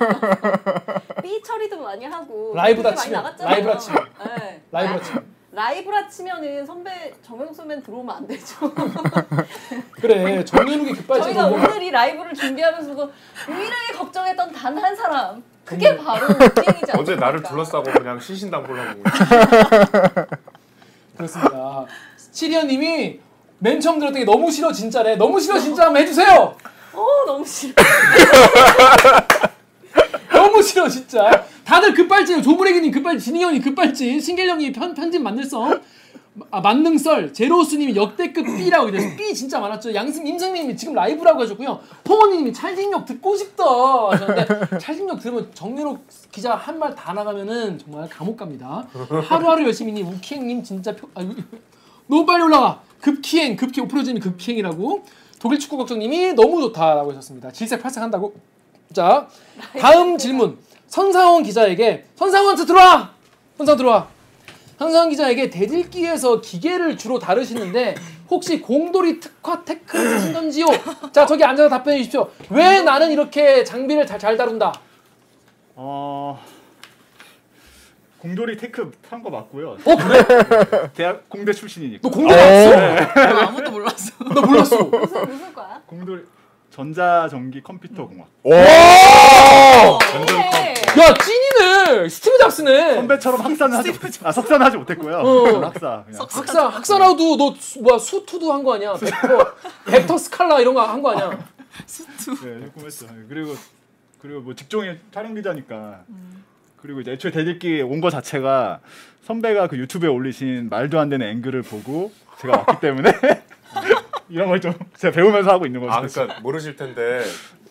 Speaker 3: 삐 처리도 많이 하고
Speaker 1: 라이브다
Speaker 3: 그게 많이
Speaker 1: 치면,
Speaker 3: 나갔잖아요.
Speaker 1: 라이브다 치면.
Speaker 3: 네.
Speaker 1: 라이브로 치면
Speaker 3: 라이브라 치면은 선배 정현욱 선배는 들어오면 안 되죠.
Speaker 1: 그래 정연욱의 급발진
Speaker 3: 저희가
Speaker 1: 은
Speaker 3: 오늘 이 라이브를 준비하면서 그 유일하게 걱정했던 단 한 사람 그게
Speaker 1: 음.
Speaker 3: 바로 우띵이지 않습니까?
Speaker 4: 어제 나를 둘러싸고 그냥 신신당부하고
Speaker 1: 그렇습니다. 시리언님이 맨 처음 들었던 게 너무 싫어 진짜래 너무 싫어 진짜 한번 해주세요.
Speaker 3: 어 너무 싫어.
Speaker 1: 너무 싫어 진짜. 다들 급발진, 조브레기님 급발진, 진희 형님 급발진, 신길 형님 편 편집 만들성. 아, 만능썰 제로우스님이 역대급 B라고 이래서 B 진짜 많았죠. 양승 임승민님이 지금 라이브라고 해줬고요. 홍원님이 찰진력 듣고 싶다 하셨는데 찰진력 들으면 정민호 기자 한 말 다 나가면은 정말 감옥 갑니다. 하루하루 열심히님 우키행님 진짜 표, 아, 너무 빨리 올라와. 급키행 급키 오프로즈님 급키행이라고 독일 축구 걱정님이 너무 좋다라고 하셨습니다. 질색 팔색한다고. 자 다음 질문 선상원 기자에게 선상원한테 들어와 선상 들어와 선상원 기자에게 대들기에서 기계를 주로 다루시는데 혹시 공돌이 특화 테크를 쓰신 건지요? 자 저기 앉아서 답변해 주십시오. 왜 나는 이렇게 장비를 잘, 잘 다룬다?
Speaker 9: 어 공돌이 테크 탄 거 맞고요.
Speaker 1: 어 그래?
Speaker 9: 대학 공대 출신이니까. 네.
Speaker 1: 너 공돌 나왔어?
Speaker 6: 아무도 몰랐어.
Speaker 1: 나 몰랐어.
Speaker 3: 무슨 무슨 거야?
Speaker 9: 공돌이 전자 전기 컴퓨터 공학.
Speaker 3: 그래.
Speaker 1: 야 찐이네. 스티브 잡스네. 어.
Speaker 9: 선배처럼 학사는 하지 못- 아 석사는 하지 못했고요. 학사 그냥.
Speaker 1: 학사 학사라도 너 수- 뭐야 수투도 한 거 아니야? 벡터, 벡터 스칼라 이런 거 한 거 아니야?
Speaker 9: 네, 꿈했죠. 그리고 그리고 뭐 직종이 촬영 기자니까.
Speaker 3: 음.
Speaker 9: 그리고 이제 애초에 대들기 온 거 자체가 선배가 그 유튜브에 올리신 말도 안 되는 앵글을 보고 제가 왔기 때문에 이런 걸 좀 제가 배우면서 하고 있는 거죠.
Speaker 4: 아 그러니까 모르실 텐데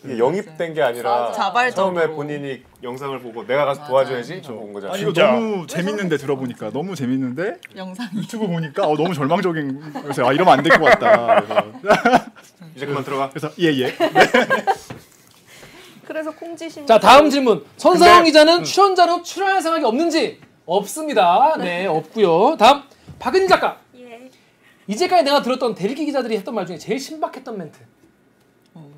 Speaker 4: 이게 영입된 게 아니라
Speaker 6: 자발적으로.
Speaker 4: 처음에 본인이 영상을 보고 내가 가서 도와줘야지 저거 온
Speaker 9: 그러니까.
Speaker 4: 거잖아.
Speaker 9: 아니, 이거
Speaker 2: 진짜.
Speaker 9: 너무 재밌는데 들어보니까 너무 재밌는데
Speaker 6: 영상이.
Speaker 9: 유튜브 보니까 어, 너무 절망적인 그래서 아 이러면 안 될 것 같다. 그래서-
Speaker 4: 이제 그만 들어가.
Speaker 9: 그래서 예예.
Speaker 3: 그래서 콩지심.
Speaker 1: 자 다음 질문 선상영 기자는
Speaker 2: 음.
Speaker 1: 출연자로 출연할 생각이 없는지 없습니다 네 없고요 다음 박은희 작가 이제까지 내가 들었던 대리기 기자들이 했던 말 중에 제일 신박했던 멘트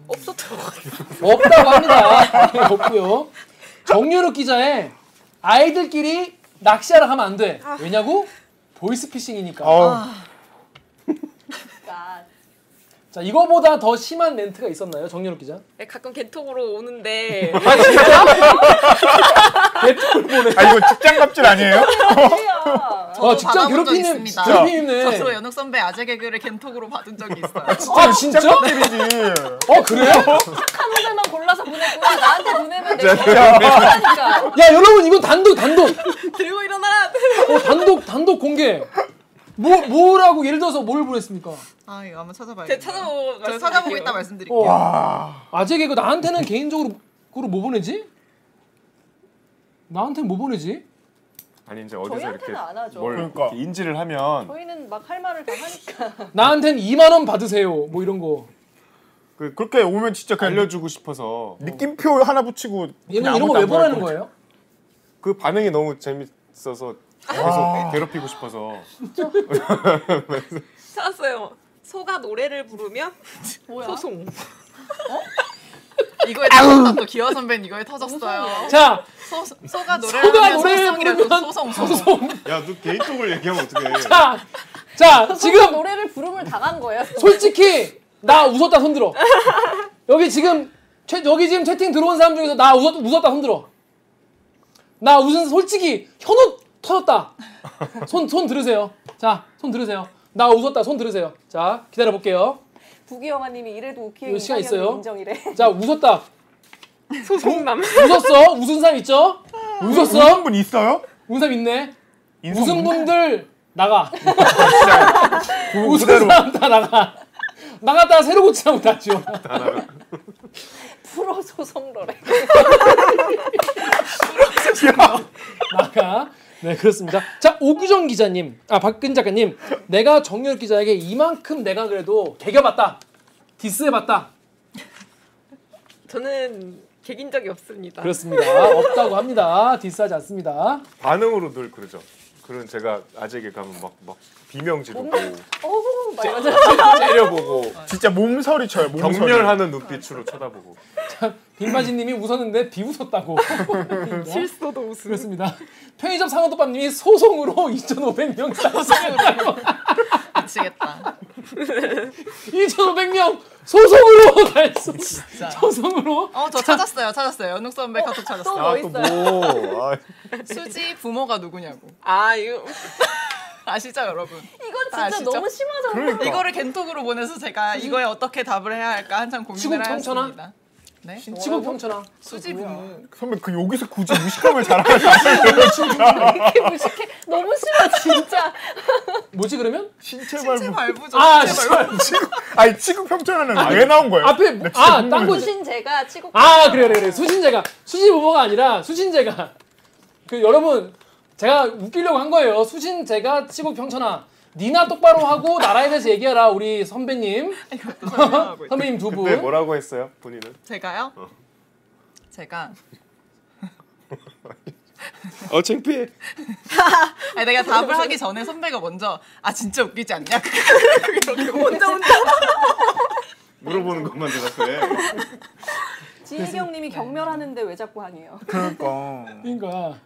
Speaker 6: 없었던 것 같아.
Speaker 1: 없다고 합니다 네, 없고요 정유럽 기자의 아이들끼리 낚시하러 가면 안돼 왜냐고
Speaker 7: 아.
Speaker 1: 보이스피싱이니까
Speaker 2: 어,
Speaker 1: 자 이거보다 더 심한 멘트가 있었나요 정유럽 기자
Speaker 5: 네, 가끔 개톡으로 오는데
Speaker 1: 네,
Speaker 2: 아 이거 직장 갑질 아니에요?
Speaker 1: 아, 직장
Speaker 6: 어, 받아본 적
Speaker 1: 괴롭히는
Speaker 6: 있습니다.
Speaker 1: 괴롭히네
Speaker 6: 저도 연욱 선배 아재 개그를 겐톡으로 받은 적이 있어요.
Speaker 1: 아 진짜 어 그래요?
Speaker 3: 한 문제만 골라서 보냈구나. 나한테 보내면 내가
Speaker 1: 네.
Speaker 3: 하니까.
Speaker 1: 야 여러분 이건 단독 단독
Speaker 6: 들고 일어나!
Speaker 1: 어, 단독 단독 공개 뭐 뭐라고 예를 들어서 뭘 보냈습니까?
Speaker 6: 아 이거 한번 찾아봐야겠다.
Speaker 7: 제가 찾아보고
Speaker 6: 제가
Speaker 7: 말씀드릴게요.
Speaker 6: 찾아보고 있다 말씀드릴게요.
Speaker 1: 와. 아 제가 이거 나한테는 개인적으로 그로 뭐 보내지? 나한테 뭐 보내지?
Speaker 4: 아니 이제 어디서
Speaker 3: 저희한테는
Speaker 4: 이렇게
Speaker 3: 안 하죠.
Speaker 4: 뭘
Speaker 2: 그러니까.
Speaker 4: 이렇게 인지를 하면
Speaker 3: 저희는 막 할 말을 다 하니까.
Speaker 1: 나한텐 2만 원 받으세요. 뭐 이런 거.
Speaker 2: 그, 그렇게 오면 진짜 그냥
Speaker 4: 알려주고 싶어서
Speaker 2: 느낌표 하나 붙이고
Speaker 1: 얘는 이런
Speaker 2: 그냥 아무것도
Speaker 1: 거 왜
Speaker 2: 안 보낼
Speaker 1: 보내는
Speaker 2: 거지.
Speaker 1: 거예요?
Speaker 4: 그 반응이 너무 재밌어서 계속 괴롭히고 싶어서
Speaker 7: 찾았어요. 소가 노래를 부르면 소송.
Speaker 6: 이거에 터졌다 또 기화 선배님 이거에 터졌어요.
Speaker 1: 자,
Speaker 6: 소, 소가
Speaker 1: 소가
Speaker 6: 노래하면
Speaker 1: 노래를
Speaker 6: 소송이라도
Speaker 1: 부르면
Speaker 6: 소송 소송.
Speaker 4: 야 너 개인 쪽을 얘기하면 어떡해
Speaker 1: 자, 자
Speaker 3: 지금
Speaker 1: 지금
Speaker 3: 노래를 부름을 당한 거예요.
Speaker 1: 솔직히 나 웃었다 손들어. 여기 지금 채, 여기 지금 채팅 들어온 사람 중에서 나 웃었, 웃었다 손들어. 나 웃은 솔직히 현우 터졌다. 손 손 들으세요. 자, 손 들으세요. 나 웃었다 손 들으세요. 자, 기다려 볼게요.
Speaker 3: 부기영아님이 이래도
Speaker 1: 이거
Speaker 3: 웃기행
Speaker 1: 시간
Speaker 3: 이상형이
Speaker 1: 있어요?
Speaker 3: 인정이래.
Speaker 1: 자, 웃었다.
Speaker 7: 소송남.
Speaker 1: 웃었어? 웃은 사람 있죠?
Speaker 2: 웃은
Speaker 1: 웃었어?
Speaker 2: 분 있어요?
Speaker 1: 웃은 사람 있네.
Speaker 2: 인성
Speaker 1: 웃은
Speaker 2: 문-
Speaker 1: 분들 나가.
Speaker 2: 그
Speaker 1: 웃은
Speaker 2: 그대로.
Speaker 1: 사람 다 나가. 나갔다가 새로 고치라고 다 지워.
Speaker 3: 프로 소송러래.
Speaker 1: 나가. 네 그렇습니다. 자 오규정 기자님, 아 박근 작가님, 내가 정유럽 기자에게 이만큼 내가 그래도 개겨봤다, 디스해봤다.
Speaker 7: 저는 개긴 적이 없습니다.
Speaker 1: 그렇습니다. 아, 없다고 합니다. 디스하지 않습니다.
Speaker 4: 반응으로 늘 그러죠 그런 제가 아재에게 가면 막 막 비명 지르고
Speaker 3: 어우 막 이러면서
Speaker 4: 째려보고
Speaker 1: 아,
Speaker 2: 진짜 몸서리 쳐요. 몸서리.
Speaker 4: 경멸하는 눈빛으로 쳐다보고
Speaker 1: 빈바지님이 웃었는데 비웃었다고.
Speaker 7: 실수도 웃음.
Speaker 1: 그렇습니다. 편의점 상어덮밥님이 소송으로 2,500명 소송했다고.
Speaker 6: 미치겠다.
Speaker 1: 2,500명 소송으로 달성. 소송으로.
Speaker 6: 어저 찾았어요 찾았어요. 연욱 선배 카톡 찾았어요.
Speaker 3: 또 뭐 있어요?
Speaker 4: 오
Speaker 6: 수지 부모가 누구냐고
Speaker 7: 아 이거
Speaker 6: 아시죠 여러분? 그러니까.
Speaker 3: 이건
Speaker 6: 아,
Speaker 3: 진짜
Speaker 6: 진짜?
Speaker 3: 너무 심하잖아.
Speaker 6: 이거를 겐톡으로 보내서 제가 이거에 어떻게 답을 해야 할까 한참
Speaker 1: 음. 지금
Speaker 6: 고민을
Speaker 1: 청천아?
Speaker 6: 하였습니다. 네?
Speaker 1: 지금 평천아.
Speaker 6: 수지 부모.
Speaker 2: 선배 그 여기서 굳이 무식함을 잘하지
Speaker 3: 이렇게 무식해. 너무 심하 진짜.
Speaker 1: 뭐지 그러면?
Speaker 2: 신체
Speaker 6: 신체
Speaker 2: 발부.
Speaker 6: 발부죠.
Speaker 1: 아,
Speaker 6: 신체
Speaker 1: 씨발.
Speaker 2: 지금 아니 지금 평점하는 왜 나온 거예요? 네,
Speaker 1: 앞에 아딴 거지.
Speaker 3: 무신 제가 치고.
Speaker 1: 아 그래 그래 그래 수신제가 수신 부모가 아니라 수신제가 그 여러분 제가 웃기려고 한 거예요 수신제가 치고 평천아 니나 똑바로 하고 나라에 대해서 얘기하라 우리 선배님
Speaker 6: 발부 설명하고 있어요.
Speaker 1: 선배님
Speaker 4: 근데
Speaker 1: 두분
Speaker 4: 뭐라고 했어요 본인은
Speaker 6: 제가요? 제가
Speaker 4: 어 창피해
Speaker 6: 아니 내가 답을 하기 전에 선배가 먼저 아 진짜 웃기지 않냐?
Speaker 1: 어,
Speaker 6: 이렇게 혼자 혼자
Speaker 4: 물어보는 것만 대답해
Speaker 3: 지혜경님이 경멸하는데 왜 자꾸 항해요?
Speaker 2: 그러니까
Speaker 1: 그러니까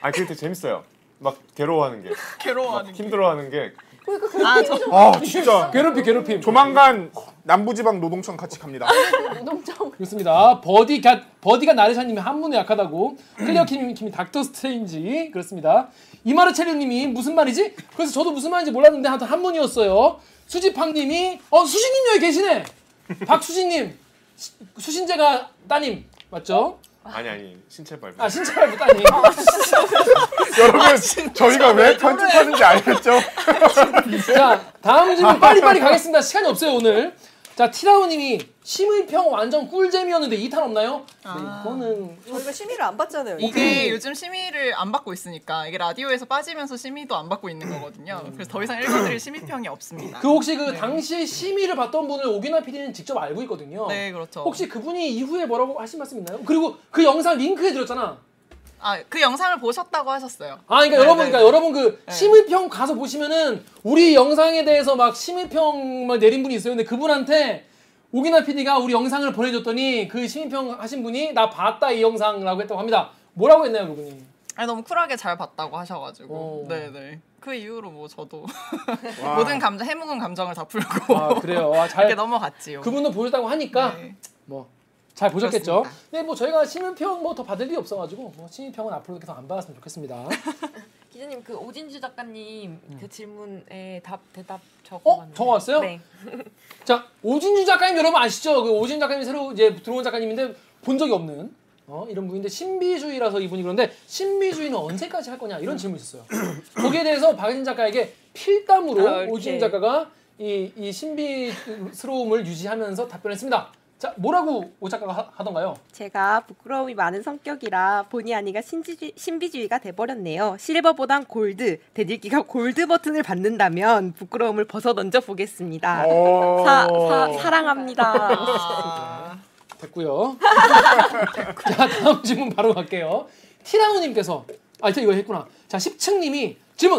Speaker 4: 아 그게 되게 재밌어요 막 괴로워하는 게
Speaker 6: 괴로워하는 게.
Speaker 4: 힘들어하는 게
Speaker 3: 그러니까
Speaker 6: 아, 저
Speaker 2: 아 진짜
Speaker 1: 괴롭힘 괴롭힘
Speaker 2: 조만간 남부지방 노동청 같이 갑니다.
Speaker 3: 그 노동정
Speaker 1: 그렇습니다. 버디 가 버디가 나르샤님이 한문에 약하다고 클리어 킴이 킴이 닥터 스트레인지 그렇습니다. 이마르체리님이 무슨 말이지? 그래서 저도 무슨 말인지 몰랐는데 하여튼 한문이었어요. 수지팡님이 어 수진님 여기 계시네. 박수진님 시- 수신제가 따님 맞죠?
Speaker 4: 아니 아니 신체 발부
Speaker 1: 아 신체 말고 따님.
Speaker 2: 여러분 저희가 왜 편집하는지 알겠죠? 아,
Speaker 1: 자 다음 질문 빨리빨리 가겠습니다. 시간이 없어요 오늘. 자 티라우님이 심의평 완전 꿀잼이었는데 2탄 없나요? 네, 이거는
Speaker 3: 아. 저희가 심의를 안 받잖아요.
Speaker 1: 어.
Speaker 6: 이게 요즘 심의를 안 받고 있으니까 이게 라디오에서 빠지면서 심의도 안 받고 있는 거거든요. 그래서 더 이상 읽어드릴 심의평이 없습니다.
Speaker 1: 음.
Speaker 6: 네.
Speaker 1: 그 혹시
Speaker 3: 네.
Speaker 1: 그 당시에 심의를 봤던 분을 오기나 PD는 직접 알고 있거든요.
Speaker 6: 네 그렇죠.
Speaker 1: 혹시 그분이 이후에 뭐라고 하신 말씀 있나요? 그리고 그 영상 링크해 드렸잖아.
Speaker 6: 아그 영상을 보셨다고 하셨어요.
Speaker 1: 아, 그러니까
Speaker 6: 네,
Speaker 1: 여러분,
Speaker 6: 네.
Speaker 1: 그러니까 여러분 그 심의평 가서 보시면은 우리 영상에 대해서 막 심의평을 내린 분이 있어요. 근데 그분한테 오기나 PD가 우리 영상을 보내줬더니 그 심의평 하신 분이 나 봤다 이 영상이라고 했다고 합니다. 뭐라고 했나요, 그분이?
Speaker 6: 아니, 너무 쿨하게 잘 봤다고 하셔가지고
Speaker 1: 오.
Speaker 6: 네네 그 이후로 뭐 저도 모든 감정 해묵은 감정을 다 풀고
Speaker 1: 아, 그래요. 아,
Speaker 6: 이렇게
Speaker 1: 잘
Speaker 6: 넘어갔지요.
Speaker 1: 그분도 보셨다고 하니까
Speaker 6: 네.
Speaker 1: 뭐 잘 보셨겠죠.
Speaker 6: 그렇습니다.
Speaker 1: 근데 뭐 저희가 심의평 뭐 더 받을 일이 없어가지고 뭐 심의평은 앞으로 계속 안 받았으면 좋겠습니다.
Speaker 5: 기자님 그 오진주 작가님 그 질문에 답 대답 적어
Speaker 1: 음. 어? 저거 왔어요?
Speaker 5: 네.
Speaker 1: 자 오진주 작가님 여러분 아시죠? 그 오진주 작가님 새로 이제 들어온 작가님인데 본 적이 없는 어, 이런 분인데 신비주의라서 이분이 그런데 신비주의는 언제까지 할 거냐 이런 질문이 있었어요. 거기에 대해서 박진 작가에게 필담으로
Speaker 7: 아, 이렇게.
Speaker 1: 오진 작가가 이, 이 신비스러움을 유지하면서 답변했습니다. 자 뭐라고 오 작가가 하, 하던가요?
Speaker 5: 제가 부끄러움이 많은 성격이라 본의 아니가 신지주, 신비주의가 돼버렸네요. 실버보단 골드, 대들기가 골드 버튼을 받는다면 부끄러움을 벗어던져 보겠습니다.
Speaker 2: 오.
Speaker 5: 사, 사,
Speaker 10: 어.
Speaker 5: 사랑합니다.
Speaker 1: 됐고요. 자 다음 질문 바로 갈게요. 티라노님께서 아 이거 했구나. 자 10층님이 질문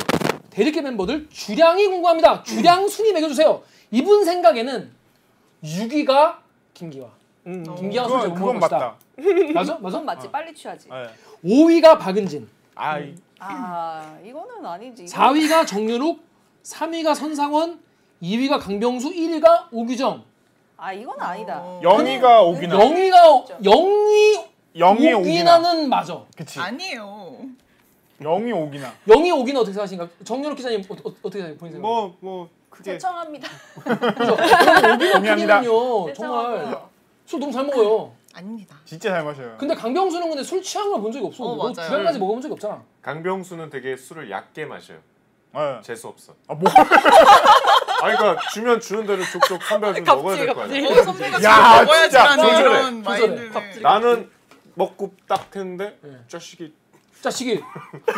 Speaker 1: 대리계 멤버들 주량이 궁금합니다. 주량 순위 매겨주세요. 이분 생각에는 6위가 김기화. 김기화 선수
Speaker 2: 음,
Speaker 1: 못 먹을
Speaker 2: 그건, 그건
Speaker 1: 것이다.
Speaker 2: 맞다.
Speaker 1: 맞아? 맞아?
Speaker 3: 음, 맞지 빨리 취하지.
Speaker 2: 네.
Speaker 1: 5위가 박은진,
Speaker 2: 아, 이-
Speaker 3: 아 이거는 아니지.
Speaker 1: 4위가 정윤욱, 3위가 선상원, 2위가 강병수, 1위가 오규정.
Speaker 3: 아 이건 아니다.
Speaker 1: 어.
Speaker 2: 영희가 오기나.
Speaker 1: 영희가 영희
Speaker 2: 영희 오기나.
Speaker 1: 오기나는 맞아.
Speaker 2: 그치.
Speaker 6: 아니에요.
Speaker 2: 영희 오기나.
Speaker 1: 영희 오기나 어떻게 생각하십니까? 정윤욱 기자님 어, 어, 어떻게 생각해요? 본인 생각.
Speaker 4: 뭐뭐 크게
Speaker 3: 대청합니다.
Speaker 1: 네,
Speaker 2: 동의합니다.
Speaker 1: 오기나는요 정말 술 너무 잘 먹어요.
Speaker 6: 아닙니다.
Speaker 2: 진짜 잘 마셔요. 음.
Speaker 1: 근데 강병수는 근데 술 취한 걸 본 적이 없어.
Speaker 6: 어,
Speaker 1: 너
Speaker 6: 맞아요.
Speaker 1: 주량까지 먹어본 적이 없잖아.
Speaker 4: 강병수는 되게 술을 얕게 마셔요.
Speaker 2: 네.
Speaker 4: 재수 없어.
Speaker 2: 아, 뭐.
Speaker 4: 아니 그러니까 주면 주는 대로 족족 한 배씩 먹어야 될 거 아니야.
Speaker 6: 어, 선배가
Speaker 2: 야,
Speaker 6: 지금 먹어야지라는
Speaker 4: 진짜
Speaker 6: 이런
Speaker 1: 조절해.
Speaker 6: 마인드를.
Speaker 4: 나는 먹고 딱 했는데 자식이
Speaker 1: 예. 자식이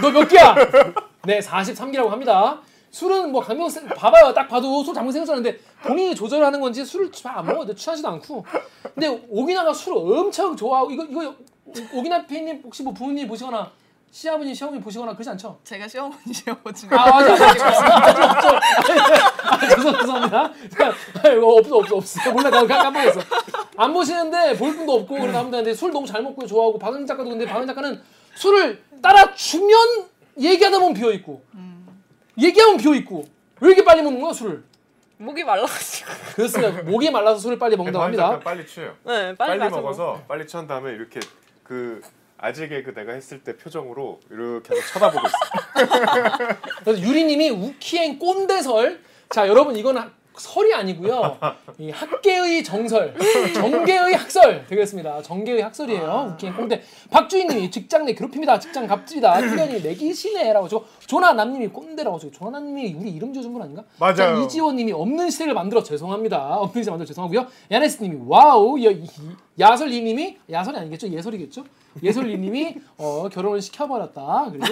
Speaker 1: 너 몇 개야? 네 43개라고 합니다. 술은 뭐 강병 수 봐봐요 딱 봐도 술 잘못 생겼었는데 본인이 조절하는 건지 술을 잘 안 먹어도 취하지도 않고 근데 오기나가 술을 엄청 좋아하고 이거 이거 오- 오기나 피님 혹시 뭐 부모님 보시거나 시아버님 시어머니 보시거나 그러지 않죠?
Speaker 6: 제가 시어머니 시어머니가
Speaker 1: 아 맞아 맞아 아, 죄송 죄송합니다. 자, 아, 이거 없어 없어 없어. 몰라 나 깜빡했어. 안 보시는데 볼 분도 없고 그래서 하면 되는데 술 너무 잘 먹고 좋아하고 박은 작가도 근데 박은 작가는 술을 따라 주면 얘기하다 보면 비어 있고 얘기하면 비어 있고 왜 이렇게 빨리 먹는 거야 술을?
Speaker 7: 목이 말라가지고.
Speaker 1: 그렇습니다. 목이 말라서 술을 빨리 먹는다고 합니다.
Speaker 4: 약간 빨리 취해요.
Speaker 7: 네,
Speaker 4: 빨리,
Speaker 7: 빨리, 마셔
Speaker 4: 먹어서 빨리 취한 다음에 이렇게 그 아직의 그 내가 했을 때 표정으로 이렇게 계속 쳐다보고 있어.
Speaker 1: 그래서 유리님이 우키행 꼰대설. 자 여러분 이건 하- 설이 아니고요. 이 학계의 정설, 정계의 학설 되겠습니다. 정계의 학설이에요.
Speaker 2: 아.
Speaker 1: 우키행 꼰대. 박주희님이 직장 내 괴롭힙니다. 직장 갑질이다. 훈련이 내기 시네라고 저 조나남님이 꼰대라고 저 조나남님이 우리 이름 지어준 분 아닌가?
Speaker 2: 맞아요.
Speaker 1: 자, 이지원님이 없는 시대를 만들어 죄송합니다. 없는 시대 만들어 죄송하고요. 야네스님이 와우. 야, 이- 야설리님이 야설이 아니겠죠? 예설이겠죠? 예설리님이 어, 결혼을 시켜버렸다. 그리고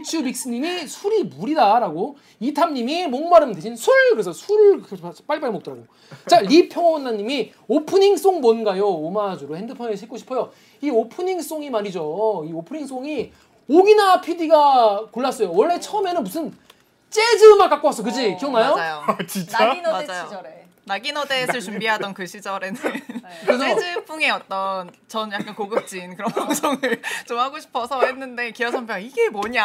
Speaker 1: 메이츄빅스님이 술이 물이다라고 이탐님이 목마름 대신 술 그래서 술을 그렇게 빨리빨리 먹더라고. 자 리평원나님이 오프닝 송 뭔가요? 오마주로 핸드폰에 싣고 싶어요. 이 오프닝 송이 말이죠. 이 오프닝 송이 오기나 PD가 골랐어요. 원래 처음에는 무슨 재즈 음악 갖고 왔어, 그지? 기억나요?
Speaker 6: 맞아요.
Speaker 2: 진짜?
Speaker 3: 낙인어대
Speaker 6: 맞아요.
Speaker 3: 시절에.
Speaker 6: 낙인어대에서 준비하던 그 시절에는 뭐-
Speaker 1: 그래서-
Speaker 6: 재즈풍의 어떤 전 약간 고급진
Speaker 1: 어.
Speaker 6: 그런 방송을 좀 하고 싶어서 했는데 기아 선배가 이게 뭐냐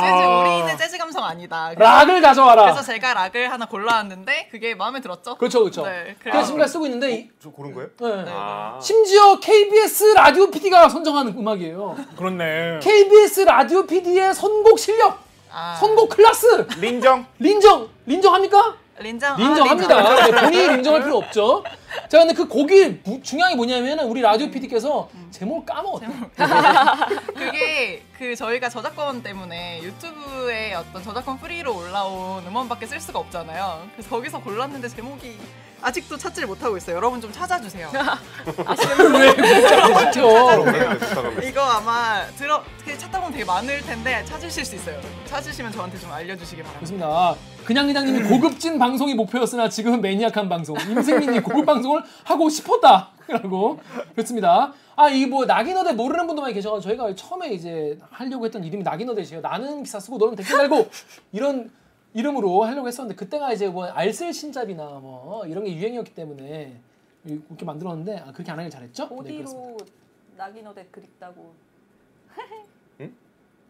Speaker 6: 재즈
Speaker 2: 아.
Speaker 6: 우리는 재즈 감성 아니다
Speaker 1: 락을 가져와라.
Speaker 6: 그래서 제가 락을 하나 골라왔는데 그게 마음에 들었죠
Speaker 1: 그렇죠, 그렇죠.
Speaker 6: 네,
Speaker 1: 그래서
Speaker 6: 그래서
Speaker 1: 지금까지 쓰고 있는데 이-
Speaker 4: 저 고른 거예요?
Speaker 1: 네.
Speaker 4: 아.
Speaker 1: 심지어 KBS 라디오 PD가 선정하는 음악이에요.
Speaker 2: 그렇네.
Speaker 1: KBS 라디오 PD의 선곡 실력,
Speaker 6: 아,
Speaker 1: 선곡 클래스
Speaker 2: 린정.
Speaker 1: 린정 인정합니까?
Speaker 6: 린장 아,
Speaker 1: 인정합니다. 네, 본인이 인정할 필요 없죠. 자, 근데 그 곡이 무- 중요한 게 뭐냐면 우리 라디오 PD께서 제목을 까먹었대.
Speaker 6: 린장. 그게 그 저희가 저작권 때문에 유튜브에 어떤 저작권 프리로 올라온 음원밖에 쓸 수가 없잖아요 그래서 거기서 골랐는데 제목이 아직도 찾지를 못하고 있어요 여러분 좀 찾아주세요
Speaker 1: 그렇죠.
Speaker 4: 그래서 부탁하고 있어.
Speaker 6: 이거 아마 들어 그 찾다 보면 되게 많을 텐데 찾으실 수 있어요. 찾으시면 저한테 좀 알려주시기 바랍니다.
Speaker 1: 그렇습니다. 그냥 이장님이 고급진 방송이 목표였으나 지금은 매니악한 방송. 임승민이 고급 방송을 하고 싶었다. 라고. 그렇습니다. 아, 이 뭐 낙인어대 모르는 분도 많이 계셔가지고 저희가 처음에 이제 하려고 했던 이름이 낙인어대세요. 나는 기사 쓰고 너는 댓글 달고 이런 이름으로 하려고 했었는데 그때가 이제 뭐 알쓸 신잡이나 뭐 이런 게 유행이었기 때문에 이렇게 만들었는데 아, 그렇게 안 하길 잘했죠? 네, 그렇습니다.
Speaker 3: 어디로 낙인어대 그립다고.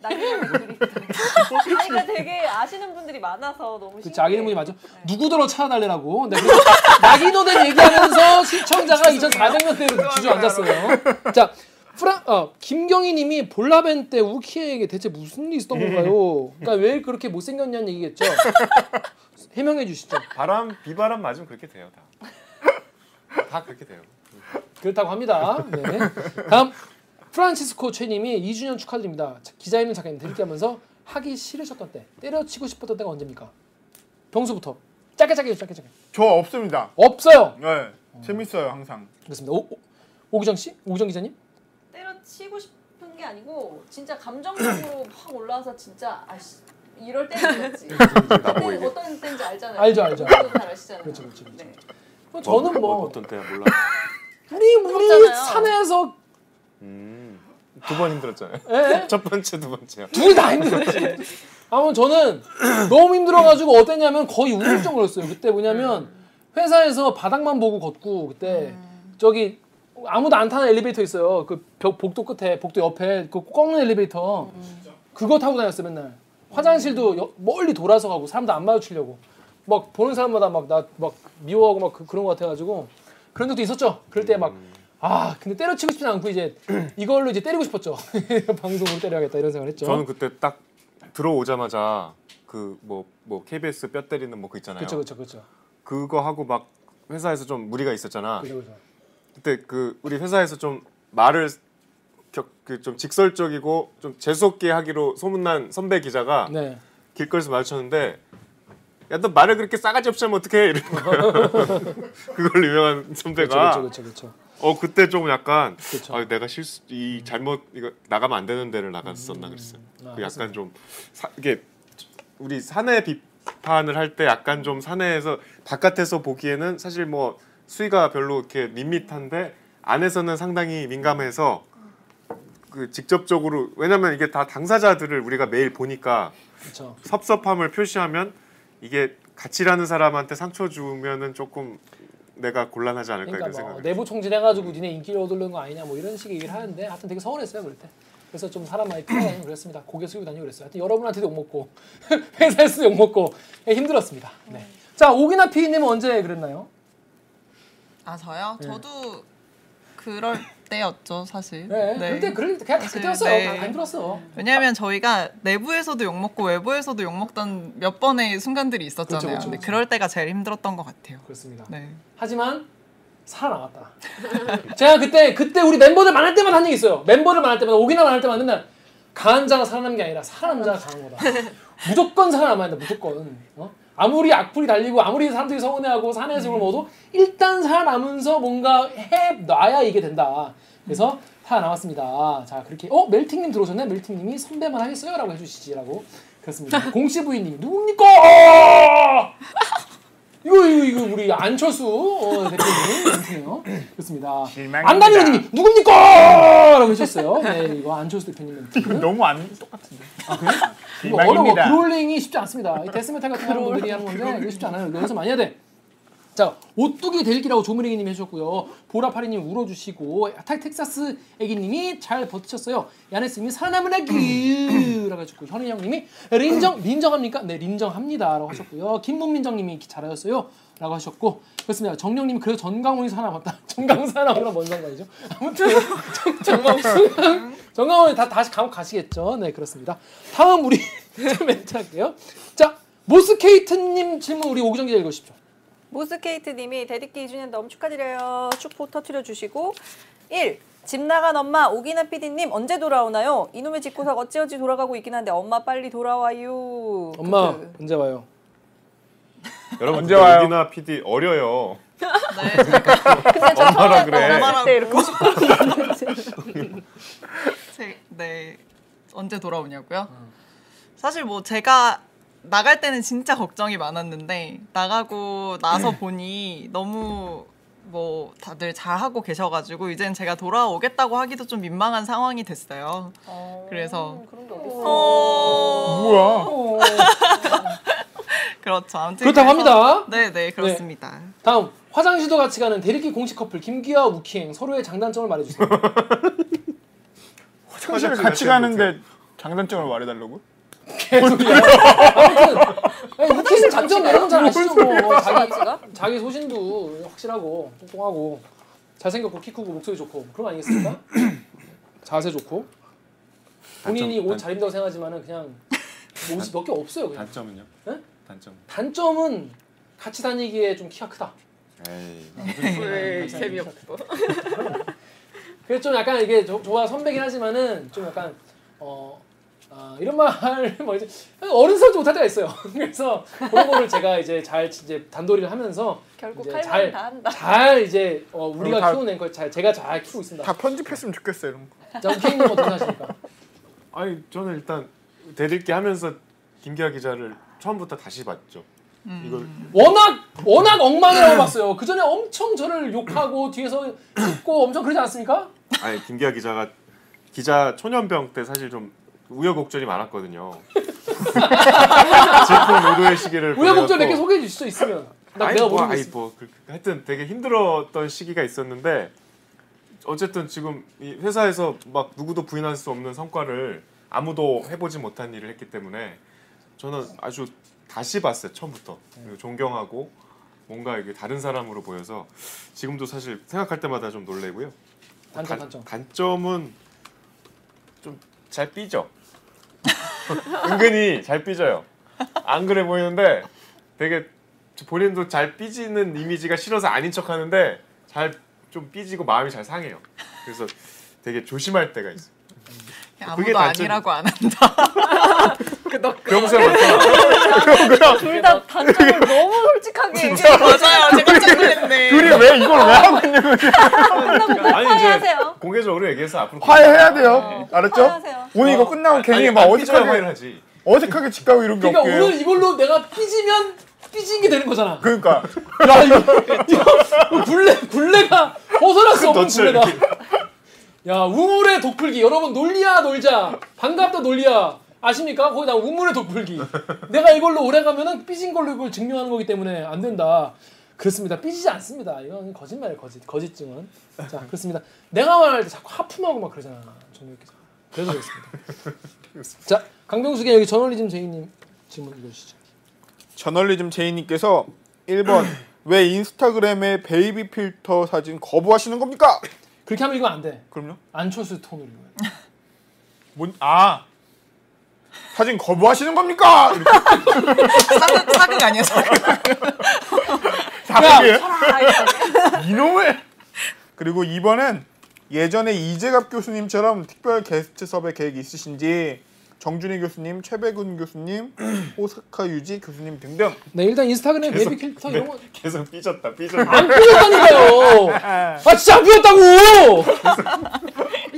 Speaker 3: 낙인어대 그립다고. 아니 그 되게 아시는 분들이 많아서 너무
Speaker 1: 그
Speaker 3: 신기해. 네.
Speaker 1: 자기는 분이 맞죠? 누구더러 찾아달래라고. 근데 그 낙인호된 얘기하면서 시청자가 2,400명대로 주저앉았어요. 자, 프라, 어, 김경희님이 볼라벤 때 우키에게 대체 무슨 일이 있었던
Speaker 2: 음.
Speaker 1: 건가요? 그러니까 왜 그렇게 못생겼냐는 얘기겠죠. 해명해 주시죠.
Speaker 4: 바람 비바람 맞으면 그렇게 돼요 다. 다 그렇게 돼요.
Speaker 1: 그렇다고 합니다. 네. 다음 프란시스코 최님이 2주년 축하드립니다. 자, 기자님은 작가님 드릴게 하면서 하기 싫으셨던 때, 때려치고 싶었던 때가 언제입니까? 병수부터. 짧게 짧게 짧게 짧게.
Speaker 2: 저 없습니다.
Speaker 1: 없어요.
Speaker 2: 네, 재밌어요 항상.
Speaker 1: 그렇습니다. 오, 오, 오기정 씨? 오기정 기자님?
Speaker 3: 때려치고 싶은 게 아니고 진짜 감정적으로 확 올라와서 진짜 아씨 이럴 때는 그렇지. 그때 어떤 때인지 알잖아요.
Speaker 1: 알죠, 알죠.
Speaker 3: 모두 잘 아시잖아요.
Speaker 1: 그렇죠, 그렇죠, 그렇죠.
Speaker 3: 네.
Speaker 1: 뭐 저는 뭐
Speaker 4: 어떤 때야 몰라.
Speaker 1: 우리 우리
Speaker 3: 그렇잖아요.
Speaker 1: 산에서
Speaker 4: 두 번 힘들었잖아요.
Speaker 1: 에?
Speaker 4: 첫 번째, 두 번째요.
Speaker 1: 둘이 네. 다 힘들었지. 그렇죠? 아무튼 저는 너무 힘들어가지고 어땠냐면 거의 우울 정도였어요. 그때 뭐냐면 회사에서 바닥만 보고 걷고 그때 저기 아무도 안 타는 엘리베이터 있어요. 그 벽, 복도 끝에 복도 옆에 그 꺾는 엘리베이터 그거 타고 다녔어 맨날. 화장실도 여- 멀리 돌아서 가고 사람도 안 마주치려고 막 보는 사람마다 막 나 막 미워하고 막 그, 런것 같아가지고 그런 적도 있었죠. 그럴 때 막. 아 근데 때려치고 싶진 않고 이제 이걸로 이제 때리고 싶었죠 방송으로 때려야겠다 이런 생각을 했죠.
Speaker 4: 저는 그때 딱 들어오자마자 그 뭐 뭐 KBS 뼈 때리는 뭐 그 있잖아요.
Speaker 1: 그렇죠, 그렇죠, 그렇죠.
Speaker 4: 그거 하고 막 회사에서 좀 무리가 있었잖아.
Speaker 1: 그렇죠, 그렇죠.
Speaker 4: 그때 그 우리 회사에서 좀 말을 그좀 직설적이고 좀 재수 없게 하기로 소문난 선배 기자가
Speaker 1: 네.
Speaker 4: 길거리에서 마주쳤는데 야너 말을 그렇게 싸가지 없이 하면 어떡해 이러는 거예요 그걸 유명한 선배가
Speaker 1: 그렇죠, 그렇죠, 그렇죠.
Speaker 4: 어 그때 좀 약간
Speaker 1: 그쵸.
Speaker 4: 아, 내가 실수 이 잘못 이거 나가면 안 되는 데를 나갔었나 그랬어요
Speaker 1: 아,
Speaker 4: 그 약간 좀 사, 이게 우리 사내 비판을 할 때 약간 좀 사내에서 바깥에서 보기에는 사실 뭐 수위가 별로 이렇게 밋밋한데 안에서는 상당히 민감해서 그 직접적으로 왜냐면 이게 다 당사자들을 우리가 매일 보니까
Speaker 1: 그렇죠.
Speaker 4: 섭섭함을 표시하면 이게 같이 일하는 사람한테 상처 주면은 조금 내가 곤란하지 않을까 이런
Speaker 1: 그러니까 뭐
Speaker 4: 생각을 음.
Speaker 1: 내부 총질해가지고 니네 인기를 얻으려는 거 아니냐 뭐 이런 식의 얘기를 하는데 하여튼 되게 서운했어요 그럴 때. 그래서 좀 사람 많이 피하다니고 그랬습니다. 고개 숙이고 다니고 그랬어요. 하여튼 여러분한테도 욕먹고 회사에서도 욕먹고 예, 힘들었습니다. 네. 자 오기나 피디님은 언제 그랬나요?
Speaker 6: 아 저요?
Speaker 1: 네.
Speaker 6: 저도 그럴 때였죠 사실.
Speaker 1: 네. 그때 그럴 때 그냥 다
Speaker 6: 사실,
Speaker 1: 그때였어요.
Speaker 6: 네.
Speaker 1: 다, 다 힘들었어.
Speaker 6: 왜냐하면 저희가 내부에서도 욕 먹고 외부에서도 욕 먹던 몇 번의 순간들이 있었잖아요.
Speaker 1: 그쵸, 그쵸,
Speaker 6: 근데
Speaker 1: 그쵸.
Speaker 6: 그럴 때가 제일 힘들었던 것 같아요.
Speaker 1: 그렇습니다.
Speaker 6: 네.
Speaker 1: 하지만 살아나왔다. 제가 그때 그때 우리 멤버들 만날 때마다 한 얘기 있어요. 멤버들 만날 때마다 오기나 만날 때마다 맨날 강한 자가 살아남는 게 아니라 살아남는 자가 강한 거다. 무조건 살아남아야 된다. 무조건. 어? 아무리 악플이 달리고 아무리 사람들이 서운해하고 사내에서 그걸 먹어도 일단 살아남으면서 뭔가 해놔야 이게 된다. 그래서 살아남았습니다. 자 그렇게 어 멜팅님 들어오셨네. 멜팅님이 선배만 하겠어요라고 해주시지라고 그렇습니다. 공시 부인님 누굽니까? 이거 이거 이거 우리 안철수 어, 대표님 멘트네요. 그렇습니다.
Speaker 2: 실망입니다.
Speaker 1: 안다니님이 누굽니까라고 해주셨어요. 네 이거 안철수 대표님 멘트.
Speaker 2: 너무 안 똑같은데. 네,
Speaker 1: 이거 어려워.
Speaker 2: 실망입니다.
Speaker 1: 그롤링이 쉽지 않습니다. 이 데스메탈 같은 거 하는 분들이 하는 건데 이거 쉽지 않아요. 이거 연습 많이 해야 돼. 자 오뚜기 대일기라고 조무랭이님 해주셨고요. 보라파리님 울어주시고 탈 텍사스 애기님이 잘 버티셨어요. 야네스님이 살아남은 애기라고 해주고 현우 형님이 린정 린정합니까? 네 린정합니다라고 하셨고요. 김문민정님이 잘하셨어요. 라고 하셨고 그렇습니다. 정령님 그래서 전강훈이 살아남았다. 정강훈 살아남으면 뭔 상관이죠? 아무튼 정- 정강훈 정강훈이 다 다시 감옥 가시겠죠? 네 그렇습니다. 다음 우리 멘트 할게요. 자 모스케이트님 질문 우리 오기정 기자 읽으십시오.
Speaker 3: 모스케이트님이 데디키 2주년 너무 축하드려요. 축포 터트려 주시고 1. 집 나간 엄마 오기나 PD님 언제 돌아오나요? 이놈의 집고사 어찌어찌 돌아가고 있긴 한데 엄마 빨리 돌아와요.
Speaker 1: 엄마
Speaker 3: 크크.
Speaker 1: 언제 와요?
Speaker 4: 여러분
Speaker 2: 언제
Speaker 4: 근데
Speaker 2: 와요?
Speaker 4: 여기나 PD 어려요.
Speaker 3: 근데 저
Speaker 4: 네.
Speaker 3: 처음에
Speaker 4: 엄마라 그래.
Speaker 3: 만났을 때 이렇게
Speaker 6: 제- 네 언제 돌아오냐고요? 사실 뭐 제가 나갈 때는 진짜 걱정이 많았는데 나가고 나서 보니 너무 뭐 다들 잘 하고 계셔가지고 이젠 제가 돌아오겠다고 하기도 좀 민망한 상황이 됐어요. 그래서
Speaker 3: 그런 게 어딨어.
Speaker 2: 뭐야?
Speaker 6: 그렇죠. 아무튼
Speaker 1: 그렇다고 합니다.
Speaker 6: 네네 그렇습니다.
Speaker 1: 다음 화장실도 같이 가는 대리기 공식 커플 김기아 우키행 서로의 장단점을 말해주세요.
Speaker 2: 화장실 같이 가는데 장단점을 말해달라고?
Speaker 1: 개소리야. 아무튼 아니, 우키행 장점 내는 잘 아시죠 뭐 자기 자기 소신도 확실하고 뚱뚱하고 잘생겼고 키 크고 목소리 좋고 그런 거 아니겠습니까? 자세 좋고 본인이
Speaker 4: 단점,
Speaker 1: 옷
Speaker 4: 단-
Speaker 1: 잘 입다고 생각하지만은 그냥 뭐 옷이 몇 개 없어요 그냥.
Speaker 4: 단점은요?
Speaker 1: 네?
Speaker 2: 음.
Speaker 4: 단점.
Speaker 1: 단점은 같이
Speaker 2: 음.
Speaker 1: 네, 다니기에 좀 키가 크다.
Speaker 4: 네. 에이.
Speaker 7: 왜 재미없어.
Speaker 1: 그래서 좀 약간 이게 저, 저보다 선배긴 하지만은 좀 약간 어, 아, 이런 말을 뭐지 어른스럽지 못할 때가 있어요. 그래서 그런 거를 제가 이제 잘 이제 단도리를 하면서
Speaker 3: 결국
Speaker 1: 이제
Speaker 3: 할
Speaker 1: 잘-
Speaker 3: 말은 다 한다.
Speaker 1: 잘 이제 어, 우리가
Speaker 2: 그럼 다-
Speaker 1: 키워낸 걸 잘 제가 잘 키우고
Speaker 2: 다
Speaker 1: 있습니다.
Speaker 2: 편집했으면 좋겠어요. 이런 거.
Speaker 1: 자, 우리 케이님 어떻게 하십니까?
Speaker 4: 아니 저는 일단 대들기 하면서 김기아 기자를 처음부터 다시 봤죠. 이걸
Speaker 1: 워낙 워낙 엉망이라고 봤어요. 그 전에 엄청 저를 욕하고 뒤에서 씹고 엄청 그러지 않습니까?
Speaker 4: 아니 김기아 기자가 기자 초년병 때 사실 좀 우여곡절이 많았거든요. 질풍 노도의 시기를
Speaker 1: 우여곡절 몇 개
Speaker 4: 보내고
Speaker 1: 소개해 주실 수 있으면 나
Speaker 4: 아니,
Speaker 1: 내가
Speaker 4: 뭐,
Speaker 1: 모르고
Speaker 4: 아니,
Speaker 1: 있어.
Speaker 4: 뭐, 그- 그- 하여튼 되게 힘들었던 시기가 있었는데 어쨌든 지금 이 회사에서 막 누구도 부인할 수 없는 성과를 아무도 해보지 못한 일을 했기 때문에 저는 아주 다시 봤어요 처음부터 그리고 존경하고 뭔가 이게 다른 사람으로 보여서 지금도 사실 생각할 때마다 좀 놀래고요.
Speaker 1: 단점 단점.
Speaker 4: 단점은 좀 잘 삐져. 은근히 잘 삐져요. 안 그래 보이는데 되게 본인도 잘 삐지는 이미지가 싫어서 아닌 척하는데 잘 좀 삐지고 마음이 잘 상해요. 그래서 되게 조심할 때가 있어요.
Speaker 6: 아무도
Speaker 4: 그게 단점이-
Speaker 6: 아니라고 안 한다.
Speaker 4: 평소에 보니까
Speaker 3: 둘 다 단점을 너무 솔직하게 얘기해.
Speaker 6: 맞아요. 제가 깜짝 놀랐네.
Speaker 2: 둘이 왜 이걸 왜 하고
Speaker 4: 아니 이제
Speaker 3: 화해하세요.
Speaker 4: 공개적으로 얘기해서 앞으로
Speaker 2: 화해해야 돼요. 알았죠?
Speaker 3: 아, 화해하세요.
Speaker 2: 오늘 이거 끝나고
Speaker 4: 아니,
Speaker 2: 괜히
Speaker 4: 아니,
Speaker 2: 막
Speaker 4: 안 삐져야
Speaker 2: 어색하게
Speaker 4: 화해를 하지.
Speaker 2: 어색하게 집 가고 이런 게
Speaker 4: 뭐,
Speaker 1: 그러니까
Speaker 2: 없게.
Speaker 1: 오늘 이걸로 내가 삐지면 삐진 게 되는 거잖아.
Speaker 2: 그러니까
Speaker 1: 야 이거 이거 굴레 굴레가 벗어날 수 없는
Speaker 4: 덫을
Speaker 1: 굴레다. 야 우물의 독풀기 여러분 놀리야 놀자 반갑다 놀리야 아십니까? 거기 나 우물의 독풀기. 내가 이걸로 오래 가면은 삐진 걸로 이걸 증명하는 거기 때문에 안 된다. 그렇습니다. 삐지지 않습니다. 이건 거짓말이에요. 거짓 거짓증은. 자 그렇습니다. 내가 말할 때 자꾸 하품하고 막 그러잖아. 저는 이렇게 그래서 그렇습니다. 자 강병숙의 여기 저널리즘 제이님 질문 읽어주시죠.
Speaker 2: 저널리즘 제이님께서 1번 왜 인스타그램에 베이비 필터 사진 거부하시는 겁니까?
Speaker 1: 그렇게 하면 읽으면 안 돼.
Speaker 2: 그럼요.
Speaker 1: 안철수 톤으로 읽어요.
Speaker 2: 뭔 아. 사진 거부하시는 겁니까? 이렇게
Speaker 6: 사극, 사극 아니야 사극.
Speaker 2: 사람이에요? 이놈의 그리고 2번은 예전에 이재갑 교수님처럼 특별 게스트 섭외 계획 있으신지 정준희 교수님, 최백운 교수님, 오사카 유지 교수님 등등
Speaker 1: 네
Speaker 2: 네,
Speaker 1: 일단 인스타그램 베이비 필터 이런 거
Speaker 4: 계속 삐졌다 삐졌다.
Speaker 1: 안 삐졌다니까요. 아 진짜 안 삐졌다고.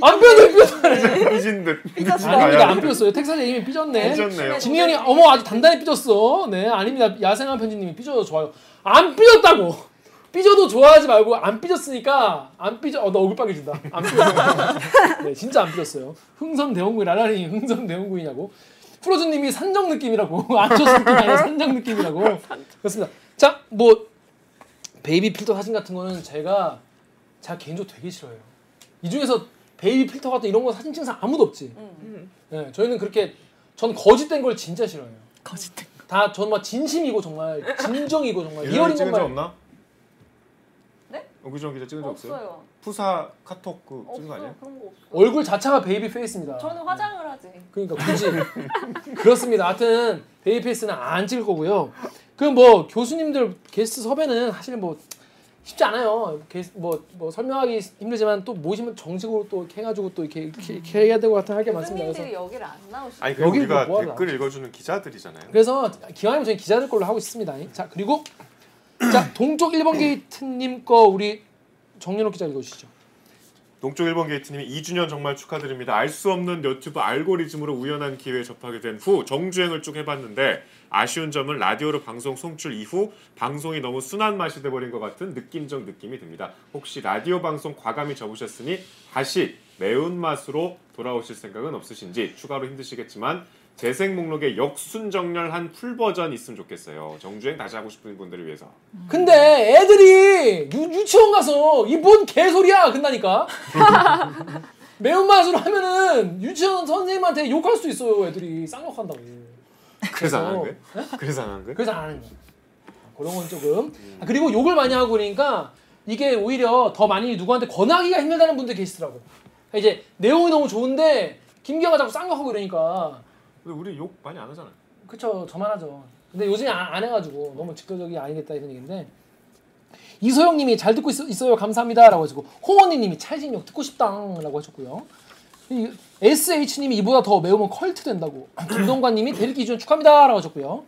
Speaker 1: 안 삐졌네 삐졌네.
Speaker 4: 삐진 듯.
Speaker 1: 아닙니다 안 삐졌어요. 텍사스 이미 삐졌네.
Speaker 4: 삐졌네요.
Speaker 1: 진이 형이 어머 아주 단단히 삐졌어. 네 아닙니다 야생한 편지님이 삐져도 좋아요. 안 삐졌다고. 삐져도 좋아하지 말고 안 삐졌으니까 안 삐져. 어나 얼굴 빨개진다. 안 삐졌어. 네 진짜 안 삐졌어요. 흥성 대원구이 라라리 흥성 대원구이냐고. 프로즈님이 산정 느낌이라고 안철수 느낌 아니라 산정 느낌이라고. 그렇습니다. 자뭐 베이비 필터 사진 같은 거는 제가 제가 개인적으로 되게 싫어해요. 이 중에서 베이비 필터 같은 이런 거 사진 찍는 사람 아무도 없지.
Speaker 7: 음.
Speaker 1: 예, 저희는 그렇게 전 거짓된 걸 진짜 싫어해요.
Speaker 6: 거짓된 거.
Speaker 1: 다 정말 진심이고 정말 진정이고 정말
Speaker 4: 이런
Speaker 1: 리얼인
Speaker 4: 찍은 적
Speaker 1: 것만
Speaker 4: 없나?
Speaker 3: 네?
Speaker 4: 오규정 기자 찍은 적 없어요?
Speaker 3: 없어요.
Speaker 4: 푸사 카톡 그 찍은 거 아니에요?
Speaker 3: 없어요. 그런 거 없어요.
Speaker 1: 얼굴 자체가 베이비 페이스입니다.
Speaker 3: 저는 화장을 하지.
Speaker 1: 그러니까 굳이 그렇습니다. 하여튼 베이페이스는 안 찍을 거고요. 그 뭐 교수님들 게스트 섭외는 사실 뭐 쉽지 않아요. 게스- 뭐, 뭐 설명하기 힘들지만 또 모시면 정식으로 또 이렇게 해가지고 또 이렇게, 이렇게, 이렇게 해야 되고 같은 할게 많습니다. 그래서
Speaker 3: 교수님들이 여기를 안 나오시죠.
Speaker 4: 아니 그리고
Speaker 1: 여기
Speaker 4: 우리가
Speaker 1: 뭐 하나?
Speaker 4: 댓글 읽어주는 기자들이잖아요.
Speaker 1: 그래서 기왕이면 저희 기자들 걸로 하고 있습니다. 자 그리고 자 동쪽 1번 게이트님 거 우리 정연호 기자 읽어주시죠.
Speaker 4: 동쪽 1번 게이트님이 2주년 정말 축하드립니다. 알 수 없는 유튜브 알고리즘으로 우연한 기회에 접하게 된 후 정주행을 쭉 해봤는데 아쉬운 점은 라디오로 방송 송출 이후 방송이 너무 순한 맛이 돼버린 것 같은 느낌적 느낌이 듭니다. 혹시 라디오 방송 과감히 접으셨으니 다시 매운맛으로 돌아오실 생각은 없으신지 추가로 힘드시겠지만 재생 목록에 역순정렬한 풀 버전 있으면 좋겠어요. 정주행 다시 하고 싶은 분들을 위해서.
Speaker 1: 근데 애들이 유, 유치원 가서 이 뭔 개소리야 그런다니까 매운맛으로 하면은 유치원 선생님한테 욕할 수 있어요 애들이 쌍욕한다고
Speaker 4: 그래서 안 한 거예요? 그래서 안 한 거예요?
Speaker 1: 그래서 안 하는 거야 그런 건 조금 아, 그리고 욕을 많이 하고 그러니까 이게 오히려 더 많이 누구한테 권하기가 힘들다는 분들 계시더라고 그러니까 이제 내용이 너무 좋은데 김기아가 자꾸 쌍욕하고 이러니까
Speaker 4: 근데 우리 욕 많이 안 하잖아요.
Speaker 1: 아, 그쵸 저만 하죠 근데 요즘에 안, 안 해가지고 너무 직접적이 아니겠다 이런 얘기인데 이소영님이 잘 듣고 있, 어요 감사합니다라고 해주고 홍원희님이 찰진력 듣고 싶다라고 해줬고요. 이 SH님이 이보다 더 매우면 컬트 된다고 김동관님이 대립 기준 축하합니다라고 하셨고요.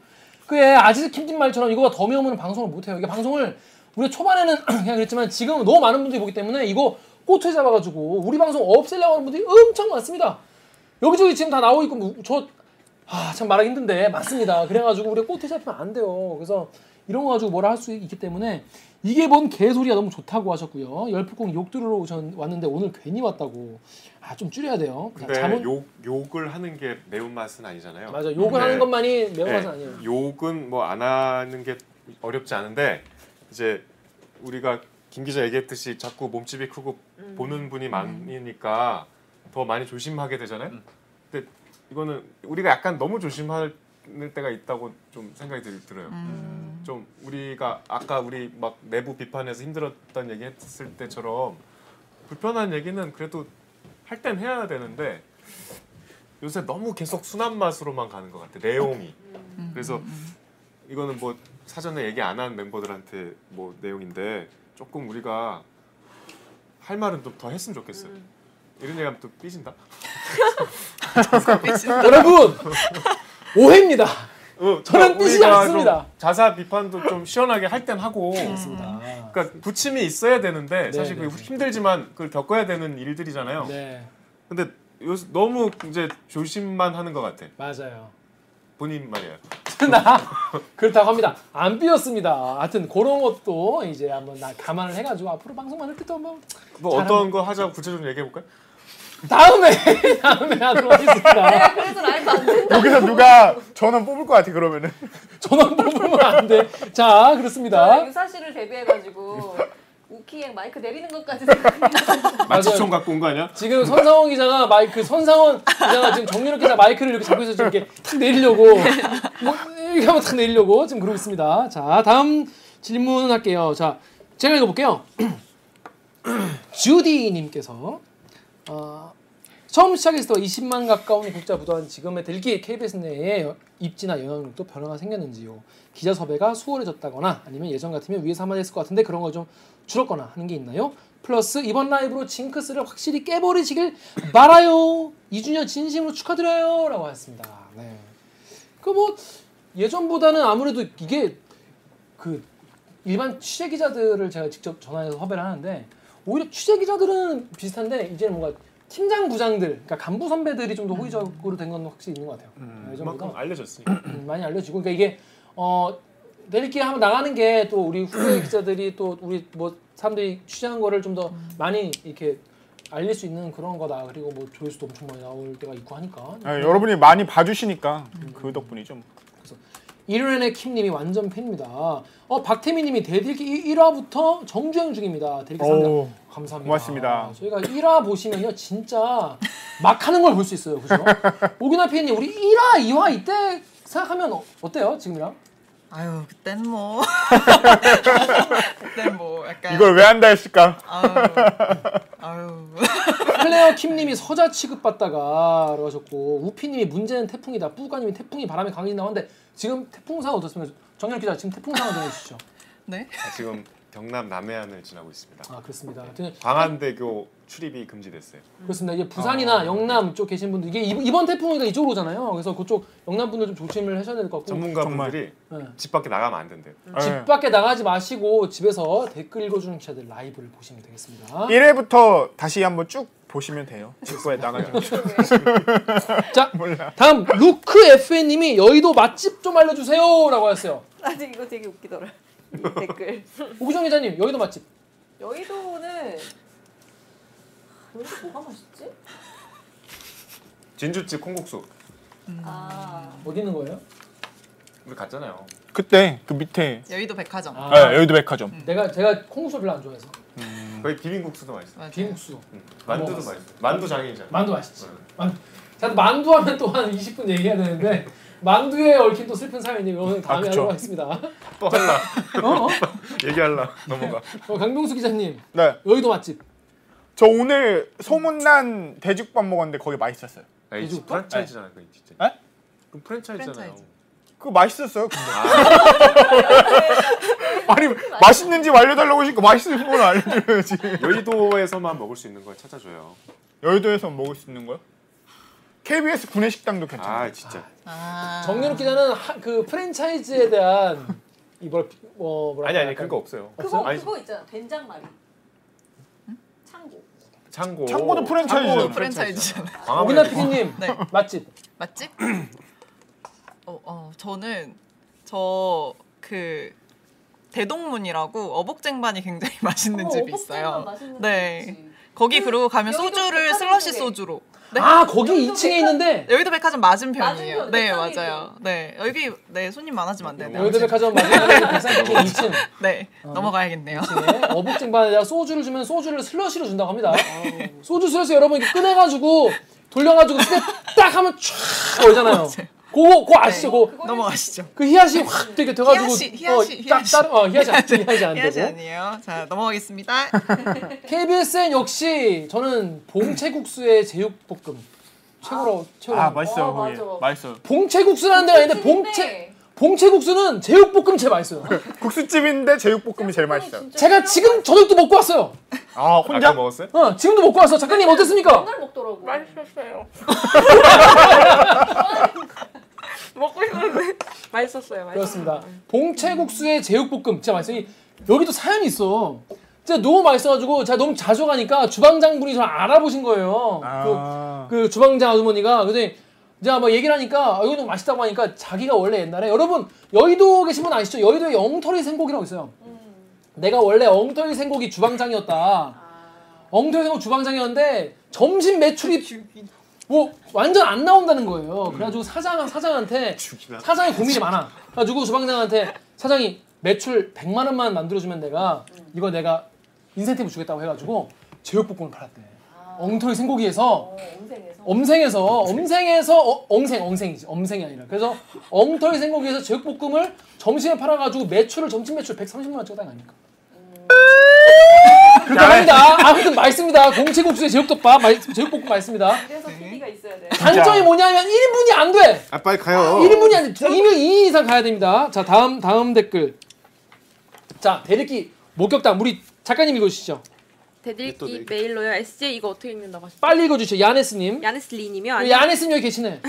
Speaker 1: 그의 아지스 킴진 말처럼 이거가 더 매우면 방송을 못해요. 이게 방송을 우리가 초반에는 그냥 그랬지만 지금 너무 많은 분들이 보기 때문에 이거 꼬투리 잡아가지고 우리 방송 없애려고 하는 분들이 엄청 많습니다. 여기저기 지금 다 나오고 있고 저아참 말하기 힘든데 맞습니다. 그래가지고 우리가 꼬투리 잡히면 안 돼요. 그래서 이런 거 가지고 뭐라 할 수 있기 때문에 이게 뭔 개소리야 너무 좋다고 하셨고요. 열폭공 욕 들으러 오셨 왔는데 오늘 괜히 왔다고 아 좀 줄여야 돼요. 자,
Speaker 4: 근데
Speaker 1: 잠은-
Speaker 4: 네, 욕 욕을 하는 게 매운 맛은 아니잖아요.
Speaker 1: 맞아 욕을
Speaker 4: 네.
Speaker 1: 하는 것만이 매운
Speaker 4: 네,
Speaker 1: 맛은 아니에요.
Speaker 4: 욕은 뭐 안 하는 게 어렵지 않은데 이제 우리가 김 기자 얘기했듯이 자꾸 몸집이 크고 보는
Speaker 1: 음.
Speaker 4: 분이 많으니까 더 많이 조심하게 되잖아요. 근데 이거는 우리가 약간 너무 조심할 때가 있다고 좀 생각이 들- 들어요. 좀 우리가 아까 우리 막 내부 비판에서 힘들었던 얘기했을 때처럼 불편한 얘기는 그래도 할 땐 해야 되는데 요새 너무 계속 순한 맛으로만 가는 것 같아 내용이
Speaker 10: 음,
Speaker 7: 음.
Speaker 4: 그래서 이거는 뭐 사전에 얘기 안 한 멤버들한테 뭐 내용인데 조금 우리가 할 말은 좀 더 했으면 좋겠어요 이런 얘기하면 또 삐진다
Speaker 1: 여러분 오해입니다.
Speaker 4: 어,
Speaker 1: 저는
Speaker 4: 그러니까
Speaker 1: 삐지지
Speaker 4: 우리가
Speaker 1: 않습니다.
Speaker 4: 좀 자사 비판도 좀 시원하게 할 땐 하고 그러니까 부침이 있어야 되는데 사실
Speaker 1: 네,
Speaker 4: 그게
Speaker 1: 네.
Speaker 4: 힘들지만 그걸 겪어야 되는 일들이잖아요
Speaker 1: 네
Speaker 4: 근데 요새 너무 이제 조심만 하는 것 같아
Speaker 1: 맞아요.
Speaker 4: 본인 말이에요
Speaker 1: 나 그렇다고 합니다. 안 삐었습니다. 하여튼 그런 것도 이제 한번 나 감안을 해가지고 앞으로 방송 만들 때도 한번
Speaker 4: 뭐
Speaker 1: 잘한
Speaker 4: 어떤 거 하자고 구체적으로 얘기해 볼까요?
Speaker 1: 다음에 다음에 하도록 하겠습니다.
Speaker 3: 네, 그래서 라이브 안 돼.
Speaker 2: 여기서 누가 전원 뽑을 것 같아 그러면은
Speaker 1: 전원 뽑으면 안 돼. 자 그렇습니다.
Speaker 3: 유사 씨를 대비해가지고 우키행 마이크 내리는 것까지 생각했는데
Speaker 4: 마취총 갖고 온 거 아니야?
Speaker 1: 지금 선상원 기자가 마이크 선상원 기자가 지금 정유럽 기자 마이크를 이렇게 잡고 있어 지금 이렇게 탁 내리려고 뭐 이렇게 한번 탁 내리려고 지금 그러고 있습니다. 자 다음 질문 할게요. 자 제가 읽어볼게요. 주디님께서 어, 처음 시작했을 때 20만 가까운 국자 부도한 지금의 들기 KBS 내에 여- 입지나 영향력도 변화가 생겼는지요. 기자 섭외가 수월해졌다거나 아니면 예전 같으면 위에서 한마디 했을 것 같은데 그런 거 좀 줄었거나 하는 게 있나요? 플러스 이번 라이브로 징크스를 확실히 깨버리시길 바라요. 이준현 진심으로 축하드려요. 라고 하셨습니다. 네. 그 뭐 예전보다는 아무래도 이게 그 일반 취재 기자들을 제가 직접 전화해서 섭외를 하는데 오히려 취재 기자들은 비슷한데 이제는 뭔가 팀장 부장들, 그러니까 간부 선배들이 좀 더 호의적으로 된 건 확실히 있는 것 같아요. 예전보다
Speaker 4: 음. 그만큼 알려졌으니까
Speaker 1: 음, 많이 알려지고 그러니까 이게 어 내리끼리 한번 나가는 게 또 우리 후배 기자들이 또 우리 뭐 사람들이 취재한 거를 좀 더
Speaker 4: 음.
Speaker 1: 많이 이렇게 알릴 수 있는 그런 거다 그리고 뭐 조회수도 엄청 많이 나올 때가 있고 하니까
Speaker 2: 아, 여러분이 많이 봐주시니까 그 덕분이죠.
Speaker 1: 일요일에 킴님이 완전 팬입니다. 어 박태민님이 대들기 1화부터 정주행 중입니다. 대들기
Speaker 2: 오.
Speaker 1: 3단 감사합니다.
Speaker 2: 고맙습니다.
Speaker 1: 저희가 1화 보시면요 진짜 막 하는 걸 볼 수 있어요. 그죠? 오기나 피디님 우리 1화, 2화 이때 생각하면 어, 어때요 지금이랑?
Speaker 6: 아유 그땐 뭐 그땐 뭐 약간
Speaker 2: 이걸 왜 한다 했을까?
Speaker 6: 아유 아유
Speaker 1: 플레어 킴님이 서자 취급받다가 라고 하셨고 우피님이 문제는 태풍이다 뿌가님이 태풍이 바람에 강하게 나왔는데 지금 태풍 상황 어떻습니까? 정렬 기자 지금 태풍 상황 전해주시죠
Speaker 6: 네
Speaker 4: 지금 경남 남해안을 지나고 있습니다.
Speaker 1: 아 그렇습니다 하여튼
Speaker 4: 광안대교 출입이 금지됐어요.
Speaker 1: 그렇습니다 이제 부산이나 영남 쪽 계신 분들 이게 이- 이번 태풍이가 이쪽으로 오잖아요 그래서 그쪽 영남 분들 좀 조심을 하셔야 될 것 같고
Speaker 4: 전문가분들이
Speaker 1: 네.
Speaker 4: 집 밖에 나가면 안 된대요.
Speaker 1: 집 밖에 나가지 마시고 집에서 댓글 읽어주는 기자들 라이브를 보시면 되겠습니다
Speaker 2: 1회부터 다시 한번 쭉 보시면 돼요. 직구에 나가지고.
Speaker 1: 네. 자 다음 루크 FN님이 여의도 맛집 좀 알려주세요 라고 하셨어요
Speaker 3: 아직 이거 되게 웃기더라 이 댓글
Speaker 1: 오기정 기자님 여의도 맛집
Speaker 3: 여의도는 여기서 뭐가 맛있지?
Speaker 4: 진주집 콩국수
Speaker 3: 아
Speaker 1: 어디 있는 거예요?
Speaker 4: 우리 갔잖아요.
Speaker 2: 그때 그 밑에
Speaker 6: 여의도 백화점
Speaker 1: 아,
Speaker 2: 아, 여의도 백화점.
Speaker 1: 내가 제가 콩국수 별로 안 좋아해서
Speaker 4: 거기 비빔국수도 맛있어.
Speaker 6: 맞아요.
Speaker 1: 비빔국수
Speaker 4: 음. 만두도
Speaker 1: 먹었어.
Speaker 4: 맛있어. 만두 음. 장인이잖아.
Speaker 1: 만두 맛있지 만두 자 만두 하면 또 한 20분 얘기해야 되는데 만두에 얽힌 또 슬픈 사연이 이거는 다음에 하도록
Speaker 2: 그쵸.
Speaker 1: 하겠습니다
Speaker 4: 아, 또 할라.
Speaker 1: 어? 어?
Speaker 4: 얘기할라. 넘어가.
Speaker 1: 어, 강병수 기자님
Speaker 2: 네.
Speaker 1: 여의도 맛집
Speaker 2: 저 오늘 소문난 돼지국밥 먹었는데 거기 맛있었어요.
Speaker 4: 아니,
Speaker 1: 이거
Speaker 4: 프랜차이즈잖아. 그게 진짜.
Speaker 2: 에?
Speaker 1: 네.
Speaker 4: 그럼 네. 프랜차이즈잖아요.
Speaker 6: 프랜차이즈.
Speaker 2: 그거 맛있었어요. 근데.
Speaker 4: 아.
Speaker 2: 아니 맛있는지 알려달라고 하시니까 맛있는 건 알려줘야지.
Speaker 4: 여의도에서만 먹을 수 있는 걸 찾아줘요.
Speaker 2: 여의도에서 먹을 수 있는 거야? KBS 구내식당도 괜찮아.
Speaker 4: 아 진짜.
Speaker 1: 정윤욱 기자는 하, 그 프랜차이즈에 대한 이걸 뭐 뭐라
Speaker 4: 아니 아니 그런 거 없어요.
Speaker 11: 그거
Speaker 4: 아니,
Speaker 11: 그거 있잖아 된장말이 창고
Speaker 4: 창고.
Speaker 2: 창고도 프랜차이즈잖아.
Speaker 4: 창고도
Speaker 6: 프랜차이즈잖아요.
Speaker 4: 광화문에
Speaker 1: 오기나 PD님
Speaker 6: 네.
Speaker 1: 맛집
Speaker 6: 맞지? 어, 어, 저는 저 그 대동문이라고 어복쟁반이 굉장히 맛있는 집이 있어요. 네. 거기 그리고 가면
Speaker 11: 여기도
Speaker 6: 소주를
Speaker 11: 백화점
Speaker 6: 슬러시
Speaker 11: 쪽에.
Speaker 6: 소주로. 네.
Speaker 1: 아 거기 2층에 있는데
Speaker 6: 여의도 백화점 맞은편이에요.
Speaker 11: 맞은편,
Speaker 6: 네,
Speaker 11: 백상이고.
Speaker 6: 맞아요. 네. 여기 네, 손님 많아지면 안 되네요.
Speaker 1: 여의도 백화점 맞은편에 백상기 2층
Speaker 6: 네. 넘어가야겠네요.
Speaker 1: 어복쟁반에다 소주를 주면 소주를 슬러시로 준다고 합니다. 소주 슬러시 여러분 이렇게 꺼내가지고 돌려가지고 그때 딱 하면 촥 얼잖아요. 그거 그거 아시죠? 그거
Speaker 6: 넘어가시죠.
Speaker 1: 그 히앗이 확 되게 돼가지고
Speaker 6: 히앗이, 히앗이,
Speaker 1: 어, 딱
Speaker 6: 히앗이.
Speaker 1: 따로 어 히앗이 안- 히앗이 안
Speaker 6: 해야지
Speaker 1: 되고 아.
Speaker 6: 아니에요. 자, 넘어가겠습니다.
Speaker 1: KBSN 역시 저는 봉채국수의 제육볶음 최고로 최고.
Speaker 2: 아
Speaker 1: 로
Speaker 2: 맛있어요
Speaker 11: 어,
Speaker 2: 거기.
Speaker 11: 맞아.
Speaker 2: 맛있어. 요
Speaker 1: 봉채국수라는 데가 있는데 봉채
Speaker 11: 봉채인데.
Speaker 1: 봉채국수는 제육볶음 제일 맛있어요.
Speaker 2: 국수집인데 제육볶음이 제일 맛있어요.
Speaker 1: 제가 지금 저녁도 먹고 왔어요.
Speaker 2: 아
Speaker 4: 혼자
Speaker 2: 혼자?
Speaker 4: 먹었어요?
Speaker 1: 어 지금도 먹고 왔어. 작가님 어땠습니까?
Speaker 11: 맨날 먹더라고
Speaker 7: 맛있었어요. 먹고 싶었는데 맛있었어요. 맛있었어요. 음.
Speaker 1: 그렇습니다. 봉채국수의 제육볶음 진짜 맛있어요. 이- 여기도 사연이 있어. 진짜 너무 맛있어가지고 제가 너무 자주 가니까 주방장분이 저를 알아보신 거예요.
Speaker 2: 아.
Speaker 1: 그, 그 주방장 아주머니가 근데 제가 막 얘기를 하니까 아, 여기 너무 맛있다고 하니까 자기가 원래 옛날에 여러분 여의도 계신 분 아시죠? 여의도에 엉터리 생고기라고 있어요.
Speaker 7: 음.
Speaker 1: 내가 원래 엉터리 생고기 주방장이었다.
Speaker 7: 아.
Speaker 1: 엉터리 생고기 주방장이었는데 점심 매출이 뭐 완전 안 나온다는 거예요. 그래가지고 사장 사장한테 사장이 고민이 많아. 그래가지고 주방장한테 사장이 매출 100만 원만 만들어주면 내가 이거 내가 인센티브 주겠다고 해가지고 제육볶음을 팔았대.
Speaker 11: 아.
Speaker 1: 엉터리
Speaker 11: 어,
Speaker 1: 생고기에서
Speaker 11: 인생에서
Speaker 1: 엄생에서 엄생에서 어, 엄생 엄생이지 엄생이 아니라 그래서 엉터리 생고기에서 제육볶음을 점심에 팔아가지고 매출을 점심 매출 130만 원 찍었다는 거 아닙니까?
Speaker 11: 음.
Speaker 1: 그렇게 합니다. 아무튼 맛있습니다. 공채국수의 제육덮밥, 맛- 제육볶음 맛있습니다.
Speaker 11: 그래서 PD가 있어야
Speaker 4: 네.
Speaker 11: 돼
Speaker 1: 단점이 뭐냐면 1분이 안 돼.
Speaker 4: 아 빨리 가요.
Speaker 1: 1분이 안 돼. 이면 2인 이상 가야 됩니다. 자 다음 다음 댓글. 자 대리기 목격담 우리 작가님 읽어주시죠.
Speaker 5: 대들기 메일로요. SJ 이거 어떻게 읽는다고 하시죠?
Speaker 1: 빨리 읽어주시죠. 야네스님.
Speaker 5: 야네슬리님이요.
Speaker 1: 우리 야네스님 여기 계시네.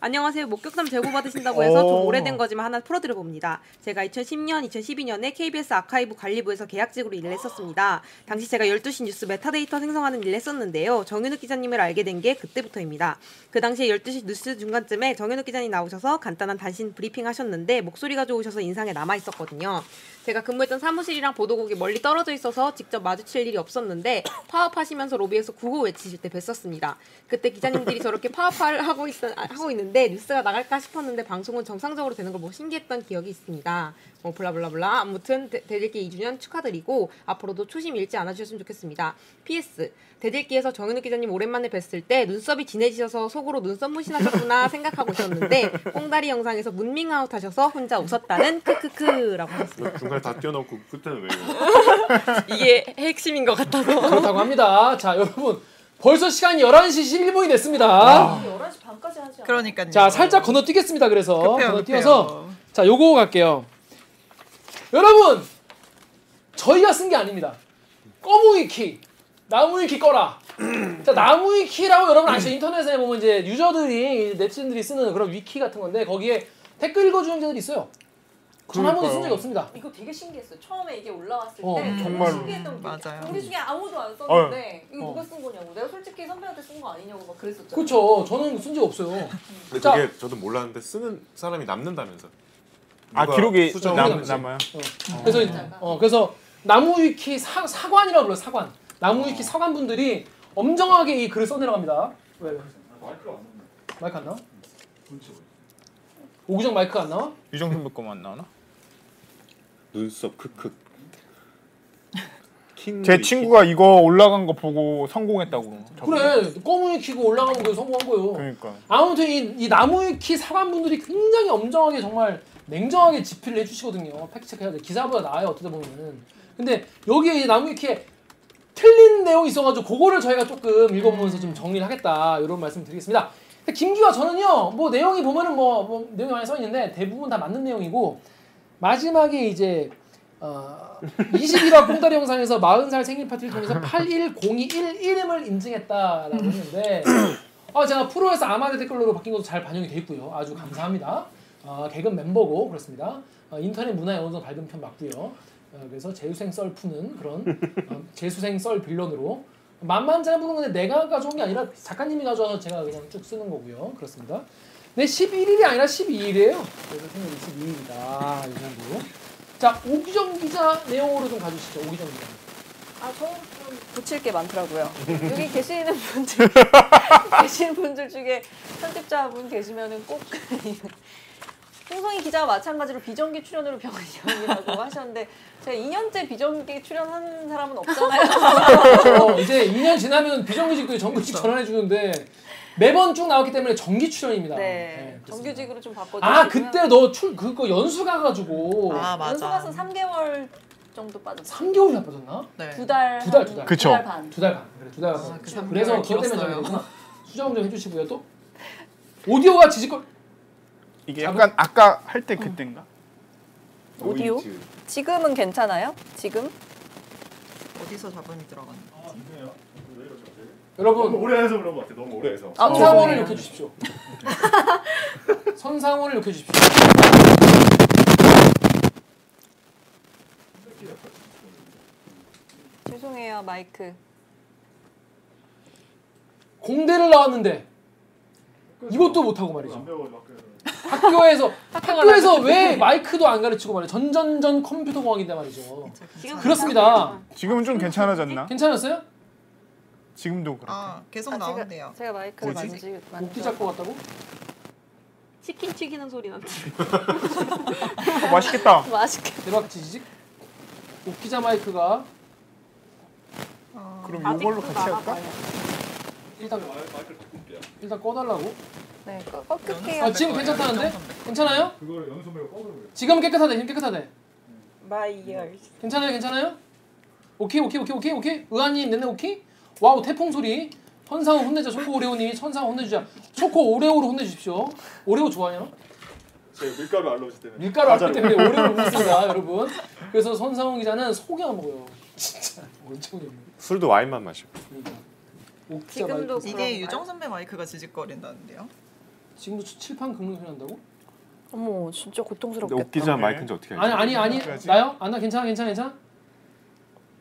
Speaker 5: 안녕하세요. 목격담 제보 받으신다고 해서 좀 오래된 거지만 하나 풀어드려 봅니다. 제가 2010년, 2012년에 KBS 아카이브 관리부에서 계약직으로 일을 했었습니다. 당시 제가 12시 뉴스 메타데이터 생성하는 일을 했었는데요. 정윤욱 기자님을 알게 된 게 그때부터입니다. 그 당시에 12시 뉴스 중간쯤에 정윤욱 기자님 나오셔서 간단한 단신 브리핑 하셨는데 목소리가 좋으셔서 인상에 남아 있었거든요. 제가 근무했던 사무실이랑 보도국이 멀리 떨어져 있어서 직접 마주칠 일이 없었는데 파업하시면서 로비에서 구호 외치실 때 뵀었습니다. 그때 기자님들이 저렇게 파업을 하고 있 하고 있는데 뉴스가 나갈까 싶었는데 방송은 정상적으로 되는 걸 뭐 신기했던 기억이 있습니다. 뭐 블라블라블라 아무튼 대- 대들기 2주년 축하드리고 앞으로도 초심 잃지 않아 주셨으면 좋겠습니다. PS 대들기에서 정윤욱 기자님 오랜만에 뵀을 때 눈썹이 진해지셔서 속으로 눈썹 무신하셨구나 생각하고 있었는데 꽁다리 영상에서 문밍아웃 하셔서 혼자 웃었다는 크크크라고 하셨습니다.
Speaker 4: 중간에 다 뛰어넘고 그때는 왜 이거?
Speaker 7: 이게 핵심인 것 같아서.
Speaker 1: 그렇다고 합니다. 자, 여러분. 벌써 시간이 11시 11분이 됐습니다.
Speaker 11: 아. 11시 반까지 하지 않아
Speaker 6: 그러니까요.
Speaker 1: 자, 살짝 건너뛰겠습니다. 그래서
Speaker 6: 급해요,
Speaker 1: 건너뛰어서
Speaker 6: 급해요.
Speaker 1: 자, 요거 갈게요. 여러분. 저희가 쓴 게 아닙니다. 꺼무위키. 나무위키 꺼라. 자, 나무위키라고 여러분 아시죠? 인터넷에 보면 이제 유저들이 이 네티즌들이 쓰는 그런 위키 같은 건데 거기에 댓글 읽어 주는 자들이 있어요. 전 한 번도 쓴 적이 없습니다.
Speaker 11: 이거 되게 신기했어요. 처음에 이게 올라왔을
Speaker 1: 어,
Speaker 11: 때 되게
Speaker 2: 정말.
Speaker 11: 신기했던 네, 게
Speaker 6: 맞아요.
Speaker 11: 우리 중에 아무도 안 썼는데 이거 누가 쓴 거냐고 내가 솔직히 선배한테 쓴 거 아니냐고 막 그랬었잖아.
Speaker 1: 그렇죠. 저는 쓴 적 없어요.
Speaker 4: 근데
Speaker 1: 자.
Speaker 4: 그게 저도 몰랐는데 쓰는 사람이 남는다면서.
Speaker 2: 아
Speaker 4: 누가
Speaker 2: 기록이
Speaker 4: 수정을
Speaker 2: 남,
Speaker 1: 하는지.
Speaker 2: 남아요.
Speaker 1: 그래서 이제- 어 그래서 나무위키 사, 사관이라고 불러요 사관 나무위키 사관 분들이 엄정하게 이 글을 써내려갑니다 왜 왜? 마이크 안 나와 오기정 마이크가 안 나와
Speaker 2: 유정선 배거만 나오나?
Speaker 4: 눈썹 크크.
Speaker 2: 제 친구가 이거 올라간 거 보고 성공했다고.
Speaker 1: 그래 꼬무위키고 올라가는 거 성공한 거예요
Speaker 2: 그러니까.
Speaker 1: 아무튼 이, 이 나무위키 사관분들이 굉장히 엄정하게 정말 냉정하게 지필을 해주시거든요. 팩트체크 해야 돼. 기사보다 나아요. 어떻게 보면은. 근데 여기에 이 나무위키에 틀린 내용이 있어가지고 그거를 저희가 조금 읽어보면서 좀 정리를 하겠다. 이런 말씀 드리겠습니다. 근데 김기화 저는요 뭐 내용이 보면은 뭐, 뭐 내용이 많이 써 있는데 대부분 다 맞는 내용이고 마지막에 이제 어, 21화 꽁다리 영상에서 40살 생일 파티를 통해서 810211임을 인증했다라고 했는데 아 제가 프로에서 아마대 댓글로 바뀐 것도 잘 반영이 돼 있고요 아주 감사합니다 아, 개근 멤버고 그렇습니다 아, 인터넷 문화에 어느 정도 밝은 편 맞고요 어, 그래서 재수생 썰 푸는 그런 어, 재수생 썰 빌런으로 만만 잘 부르는 건데 내가 가져온 게 아니라 작가님이 가져와서 제가 그냥 쭉 쓰는 거고요. 그렇습니다. 네, 11일이 아니라 12일이에요. 그래서 생일 22일이다. 이 정도. 자, 오기정 기자 내용으로 좀 가주시죠. 오기정 기자.
Speaker 3: 아, 저는 좀 붙일 게 많더라고요. 여기 계시는 분들, 계신 분들 중에 편집자분 계시면은 꼭. 홍성희 기자와 마찬가지로 비정기 출연으로 병원이라고 하셨는데 제가 2년째 비정기 출연하는 사람은 없잖아요.
Speaker 1: 어, 이제 2년 지나면 비정규직도 정규직
Speaker 6: 그렇죠.
Speaker 1: 전환해 주는데 매번 쭉 나왔기 때문에 정기 출연입니다.
Speaker 3: 네, 뭐
Speaker 1: 그렇습니다.
Speaker 3: 정규직으로 좀 바꿔주시고요. 네.
Speaker 1: 아, 그때 너 출 그거 연수 가가지고
Speaker 6: 아
Speaker 3: 연수 가서
Speaker 6: 맞아.
Speaker 3: 3개월 정도 빠졌어요.
Speaker 1: 3개월 나 빠졌나?
Speaker 6: 네.
Speaker 3: 두 달,
Speaker 1: 두 달,
Speaker 3: 한-
Speaker 1: 두 달.
Speaker 2: 그쵸.
Speaker 3: 두달 반.
Speaker 1: 두 달 반. 그래, 두 달 반.
Speaker 6: 그 삼
Speaker 1: 그래서
Speaker 6: 개월
Speaker 1: 그것 때문에 저희가
Speaker 6: 길었어요.
Speaker 1: 그렇구나. 수정 좀 해주시고요. 또 오디오가 지지걸
Speaker 2: 이게 약간 아까 할 때 그땐가?
Speaker 3: 오디오? 지금은 괜찮아요? 지금?
Speaker 6: 어디서 잡음이 들어갔나?
Speaker 1: 여러분
Speaker 9: 너무 오래해서 그런 것 같아. 너무 오래해서.
Speaker 3: 아,
Speaker 1: 선상원을
Speaker 6: 네.
Speaker 1: 욕해 주십시오. 선상원을 욕해 주십시오.
Speaker 3: 죄송해요, 마이크.
Speaker 1: 공대를 나왔는데 이것도 못하고 말이죠. 학교에서 학교에서 왜 마이크도 안 가르치고 말이죠. 전전전 컴퓨터 공학인데 말이죠.
Speaker 5: 지금
Speaker 1: 그렇습니다.
Speaker 2: 지금은 좀 괜찮아졌나?
Speaker 1: 괜찮았어요?
Speaker 2: 지금도 그렇게.
Speaker 6: 아 계속
Speaker 3: 제가,
Speaker 6: 나온대요.
Speaker 3: 제가 마이크를
Speaker 2: 뭐지?
Speaker 3: 만지
Speaker 1: 목뒤
Speaker 3: 만져.
Speaker 1: 잡고 갔다고?
Speaker 5: 치킨 튀기는 소리 난다.
Speaker 2: 어, 맛있겠다.
Speaker 3: 맛있게.
Speaker 1: 대박 지지직. 목기자 마이크가
Speaker 6: 어.
Speaker 2: 그럼 이걸로 같이 할까?
Speaker 1: 일단 일단 꺼달라고.
Speaker 3: 네, 꺼- 꺼끌게요.
Speaker 1: 아 지금 괜찮다는데? 괜찮아요?
Speaker 9: 그거를 연습으로 꺼버려.
Speaker 1: 지금 깨끗하대. 지금 깨끗하대.
Speaker 7: My ears.
Speaker 1: 괜찮아요, 괜찮아요? 오케이, 오케이, 오케이, 오케이, 오케이. 의아님, 내내 오케이. 와우, 태풍 소리. 현상 혼내자. 초코 오레오님이 천상 혼내주자. 초코 오레오로 혼내주십시오. 오레오 좋아해요?
Speaker 9: 제가 밀가루 알러지 때문에.
Speaker 1: 밀가루 알기 때문에 오레오를 먹습니다, 여러분. 그래서 선상훈 기자는 속이 안 먹어요. 진짜 엄청 없네.
Speaker 4: 술도 와인만 마셔.
Speaker 1: 어. 그러니까. 옥자
Speaker 5: 지금도
Speaker 1: 마이크.
Speaker 6: 이게 유정 선배 마이크가 지직거린다는데요?
Speaker 1: 지금도 칠판 긁는 소리 난다고?
Speaker 3: 어머, 진짜 고통스럽겠다.
Speaker 4: 근데 옥기자 마이크인지 어떻게 알지?
Speaker 1: 아니 아니 아니 나요? 안나 괜찮아 괜찮아 괜찮아?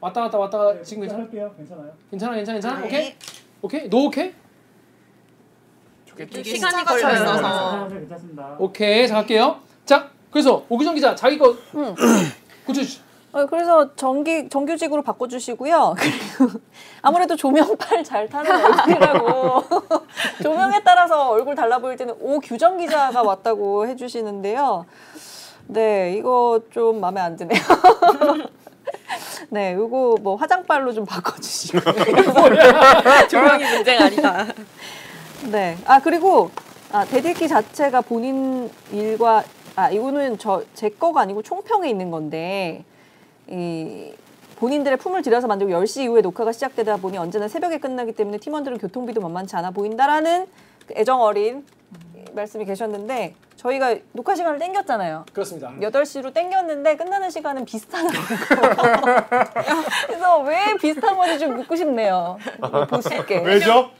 Speaker 1: 왔다 갔다 왔다 갔다 지금 네, 괜찮아?
Speaker 9: 할게요. 괜찮아요.
Speaker 1: 괜찮아 괜찮아 괜찮아?
Speaker 6: 네.
Speaker 1: 오케이? 오케이? 노 오케이?
Speaker 6: 이게
Speaker 7: 시간이
Speaker 6: 시차가 좀
Speaker 7: 걸려서.
Speaker 9: 아,
Speaker 6: 있어서.
Speaker 9: 괜찮습니다.
Speaker 1: 오케이 자 갈게요 자 그래서 오기정 기자 자기 거 고쳐주시
Speaker 3: 어, 그래서 정기 정규직으로 바꿔주시고요. 그리고 아무래도 조명빨 잘 타는 얼굴이라고 조명에 따라서 얼굴 달라 보일 때는 오 규정 기자가 왔다고 해주시는데요. 네, 이거 좀 마음에 안 드네요. 네, 이거 뭐 화장빨로 좀 바꿔주시고.
Speaker 7: 조명이 문제가 아니다.
Speaker 3: 네. 아 그리고 아 대들기 자체가 본인 일과 아 이거는 저 제 거가 아니고 총평에 있는 건데 이 본인들의 품을 들여서 만들고 10시 이후에 녹화가 시작되다 보니 언제나 새벽에 끝나기 때문에 팀원들은 교통비도 만만치 않아 보인다라는 그 애정 어린 말씀이 계셨는데 저희가 녹화 시간을 땡겼잖아요.
Speaker 1: 그렇습니다
Speaker 3: 8시로 땡겼는데 끝나는 시간은 비슷한 거예요. 그래서 왜 비슷한 건지 좀 묻고 싶네요.
Speaker 1: 아,
Speaker 3: 보실게.
Speaker 9: 왜죠?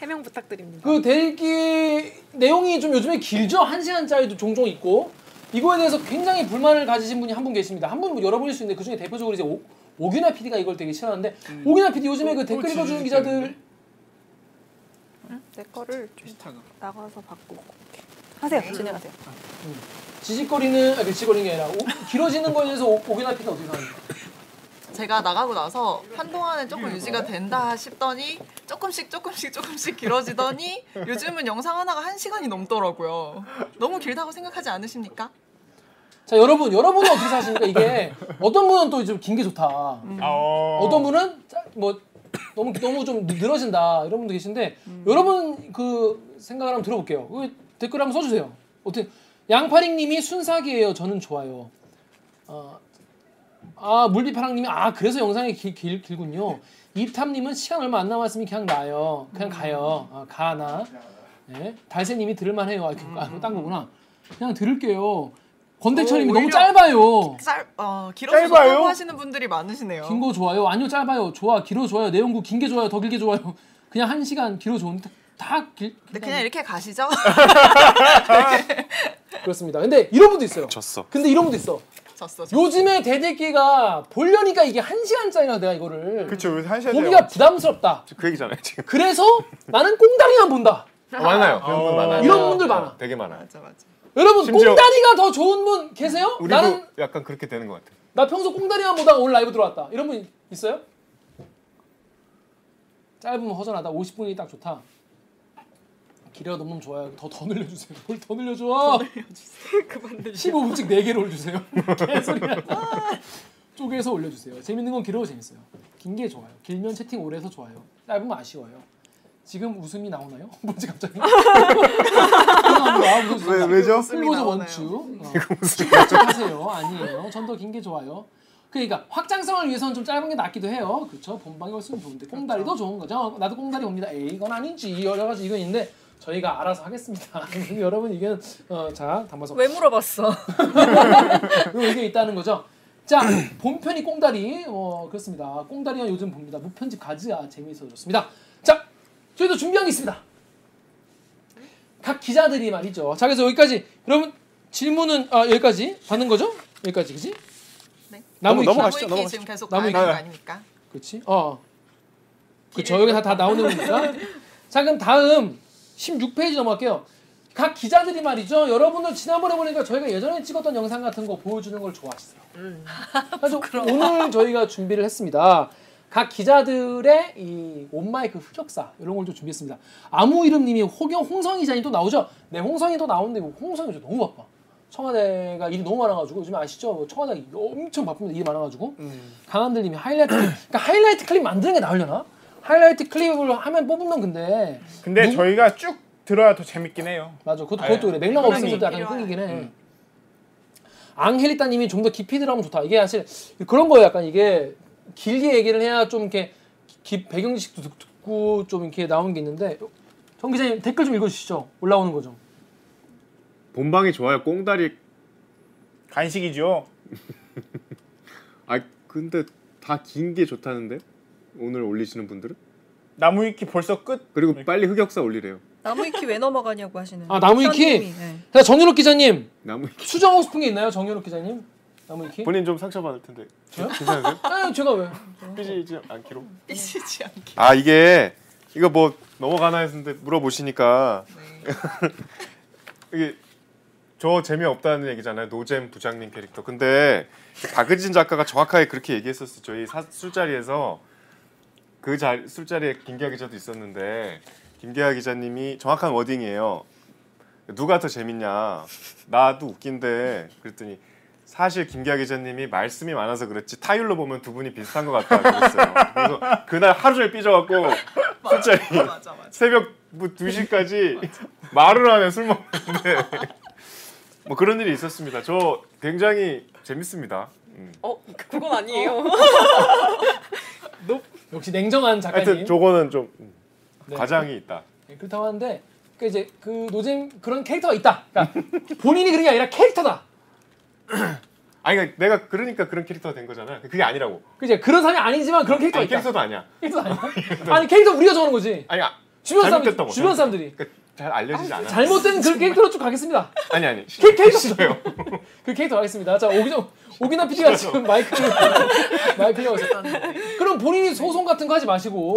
Speaker 5: 해명 부탁드립니다.
Speaker 1: 그 대일기 내용이 좀 요즘에 길죠? 한 시간짜리도 종종 있고 이거에 대해서 굉장히 불만을 가지신 분이 한 분 계십니다. 한 분은 뭐 여러분일 수 있는데 그중에 대표적으로 이제 오, 오균아 PD가 이걸 되게 싫어하는데 오균아 PD 요즘에 그 댓글 읽어주는 기자들
Speaker 3: 내 거를 좀 나가서 바꾸고 올게. 하세요 진행하세요
Speaker 1: 아, 음. 지직거리는 아니 지직거리는 게 아니라 오- 길어지는 거에 대해서 오, 오균아 PD는 어떻게 생각합니까?
Speaker 6: 제가 나가고 나서 한동안은 조금 유지가 된다 싶더니 조금씩 조금씩 조금씩 길어지더니 요즘은 영상 하나가 한 시간이 넘더라고요. 너무 길다고 생각하지 않으십니까?
Speaker 1: 자 여러분 여러분은 어떻게 사십니까? 이게 어떤 분은 또 좀 긴 게 좋다.
Speaker 6: 음.
Speaker 1: 어떤 분은 짜- 뭐 너무 너무 좀 늘어진다 이런 분도 계신데
Speaker 6: 음.
Speaker 1: 여러분 그 생각을 한번 들어볼게요. 그 댓글 한번 써주세요. 어떻게 양파링님이 순삭이에요. 저는 좋아요. 어, 아 물비파랑님이 아 그래서 영상이 길, 길
Speaker 6: 음.
Speaker 1: 길군요. 입탐님은 시간 얼마 안 남았으니 그냥 나요. 그냥 가요. 아, 가나. 예? 달새님이 들을만해요. 아,
Speaker 6: 음.
Speaker 1: 그- 아, 그거 딴 거구나. 그냥 들을게요. 권대철님이
Speaker 6: 오,
Speaker 1: 너무
Speaker 6: 어, 오히려-
Speaker 1: 짧아요.
Speaker 6: 짧, 어, 길어서
Speaker 2: 짧아요?
Speaker 6: 좋다고 하시는 분들이 많으시네요.
Speaker 1: 긴 거 좋아요. 아니요 짧아요. 좋아 길어 좋아요. 내용구 긴 게 좋아요. 더 길게 좋아요. 그냥 한 시간 길어 좋은데 다 길.
Speaker 6: 근데 그냥 이렇게 가시죠.
Speaker 1: 그렇습니다. 근데 이런 분도 있어요.
Speaker 4: 졌어.
Speaker 1: 근데 이런 분도 있어.
Speaker 6: 졌어. 졌어.
Speaker 1: 요즘에 대들기가 보려니까 이게 한 시간짜리나 내가 이거를
Speaker 2: 그쵸 요새 한 시간
Speaker 1: 보기가 부담스럽다.
Speaker 4: 그 얘기잖아요 지금.
Speaker 1: 그래서 나는 꽁다리만 본다.
Speaker 4: 아, 많아요. 그런 분 많아요.
Speaker 1: 어. 이런 분들 많아.
Speaker 4: 되게 많아요.
Speaker 6: 맞아 맞아.
Speaker 1: 여러분
Speaker 4: 심지어-
Speaker 1: 꽁다리가 더 좋은 분 계세요?
Speaker 4: 우리도
Speaker 1: 나는
Speaker 4: 약간 그렇게 되는 것 같아. 요
Speaker 1: 나 평소 꽁다리만 보다가 오늘 라이브 들어왔다. 이런 분 있어요? 짧으면 허전하다. 50분이 딱 좋다. 길어도 너무 좋아요. 더 더 늘려주세요. 뭘 더 늘려줘?
Speaker 5: 그만
Speaker 1: 15분씩 4개를 올려주세요. 개소리야. 쪼개서 올려주세요. 재밌는 건 길어도 재밌어요. 긴 게 좋아요. 길면 채팅 오래 해서 좋아요. 짧으면 아쉬워요. 지금 웃음이 나오나요? 뭔지 갑자기.
Speaker 2: 왜,
Speaker 1: 왜,
Speaker 2: 왜죠?
Speaker 6: 웃음이
Speaker 1: 슬로우
Speaker 6: 나오나요?
Speaker 1: 원추. 어. 이거 하세요. 아니에요. 전 더 긴 게 좋아요. 그러니까 확장성을 위해서는 좀 짧은 게 낫기도 해요. 그렇죠. 본방이 훨씬 좋은데 꽁다리도 좋은 거죠. 나도 꽁다리 옵니다. 에이 이건 아닌지 여러 가지 이건 있는데 저희가 알아서 하겠습니다. 여러분 이건 어, 자 담아서
Speaker 7: 왜 물어봤어?
Speaker 1: 그 의견 있다는 거죠. 자 본편이 꽁다리 어 그렇습니다. 꽁다리는 요즘 봅니다. 무편집 가지야 재미있어 좋습니다. 자 저희도 준비한 게 있습니다. 각 기자들이 말이죠. 자 그래서 여기까지 여러분 질문은 아 여기까지 받는 거죠? 여기까지 그지?
Speaker 6: 네.
Speaker 1: 나무
Speaker 4: 넘어- 넘어가-
Speaker 1: 넘어가.
Speaker 4: 넘어가시죠,
Speaker 6: 나무위키
Speaker 4: 넘어가시죠.
Speaker 6: 지금 계속
Speaker 1: 나무
Speaker 6: 가야
Speaker 1: 위키.
Speaker 6: 되는 거 아닙니까?
Speaker 1: 그렇지? 어. 그렇죠. 여기 다다 나오는 거니까. 자 그럼 다음 16페이지 넘어갈게요. 각 기자들이 말이죠. 여러분들 지난번에 보니까 저희가 예전에 찍었던 영상 같은 거 보여주는 걸 좋아하시죠. 그래서 오늘 저희가 준비를 했습니다. 각 기자들의 이 온마이크 그 흑역사 이런 걸 좀 준비했습니다. 아무 이름님이 혹여 홍성희 기자님 또 나오죠. 네, 홍성이 또 나오는데 홍성이 요즘 너무 바빠. 청와대가 일이 너무 많아가지고 요즘 아시죠? 뭐 청와대 가 엄청 바쁩니다. 일이 많아가지고
Speaker 2: 음.
Speaker 1: 강한들님이 하이라이트 클립, 그러니까 하이라이트 클립 만드는 게 나으려나? 하이라이트 클립을 하면 뽑으면 근데
Speaker 2: 근데 저희가 쭉 들어야 더 재밌긴 해요
Speaker 1: 맞아 그것도
Speaker 2: 아,
Speaker 1: 그것도
Speaker 2: 예.
Speaker 1: 그래 맥락
Speaker 6: 맥락이
Speaker 1: 없으면서도 약간
Speaker 6: 필요하네.
Speaker 1: 끊기긴 해.
Speaker 2: 음.
Speaker 1: 앙헬리타님이 좀 더 깊이 들어가면 좋다. 이게 사실 그런 거예요. 약간 이게 길게 얘기를 해야 좀 이렇게 깊 배경 지식도 듣- 듣고 좀 이렇게 나오는 게 있는데 정 기자님 댓글 좀 읽어주시죠. 올라오는 거죠.
Speaker 4: 본방이 좋아요. 꽁다리.
Speaker 2: 간식이죠
Speaker 4: 아 근데 다 긴 게 좋다는데 오늘 올리시는 분들은
Speaker 2: 나무 위키 벌써 끝
Speaker 4: 그리고 빨리 흑역사 올리래요.
Speaker 7: 나무위키 왜 넘어가냐고 하시는.
Speaker 1: 아, 나무위키?
Speaker 7: 선생님이, 네.
Speaker 1: 자 정유롭 기자님
Speaker 4: 나무
Speaker 1: 수정하고 싶은 게 있나요, 정유롭 기자님? 나무위키?
Speaker 12: 본인 좀 상처받을 텐데. 괜찮으세요?
Speaker 1: 아 제가 왜?
Speaker 12: 삐지지 않기로.
Speaker 6: 삐지지 않게.
Speaker 12: 아 이게 이거 뭐 넘어가나 했는데 물어보시니까 이게 저 재미없다는 얘기잖아요. 노잼 부장님 캐릭터. 근데 박은진 작가가 정확하게 그렇게 얘기했었어. 저희 사- 술자리에서 그 자- 술자리에 김기아 기자도 있었는데 김기아 기자님이 정확한 워딩이에요. 누가 더 재밌냐? 나도 웃긴데 그랬더니 사실 김기아 기자님이 말씀이 많아서 그랬지 타율로 보면 두 분이 비슷한 것 같다 그랬어요. 그래서 그날 하루 종일 삐져갖고 술자리
Speaker 6: 맞아 맞아.
Speaker 12: 새벽 뭐 2시까지 말을 안 해 술 먹는데 뭐 그런 일이 있었습니다. 저 굉장히 재밌습니다. 음.
Speaker 7: 어, 그건 아니에요.
Speaker 1: 역시 냉정한 작가님.
Speaker 12: 하여튼 저거는 좀 음,
Speaker 1: 네.
Speaker 12: 과장이 있다.
Speaker 1: 네, 그렇다고 하는데 그 이제 그 노잼 그런 캐릭터가 있다. 그러니까 본인이 그런 게 아니라 캐릭터다.
Speaker 12: 아니 그러니까 내가 그러니까 그런 캐릭터가 된 거잖아. 그게 아니라고.
Speaker 1: 그제 그런 사람이 아니지만 그런 캐릭터가
Speaker 12: 아니
Speaker 1: 있다.
Speaker 12: 캐릭터도 아니야.
Speaker 1: 캐릭터 아니야? 아니 캐릭터 우리가 정하는 거지.
Speaker 12: 아니 아,
Speaker 1: 주변
Speaker 12: 잘못됐다고.
Speaker 1: 사람들 주변 사람들이
Speaker 12: 그러니까 잘 알려지지 않아.
Speaker 1: 잘못된 그 캐릭터로 쭉 가겠습니다.
Speaker 12: 아니 아니.
Speaker 1: 그 캐릭터 그 캐릭터 가겠습니다. 자 오기정 오기나 PD가 지금 마이크를 마이크를 하고 있었다. 그럼 본인이 소송 같은 거 하지 마시고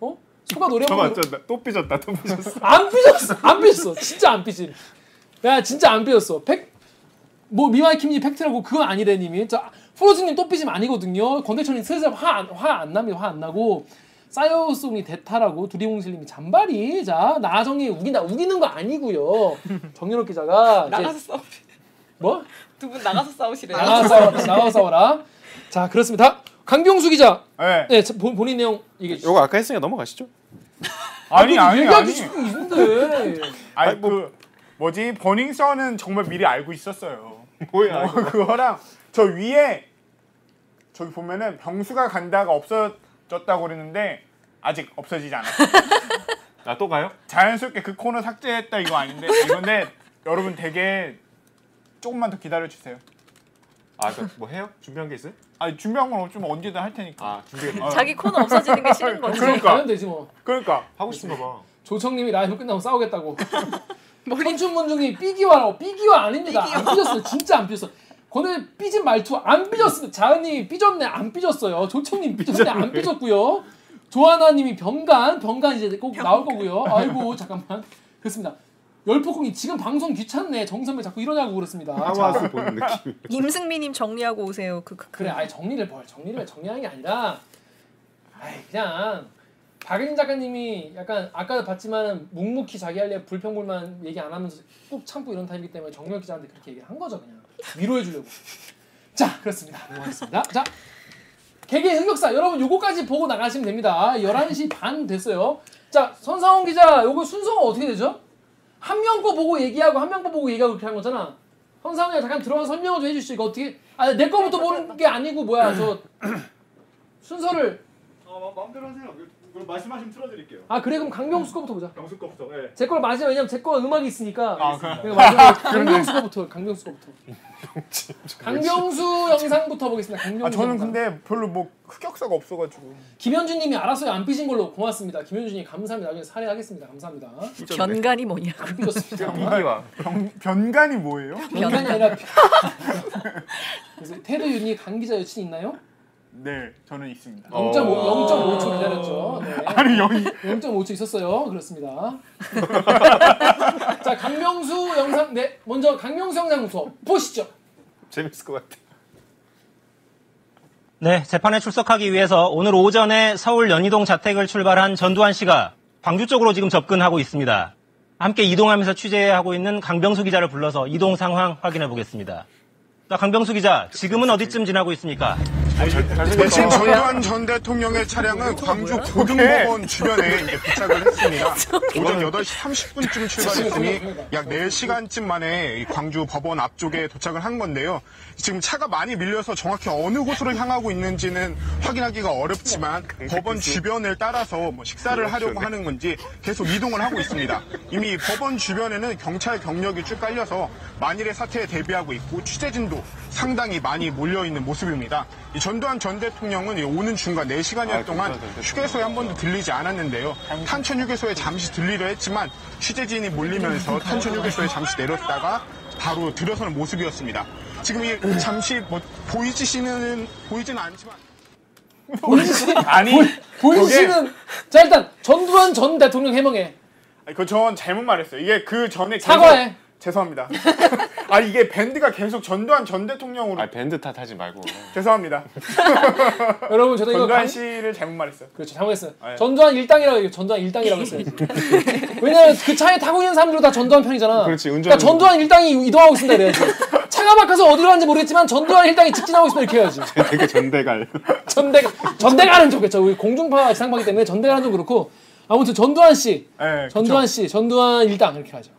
Speaker 1: 어 소가 노래
Speaker 12: 잠깐만 저또 삐졌다 또 삐졌어.
Speaker 1: 안 삐졌어. 안 삐졌어. 진짜 안 삐진. 야, 진짜 안 삐졌어. 팩, 뭐, 미마이킴님 팩트라고 그건 아니래, 님이. 저, 프로즈님 또 삐짐 아니거든요. 권대천님 슬슬 화안 화 안 납니다. 화 안 나고. 싸이오송이 대타라고 두리뭉실님이 잔발이 자 나정이 우긴다 우기는 거 아니고요 정유롭 기자가
Speaker 7: 나가서
Speaker 1: 아, 이제
Speaker 7: 싸우.
Speaker 1: 뭐
Speaker 7: 두분 나가서 싸우시래요.
Speaker 1: 나와 싸워라 나와 싸워라 자 그렇습니다 강병수 기자
Speaker 2: 네.
Speaker 1: 네 자, 본- 본인 내용 얘기해 주시죠
Speaker 12: 요거 아까 했으니까 넘어가시죠.
Speaker 2: 아니 아니
Speaker 1: 얘기하기
Speaker 2: 아니
Speaker 1: 쉽게 있는데
Speaker 2: 아니 그 뭐지 버닝썬은 정말 미리 알고 있었어요
Speaker 12: 뭐야?
Speaker 2: 어, 그거랑 저 위에 저기 보면은 병수가 간다가 없어졌다고 그랬는데 아직 없어지지 않았어요.
Speaker 4: 아 또 가요?
Speaker 2: 자연스럽게 그 코너 삭제했다 이거 아닌데 이건데 여러분 되게 조금만 더 기다려 주세요.
Speaker 4: 아뭐 해요? 준비한 게 있어요?
Speaker 2: 아 준비한 건 없지만 언제든 할 테니까.
Speaker 4: 아 준비
Speaker 7: 자기 코너 없어지는 게 싫은 거지.
Speaker 2: 그러니까
Speaker 1: 가면 되지 뭐.
Speaker 2: 그러니까
Speaker 4: 하고 싶은가 봐.
Speaker 1: 조청님이 라이브 끝나고 싸우겠다고. 현충문중님 삐기와라고 삐기와 아닙니다. 안 삐졌어요. 진짜 안 삐졌어. 오늘 삐진 말투 안 삐졌습니다. 자은이 삐졌네 안 삐졌어요. 조청님 삐졌네 안 삐졌고요. 조하나님이 병간 병간 이제 꼭 나올 거고요. 아이고 잠깐만 그렇습니다. 열폭공이 지금 방송 귀찮네. 정선배 자꾸 이러냐고
Speaker 10: 아,
Speaker 1: 그렇습니다. 자,
Speaker 12: 하와수 보는 느낌.
Speaker 7: 임승미님 정리하고 오세요. 크크크.
Speaker 1: 그래 아예 정리를 벌 정리를 해. 정리하는 게 아니라 아이 그냥 박은진 작가님이 약간 아까도 봤지만 묵묵히 자기 할래 불평불만 얘기 안 하면서 꼭 참고 이런 타입이기 때문에 정경 기자한테 그렇게 얘기한 거죠 그냥 위로해 주려고 자 그렇습니다 넘어가겠습니다 자 개개 흑역사 여러분 요거까지 보고 나가시면 됩니다 11시 반 됐어요 자 선상원 기자 요거 순서가 어떻게 되죠? 한 명 거 보고 얘기하고 한 명 거 보고 얘기하고 그렇게 한 거잖아 선상원 잠깐 들어가서 설명을 좀 해주시죠 이거 어떻게 아 내 거부터 보는 게 아니고 뭐야 저 순서를
Speaker 9: 어, 마- 마음대로 하세요. 그럼 말씀하시면 틀어드릴게요.
Speaker 1: 아 그래 그럼 강병수 거부터 보자
Speaker 9: 영수 거부터. 예.
Speaker 1: 제 걸 맞으면 왜냐면 제 거 음악이 있으니까
Speaker 2: 아 그래.
Speaker 1: 그러니까 마지막에 강병수 거부터 강병수 거부터 강병수 영상부터 보겠습니다 강병수
Speaker 2: 아 저는
Speaker 1: 영상.
Speaker 2: 근데 별로 뭐 흑역사가 없어가지고
Speaker 1: 김현준님이 알아서요 안 삐진 걸로 고맙습니다 김현준님 감사합니다 나중에 살해하겠습니다 감사합니다
Speaker 7: 견간이 뭐냐고.
Speaker 1: 안 삐졌습니다
Speaker 2: 변기와 변간이 뭐예요?
Speaker 1: 변간이 아니라 삐- 그래서 테드 윤이 강 기자 여친 있나요?
Speaker 2: 네 저는 있습니다.
Speaker 1: 0.5
Speaker 4: 어.
Speaker 1: 0.5초 기다렸죠 네.
Speaker 2: 어. 아니 여기
Speaker 1: 0.5초 있었어요. 그렇습니다. 자, 강명수 영상, 네, 먼저 강명수 영상부터 보시죠.
Speaker 12: 재밌을 것 같아.
Speaker 10: 네, 재판에 출석하기 위해서 오늘 오전에 서울 연희동 자택을 출발한 전두환 씨가 광주 쪽으로 지금 접근하고 있습니다. 함께 이동하면서 취재하고 있는 강병수 기자를 불러서 이동 상황 확인해 보겠습니다. 자, 강병수 기자, 지금은 어디쯤 지나고 있습니까?
Speaker 13: 대신 전두환 전 대통령의 차량은 광주 고등법원 주변에 이제 도착을 했습니다. 오전 8시 30분쯤 출발했으니 약 4시간쯤 만에 이 광주 법원 앞쪽에 도착을 한 건데요. 지금 차가 많이 밀려서 정확히 어느 곳으로 향하고 있는지는 확인하기가 어렵지만 법원 주변을 따라서 뭐 식사를 하려고 하는 건지 계속 이동을 하고 있습니다. 이미 법원 주변에는 경찰 경력이 쭉 깔려서 만일의 사태에 대비하고 있고 취재진도 상당히 많이 몰려있는 모습입니다. 이 전두환 전 대통령은 이 오는 중간 4시간여 동안 휴게소에 한 번도 들리지 않았는데요. 탄천 휴게소에 잠시 들리려 했지만 취재진이 몰리면서 탄천 휴게소에 잠시 내렸다가 바로 들어서는 모습이었습니다. 지금 이 잠시 뭐 보이지시는 보이지는 않지만
Speaker 2: 아니
Speaker 1: 보이시는 자 일단 전두환 전 대통령 해명해.
Speaker 2: 아니, 그거 전 잘못 말했어요. 이게 그 전에 계속-
Speaker 1: 사과해.
Speaker 2: 죄송합니다. 아 이게 밴드가 계속 전두환 전 대통령으로
Speaker 4: 아 밴드 탓하지 말고.
Speaker 2: 죄송합니다.
Speaker 1: 여러분 저도 이거
Speaker 2: 전두환
Speaker 1: 강-
Speaker 2: 씨를 잘못 말했어요.
Speaker 1: 그렇죠 잘못했어요.
Speaker 2: 아, 예.
Speaker 1: 전두환 일당이라고 얘기해. 전두환 일당이라고 했어요. 왜냐면 그 차에 타고 있는 사람들도 다 전두환 편이잖아.
Speaker 4: 그렇지,
Speaker 1: 그러니까
Speaker 4: 운전하는
Speaker 1: 전두환 일당이 이동하고 있습니다 이래야지. 차가 막혀서 어디로 가는지 모르겠지만 전두환 일당이 직진하고 있습니다 이렇게 해야지.
Speaker 4: 되게 전대갈.
Speaker 1: 전대가 전대가는 좋겠죠. 우리 공중파 지상파기 때문에 전대가는 좀 그렇고 아무튼 전두환 씨,
Speaker 4: 네,
Speaker 2: 예,
Speaker 1: 전두환 씨, 전두환 일당 이렇게 하죠.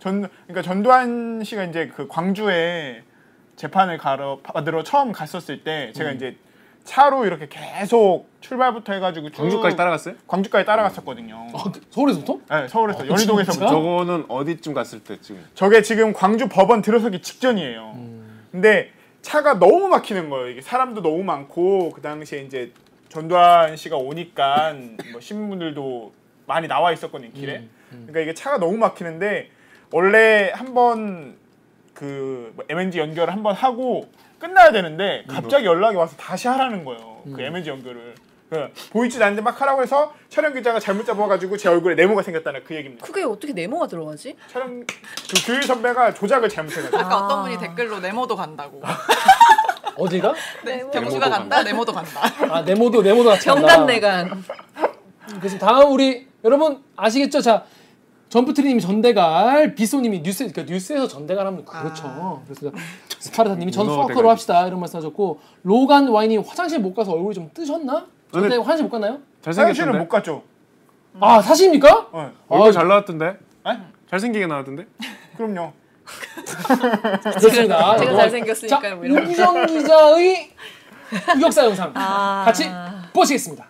Speaker 2: 전 그러니까 전두환 씨가 이제 그 광주에 재판을 가러 받으러 처음 갔었을 때 제가 이제 차로 이렇게 계속 출발부터 해가지고 쭉
Speaker 4: 광주까지 따라갔어요?
Speaker 2: 광주까지 따라갔었거든요.
Speaker 1: 아, 그- 서울에서부터?
Speaker 2: 네,
Speaker 4: 어,
Speaker 2: 서울에서 연희동에서부터
Speaker 1: 진짜?
Speaker 4: 저거는 어디쯤 갔을 때쯤?
Speaker 2: 저게 지금 광주 법원 들어서기 직전이에요. 근데 차가 너무 막히는 거예요. 이게 사람도 너무 많고 그 당시에 이제 전두환 씨가 오니까 뭐 신문들도 많이 나와 있었거든요 길에. 그러니까 이게 차가 너무 막히는데 원래 한번 그 MNG 연결을 한번 하고 끝나야 되는데 갑자기 연락이 와서 다시 하라는 거예요. 그 MNG 연결을. 그 보이지도 않는데 막 하라고 해서 촬영 기자가 잘못 잡아가지고 제 얼굴에 네모가 생겼다는 그 얘기입니다.
Speaker 7: 그게 어떻게 네모가 들어가지?
Speaker 2: 촬영 그 교일 선배가 조작을 잘못해가지고
Speaker 6: 아까 그러니까 어떤 분이 댓글로 네모도 간다고.
Speaker 1: 어디가?
Speaker 6: 네, 경주가 간다, 네모도 간다.
Speaker 1: 아 네모도 네모도 같이 간다.
Speaker 7: 경간 내간.
Speaker 1: 그래서 다음 우리 여러분 아시겠죠? 자 점프트리님이 전대갈, 비소님이 뉴스 그러니까 뉴스에서 전대갈 하면 그렇죠. 그래서 스파르타님이 전
Speaker 4: 문어가
Speaker 1: 수학과로 합시다 이런 말씀하셨고 로간 와인이 화장실 못 가서 얼굴이 좀 뜨셨나? 전대 화장실 못 갔나요?
Speaker 2: 화장실을
Speaker 4: 잘생겼던데.
Speaker 2: 못 갔죠.
Speaker 1: 아 사실입니까?
Speaker 2: 어,
Speaker 4: 얼굴
Speaker 1: 아,
Speaker 4: 잘 나왔던데.
Speaker 2: 에?
Speaker 4: 잘생기게 나왔던데.
Speaker 2: 그럼요.
Speaker 4: 어.
Speaker 1: 그렇습니다.
Speaker 7: 제가 잘생겼으니까요, 뭐 이런.
Speaker 1: 아, 우정 기자의
Speaker 7: 아.
Speaker 1: 역사 영상 같이 보시겠습니다.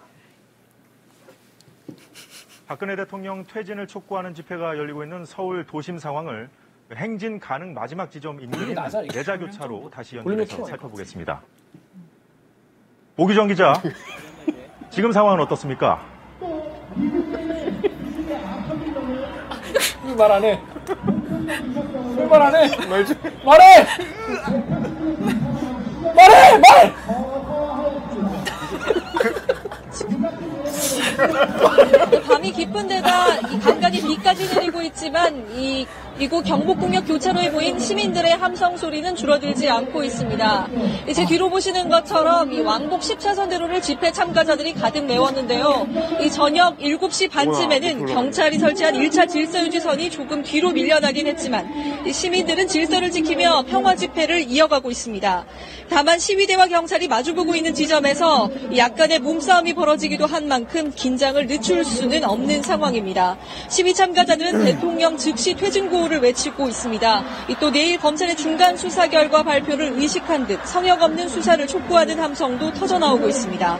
Speaker 14: 박근혜 대통령 퇴진을 촉구하는 집회가 열리고 있는 서울 도심 상황을 행진 가능 마지막 지점 인근
Speaker 1: 낮아, 이거. 뭐
Speaker 14: 내자교차로 다시
Speaker 1: 볼륨이
Speaker 14: 연결해서
Speaker 1: 키워야
Speaker 14: 살펴보겠습니다. 오기정 기자, 지금 상황은 어떻습니까?
Speaker 1: 말안 해.
Speaker 10: 아,
Speaker 1: 말안 해. 말해. 말해. 말.
Speaker 3: 그 밤이 깊은 데다 이 간간히 비까지 내리고 있지만 이 이곳 경복궁역 교차로에 보인 시민들의 함성 소리는 줄어들지 않고 있습니다. 이제 뒤로 보시는 것처럼 이 왕복 10차선 대로를 집회 참가자들이 가득 메웠는데요. 이 저녁 7시 반쯤에는 경찰이 설치한 1차 질서 유지선이 조금 뒤로 밀려나긴 했지만 이 시민들은 질서를 지키며 평화 집회를 이어가고 있습니다. 다만 시위대와 경찰이 마주보고 있는 지점에서 약간의 몸싸움이 벌어지기도 한 만큼 긴장을 늦출 수는 없는 상황입니다. 시위 참가자들은 대통령 즉시 퇴진 구호를 외치고 있습니다. 이또 내일 검찰의 중간 수사 결과 발표를 의식한 듯 성역 없는 수사를 촉구하는 함성도 터져나오고 있습니다.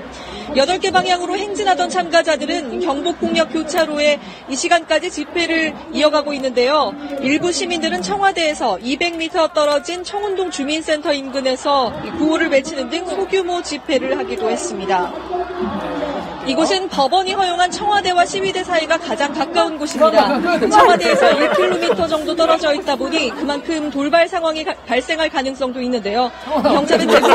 Speaker 3: 8개 방향으로 행진하던 참가자들은 경복궁역 교차로에 이 시간까지 집회를 이어가고 있는데요. 일부 시민들은 청와대에서 200m 떨어진 청운동 주민센터 인근에서 이 구호를 외치는 등 소규모 집회를 하기도 했습니다. 네. 이곳은 법원이 허용한 청와대와 시위대 사이가 가장 가까운 곳입니다. 청와대에서 1km 정도 떨어져 있다 보니 그만큼 돌발 상황이 가- 발생할 가능성도 있는데요. 경찰은 대부분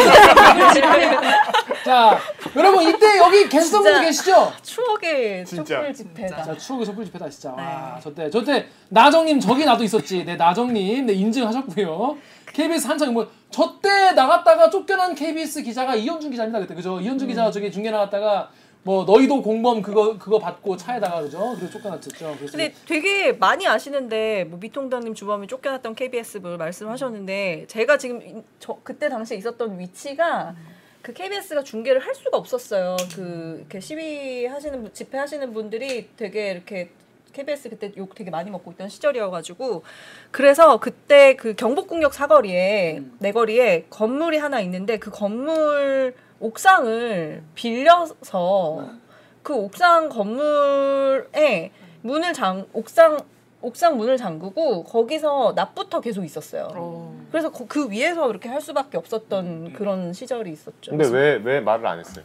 Speaker 3: 집회
Speaker 1: 자, 여러분 이때 여기 게스트 분들 계시죠?
Speaker 10: 추억의
Speaker 1: 진짜.
Speaker 10: 촛불 집회다. 네.
Speaker 1: 자, 추억의 촛불 집회다 진짜. 와, 저때 저때 나정님 저기 나도 있었지. 네, 나정님 네 인증하셨고요. KBS 한창 뭐 저때 나갔다가 쫓겨난 KBS 기자가 이현준 기자입니다 그때 그죠? 이현준
Speaker 10: 음.
Speaker 1: 기자가 저기 중계 나갔다가 뭐 너희도 공범 그거 그거 받고 차에다가 그죠? 그리고 쫓겨났었죠. 그래서
Speaker 10: 근데 되게 많이 아시는데 뭐 미통당님 주범이 쫓겨났던 KBS 를 말씀하셨는데 제가 지금 이- 저 그때 당시에 있었던 위치가 그 KBS가 중계를 할 수가 없었어요. 그 이렇게 시위 하시는 분- 집회 하시는 분들이 되게 이렇게 KBS 그때 욕 되게 많이 먹고 있던 시절이어가지고 그래서 그때 그 경복궁역 사거리에
Speaker 1: 음.
Speaker 10: 네 내거리에 건물이 하나 있는데 그 건물 옥상을 빌려서
Speaker 1: 음.
Speaker 10: 그 옥상 건물에 문을 잠 옥상 옥상 문을 잠그고 거기서 낮부터 계속 있었어요. 음. 그래서 거- 그 위에서 이렇게 할 수밖에 없었던 그런 시절이 있었죠.
Speaker 15: 근데 왜 왜 말을 안 했어요?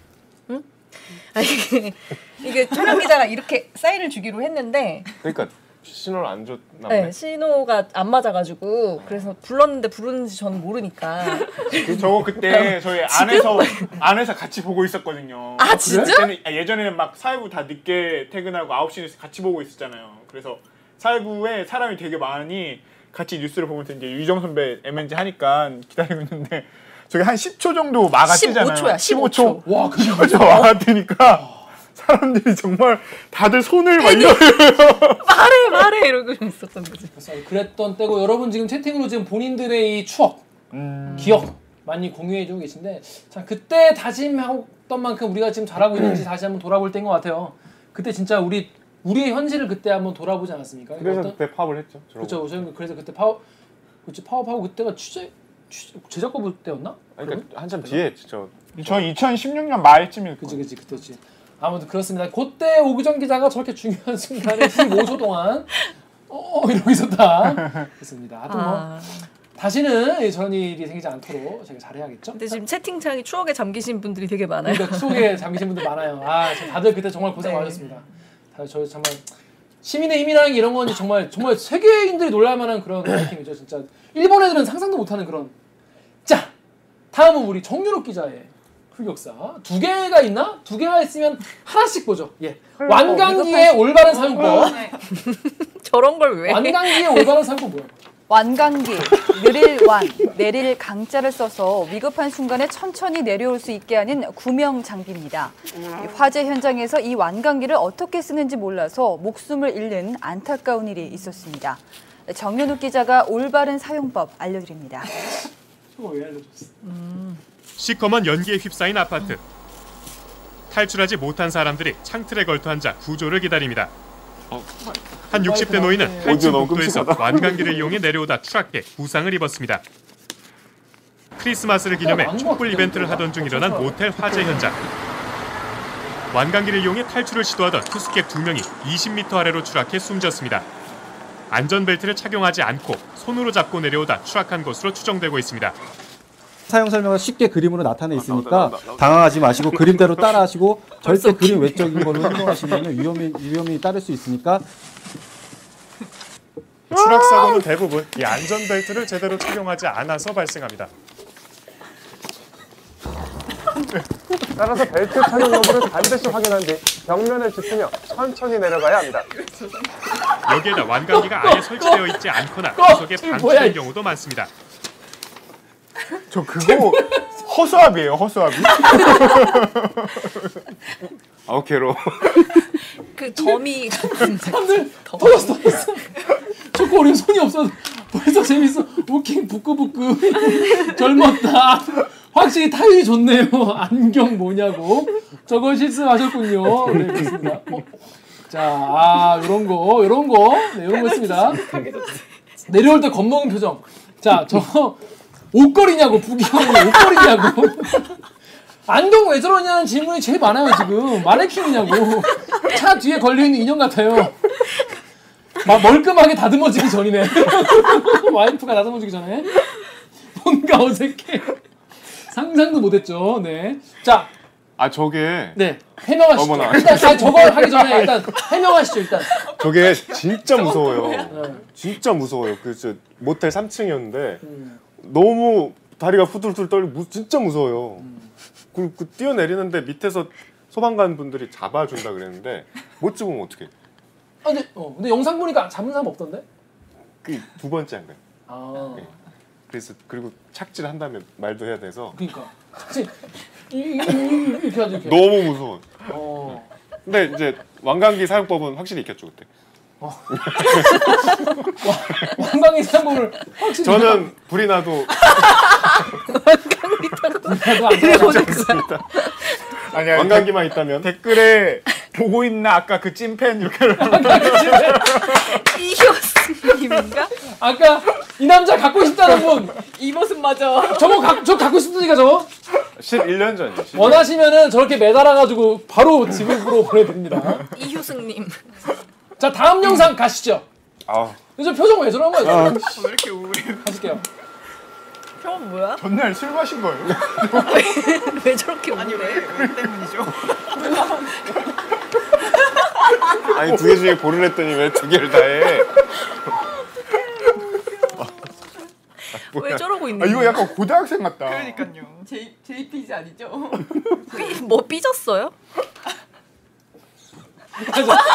Speaker 10: 이게 촬영 기자가 이렇게 사인을 주기로 했는데
Speaker 15: 그러니까 신호를 안 줬나 보네.
Speaker 10: 네, 신호가 안 맞아가지고 그래서 불렀는데 부르는지 저는 모르니까
Speaker 2: 그- 저거
Speaker 1: 네.
Speaker 2: 그때 저희 안에서 안에서 같이 보고 있었거든요.
Speaker 10: 아, 진짜?
Speaker 2: 그때는- 아, 예전에는 막 사회부 다 늦게 퇴근하고 9시 뉴스 같이 보고 있었잖아요. 그래서 사회부에 사람이 되게 많이 같이 뉴스를 보면서 이제 유정 선배 MNG 하니까 기다리고 있는데 저게 한 10초 정도 막아뜨잖아요.
Speaker 10: 15초 야,
Speaker 2: 15초.
Speaker 1: 와,
Speaker 2: 그저 막아뜨니까 사람들이 정말 다들 손을 막 이렇게
Speaker 10: 말해 말해 이러고 있었던 거지.
Speaker 1: 그랬던 때고 여러분 지금 채팅으로 지금 본인들의 이 추억, 기억 많이 공유해주고 계신데 참 그때 다짐했던 만큼 우리가 지금 잘하고 있는지 다시 한번 돌아볼 때인 것 같아요. 그때 진짜 우리 우리의 현실을 그때 한번 돌아보지 않았습니까?
Speaker 15: 그래서 그때 파업을 했죠. 저러고.
Speaker 1: 그렇죠. 저희는 그래서 그때 파업 그치 파업하고 그때가 취재, 취재 제작부 때였나?
Speaker 15: 그러니까 한참 뒤에 했죠. 저
Speaker 2: 저 2016년 말쯤일
Speaker 1: 그지 그지 그때지. 아무튼 그렇습니다. 그때 오규정 기자가 저렇게 중요한 순간에 15초 동안 어 이러고 있었다. 그렇습니다. 하여튼 뭐
Speaker 10: 아.
Speaker 1: 다시는 저런 일이 생기지 않도록 제가 잘해야겠죠.
Speaker 10: 근데 지금 채팅창이 추억에 잠기신 분들이 되게 많아요. 네.
Speaker 1: 그러니까 추억에 잠기신 분들 많아요. 아, 진짜 다들 그때 정말 고생 많으셨습니다. 다들 저희 정말 시민의 힘이라는 게 이런 건지 정말 정말 세계인들이 놀랄만한 그런 느낌이죠. 진짜 일본 애들은 상상도 못하는 그런. 자, 다음은 우리 정유롭 기자의 흑역사 두 개가 있나? 두 개가 있으면 하나씩 보죠. 예,
Speaker 16: 뭐
Speaker 1: 완강기의 올바른
Speaker 16: 어,
Speaker 1: 사용법.
Speaker 16: 네.
Speaker 10: 저런 걸 왜?
Speaker 1: 완강기의 올바른 사용법 뭐야?
Speaker 16: 완강기, 느릴 완, 내릴 강자를 써서 위급한 순간에 천천히 내려올 수 있게 하는 구명 장비입니다.
Speaker 17: 음.
Speaker 16: 이 화재 현장에서 이 완강기를 어떻게 쓰는지 몰라서 목숨을 잃는 안타까운 일이 있었습니다. 정윤욱 기자가 올바른 사용법 알려드립니다.
Speaker 1: 저거 왜 알려줬어?
Speaker 4: 시커먼 연기에 휩싸인 아파트. 탈출하지 못한 사람들이 창틀에 걸터 앉아 구조를 기다립니다. 한 60대 노인은
Speaker 15: 오디오
Speaker 4: 탈출
Speaker 15: 어, 너무
Speaker 4: 복도에서
Speaker 15: 끔찍하다.
Speaker 4: 완강기를 이용해 내려오다 추락해 부상을 입었습니다.
Speaker 15: 어,
Speaker 4: 크리스마스를 기념해 촛불 이벤트를 하던 중 일어난 모텔 화재 현장.
Speaker 14: 완강기를 이용해 탈출을 시도하던 투스캡 두 명이 20m 아래로 추락해 숨졌습니다. 안전벨트를 착용하지 않고 손으로 잡고 내려오다 추락한 것으로 추정되고 있습니다.
Speaker 10: 사용 설명을 쉽게 그림으로 나타내 있으니까 당황하지 마시고 그림대로 따라하시고 절대 그림 외적인 걸로 행동하시면 위험이 위험이 따를 수 있으니까
Speaker 14: 추락 사고는 대부분 이 안전벨트를 제대로 착용하지 않아서 발생합니다.
Speaker 18: 따라서 벨트 착용 여부를 반드시 확인한 뒤 벽면을 짚으며 천천히 내려가야 합니다.
Speaker 14: 여기에다 완강기가 아예 설치되어 있지 않거나
Speaker 18: 꺼!
Speaker 14: 구석에
Speaker 18: 지금 뭐야,
Speaker 14: 방치된
Speaker 18: 이거.
Speaker 14: 경우도 많습니다.
Speaker 2: 저 그거 허수아비예요 허수아비.
Speaker 4: 아우 괴로워.
Speaker 3: 그 점이
Speaker 1: 사람들 터졌어 터졌어 초코 우리 손이 없어 벌써 재밌어 웃긴 부끄부끄 젊었다 확실히 타율이 좋네요 안경 뭐냐고 저걸 실수하셨군요 네 그렇습니다 어? 자 이런 거 이런 거 네, 이런 거 있습니다 내려올 때 겁먹은 표정 자저 옷걸이냐고 부기형이 옷걸이냐고 안경 왜 저러냐는 질문이 제일 많아요 지금 마네킹이냐고 차 뒤에 걸려있는 인형 같아요 막 멀끔하게 다듬어지기 전이네 와이프가 다듬어지기 전에 뭔가 어색해 상상도 못했죠 네자
Speaker 4: 아 저게
Speaker 1: 네 해명하시죠
Speaker 4: 어머나.
Speaker 1: 일단 자, 저걸 하기 전에 일단 해명하시죠 일단
Speaker 4: 네. 저게 진짜
Speaker 1: 네.
Speaker 4: 무서워요. 진짜 무서워요. 그 저 모텔 3층이었는데
Speaker 1: 음.
Speaker 4: 너무 다리가 후들후들 떨리고 무- 진짜 무서워요.
Speaker 1: 음.
Speaker 4: 그, 그 뛰어내리는데 밑에서 소방관 분들이 잡아준다 그랬는데 못 잡으면 어떡해.
Speaker 1: 아, 근데, 어, 근데 영상 보니까 잡은 사람 없던데
Speaker 4: 그 두 번째인가요?
Speaker 1: 아
Speaker 4: 그래서 그리고 착지를 한 다음에 말도 해야 돼서
Speaker 1: 그러니까 이- 이- 이- 이렇게 하죠 이렇게
Speaker 4: 너무 무서워.
Speaker 1: 어.
Speaker 4: 근데 이제 왕관기 사용법은 확실히 익혔죠 그때.
Speaker 1: 어. 왕방의 사고를 확실히
Speaker 4: 저는 불이 나도
Speaker 2: 아니
Speaker 4: 왕관기만 있다면
Speaker 2: 댓글에 보고 있나 아까 그 찐팬 이렇게
Speaker 1: 이효스님인가? 아까 이 남자 갖고 싶다는 분 이 모습 맞아 저거 가, 저 갖고 싶으니까 저거
Speaker 4: 11년 전이에요. 11년.
Speaker 1: 원하시면은 저렇게 매달아가지고 바로 지급으로 보내드립니다
Speaker 3: 이효승님.
Speaker 1: 자 다음 영상 가시죠
Speaker 4: 아.
Speaker 1: 요즘 표정 왜 저런 거예요?
Speaker 4: 아.
Speaker 1: 왜 이렇게 우울해 가실게요
Speaker 3: 그럼 뭐야?
Speaker 2: 전날 술 마신 거예요.
Speaker 3: 왜 저렇게
Speaker 17: 아니 왜? 왜 때문이죠?
Speaker 4: 아니 두 개 중에 고를 했더니 왜 두 개를 다 해?
Speaker 3: 왜 저러고 있는
Speaker 2: 아, 이거 약간 고등학생 같다.
Speaker 17: 그러니까요.
Speaker 3: J JPG 아니죠? 뭐 삐졌어요?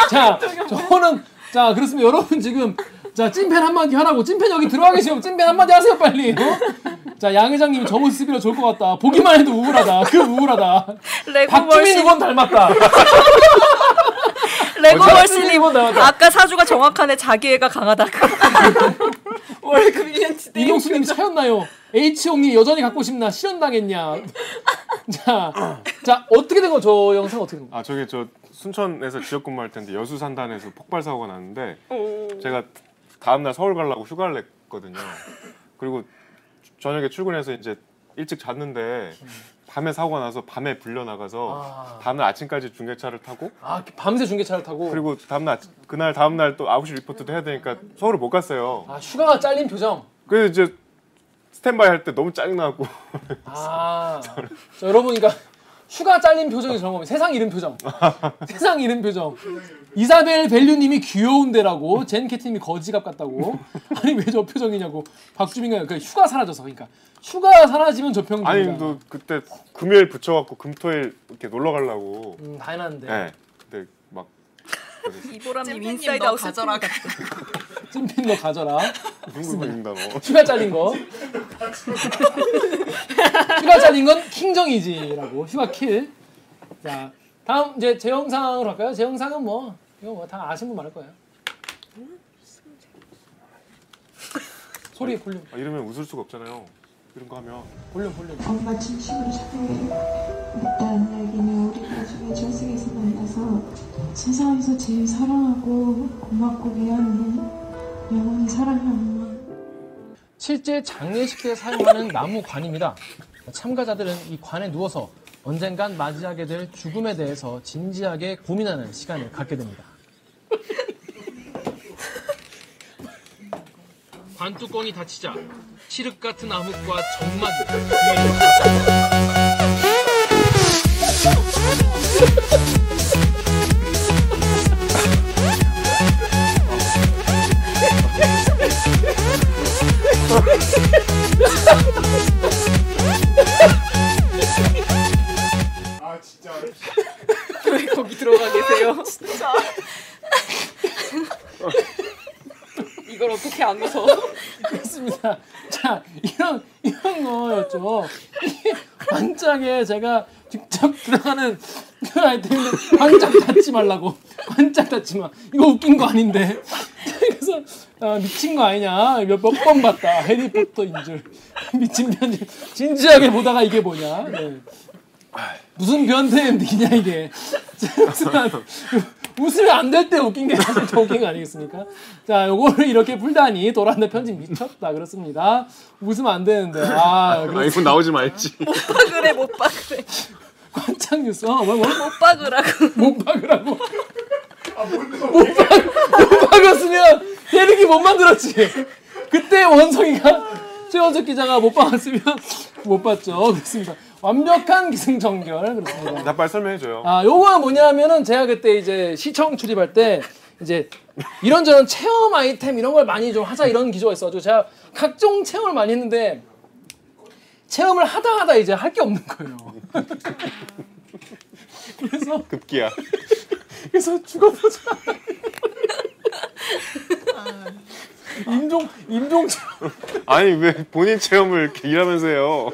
Speaker 1: 자, 저는 자 그렇습니다. 여러분 지금 자 찐팬 한마디 하라고 찐팬 여기 들어와 계시면 찐팬 한마디 하세요 빨리. 어? 자양 회장님이 저 모습이라 좋을 것 같다. 보기만 해도 우울하다. 그 우울하다.
Speaker 3: 레고
Speaker 1: 박주민
Speaker 3: 머신.
Speaker 1: 의원 닮았다.
Speaker 3: 레고
Speaker 1: 어제
Speaker 3: 머신님
Speaker 1: 이번 나왔다.
Speaker 3: 아까 사주가 정확하네 자기애가 강하다고. 월급 1년치
Speaker 1: 이동수님 차였나요? H 형님 여전히 갖고 싶나? 실현당했냐? 자, 자 어떻게 된 거? 저 영상 어떻게 된 거?
Speaker 4: 아 저게 저 순천에서 지역 근무할 텐데 여수 산단에서 폭발 사고가 났는데 제가 다음 날 서울 가려고 휴가를 냈거든요. 그리고 주- 저녁에 출근해서 이제 일찍 잤는데 밤에 사고가 나서 밤에 불려 나가서 다음날 아침까지 중계차를 타고
Speaker 1: 아 밤새 중계차를 타고
Speaker 4: 그리고 다음날 아침- 그날 다음날 또 9시 리포트도 해야 되니까 서울을 못 갔어요.
Speaker 1: 아 휴가가 잘린 표정.
Speaker 4: 그래서 이제 스탠바이 할 때 너무 짜증나고
Speaker 1: 아, 자, 여러분 그러니까 휴가 잘린 표정이 저런 겁니다. 세상 잃은 표정. 세상 잃은 표정. 이사벨 벨류님이 귀여운데라고 젠캐트님이 거지갑 같다고 아니 왜 저 표정이냐고 박주민가 그 휴가 사라져서 그러니까 휴가 사라지면 저 평균
Speaker 4: 아니 또 그때 금요일 붙여갖고 금토일 이렇게 놀러 가려고
Speaker 1: 음, 다 해놨는데
Speaker 4: 네. 근데 막
Speaker 3: 이보람님
Speaker 17: 찐팬님
Speaker 3: 인사이드
Speaker 17: 너
Speaker 3: 아웃
Speaker 17: 가져라.
Speaker 1: 찐핀 너 가져라
Speaker 4: 눈물 보인다 너
Speaker 1: 휴가 잘린 거 휴가 잘린 건 킹정이지라고 휴가 킬. 자 다음 이제 제 영상으로 할까요? 제 영상은 뭐 이거 뭐 다 아신 분 많을 거예요. 소리 볼륨.
Speaker 4: 아, 이러면 웃을 수가 없잖아요. 이런 거 하면
Speaker 1: 볼륨 볼륨.
Speaker 6: 엄마 진심으로 축하해. 나는 날기는 우리 가족의 저승에서 만나서 세상에서 제일 사랑하고 고맙고 미안해. 영원히 사랑해 엄마.
Speaker 1: 실제 장례식 때 사용하는 나무 관입니다. 참가자들은 이 관에 누워서 언젠간 맞이하게 될 죽음에 대해서 진지하게 고민하는 시간을 갖게 됩니다. 관뚜껑이 닫히자 칠흑 같은 암흑과 정마디
Speaker 13: 아 진짜.
Speaker 7: 왜 거기 들어가 계세요?
Speaker 13: 진짜.
Speaker 7: 이걸 어떻게 안 웃어?
Speaker 1: 그렇습니다. 자, 이런, 이런 거였죠. 이게 관짝에 제가 직접 들어가는 그 아이템인데, 관짝 닫지 말라고. 관짝 닫지 마. 이거 웃긴 거 아닌데. 그래서, 아, 미친 거 아니냐. 몇 번 봤다. 해리포터인 줄. 미친 편지. 진지하게 보다가 이게 뭐냐. 네. 무슨 변태 엔딩이냐, 이게. 웃으면 안 될 때 웃긴 게 사실 더 웃긴 거 아니겠습니까? 자, 요거를 이렇게 풀다니 도란데 편집 미쳤다 그렇습니다. 웃으면 안 되는데 아,
Speaker 12: 아 이거 나오지 말지.
Speaker 7: 그래 못 봐. 그래.
Speaker 1: 관창 뉴스 어, 뭐,
Speaker 7: 못
Speaker 1: 뭐?
Speaker 7: 박으라고.
Speaker 1: 못 박으라고. 못, 박, 못 박았으면 대륙이 못 만들었지. 그때 원성이가 최원석 기자가 못 박았으면 못 봤죠. 그렇습니다. 완벽한 기승전결 그렇습니다.
Speaker 12: 나 빨리 설명해줘요.
Speaker 1: 아, 요거는 뭐냐면은 제가 그때 이제 시청 출입할 때 이제 이런저런 체험 아이템 이런 걸 많이 좀 하자 이런 기조가 있어가지고 제가 각종 체험을 많이 했는데 체험을 하다 하다 이제 할 게 없는 거예요. 그래서
Speaker 12: 급기야.
Speaker 1: 그래서 죽어보자. 임종 임종 체험
Speaker 12: 아니 왜 본인 체험을 이렇게 일하면서 해요?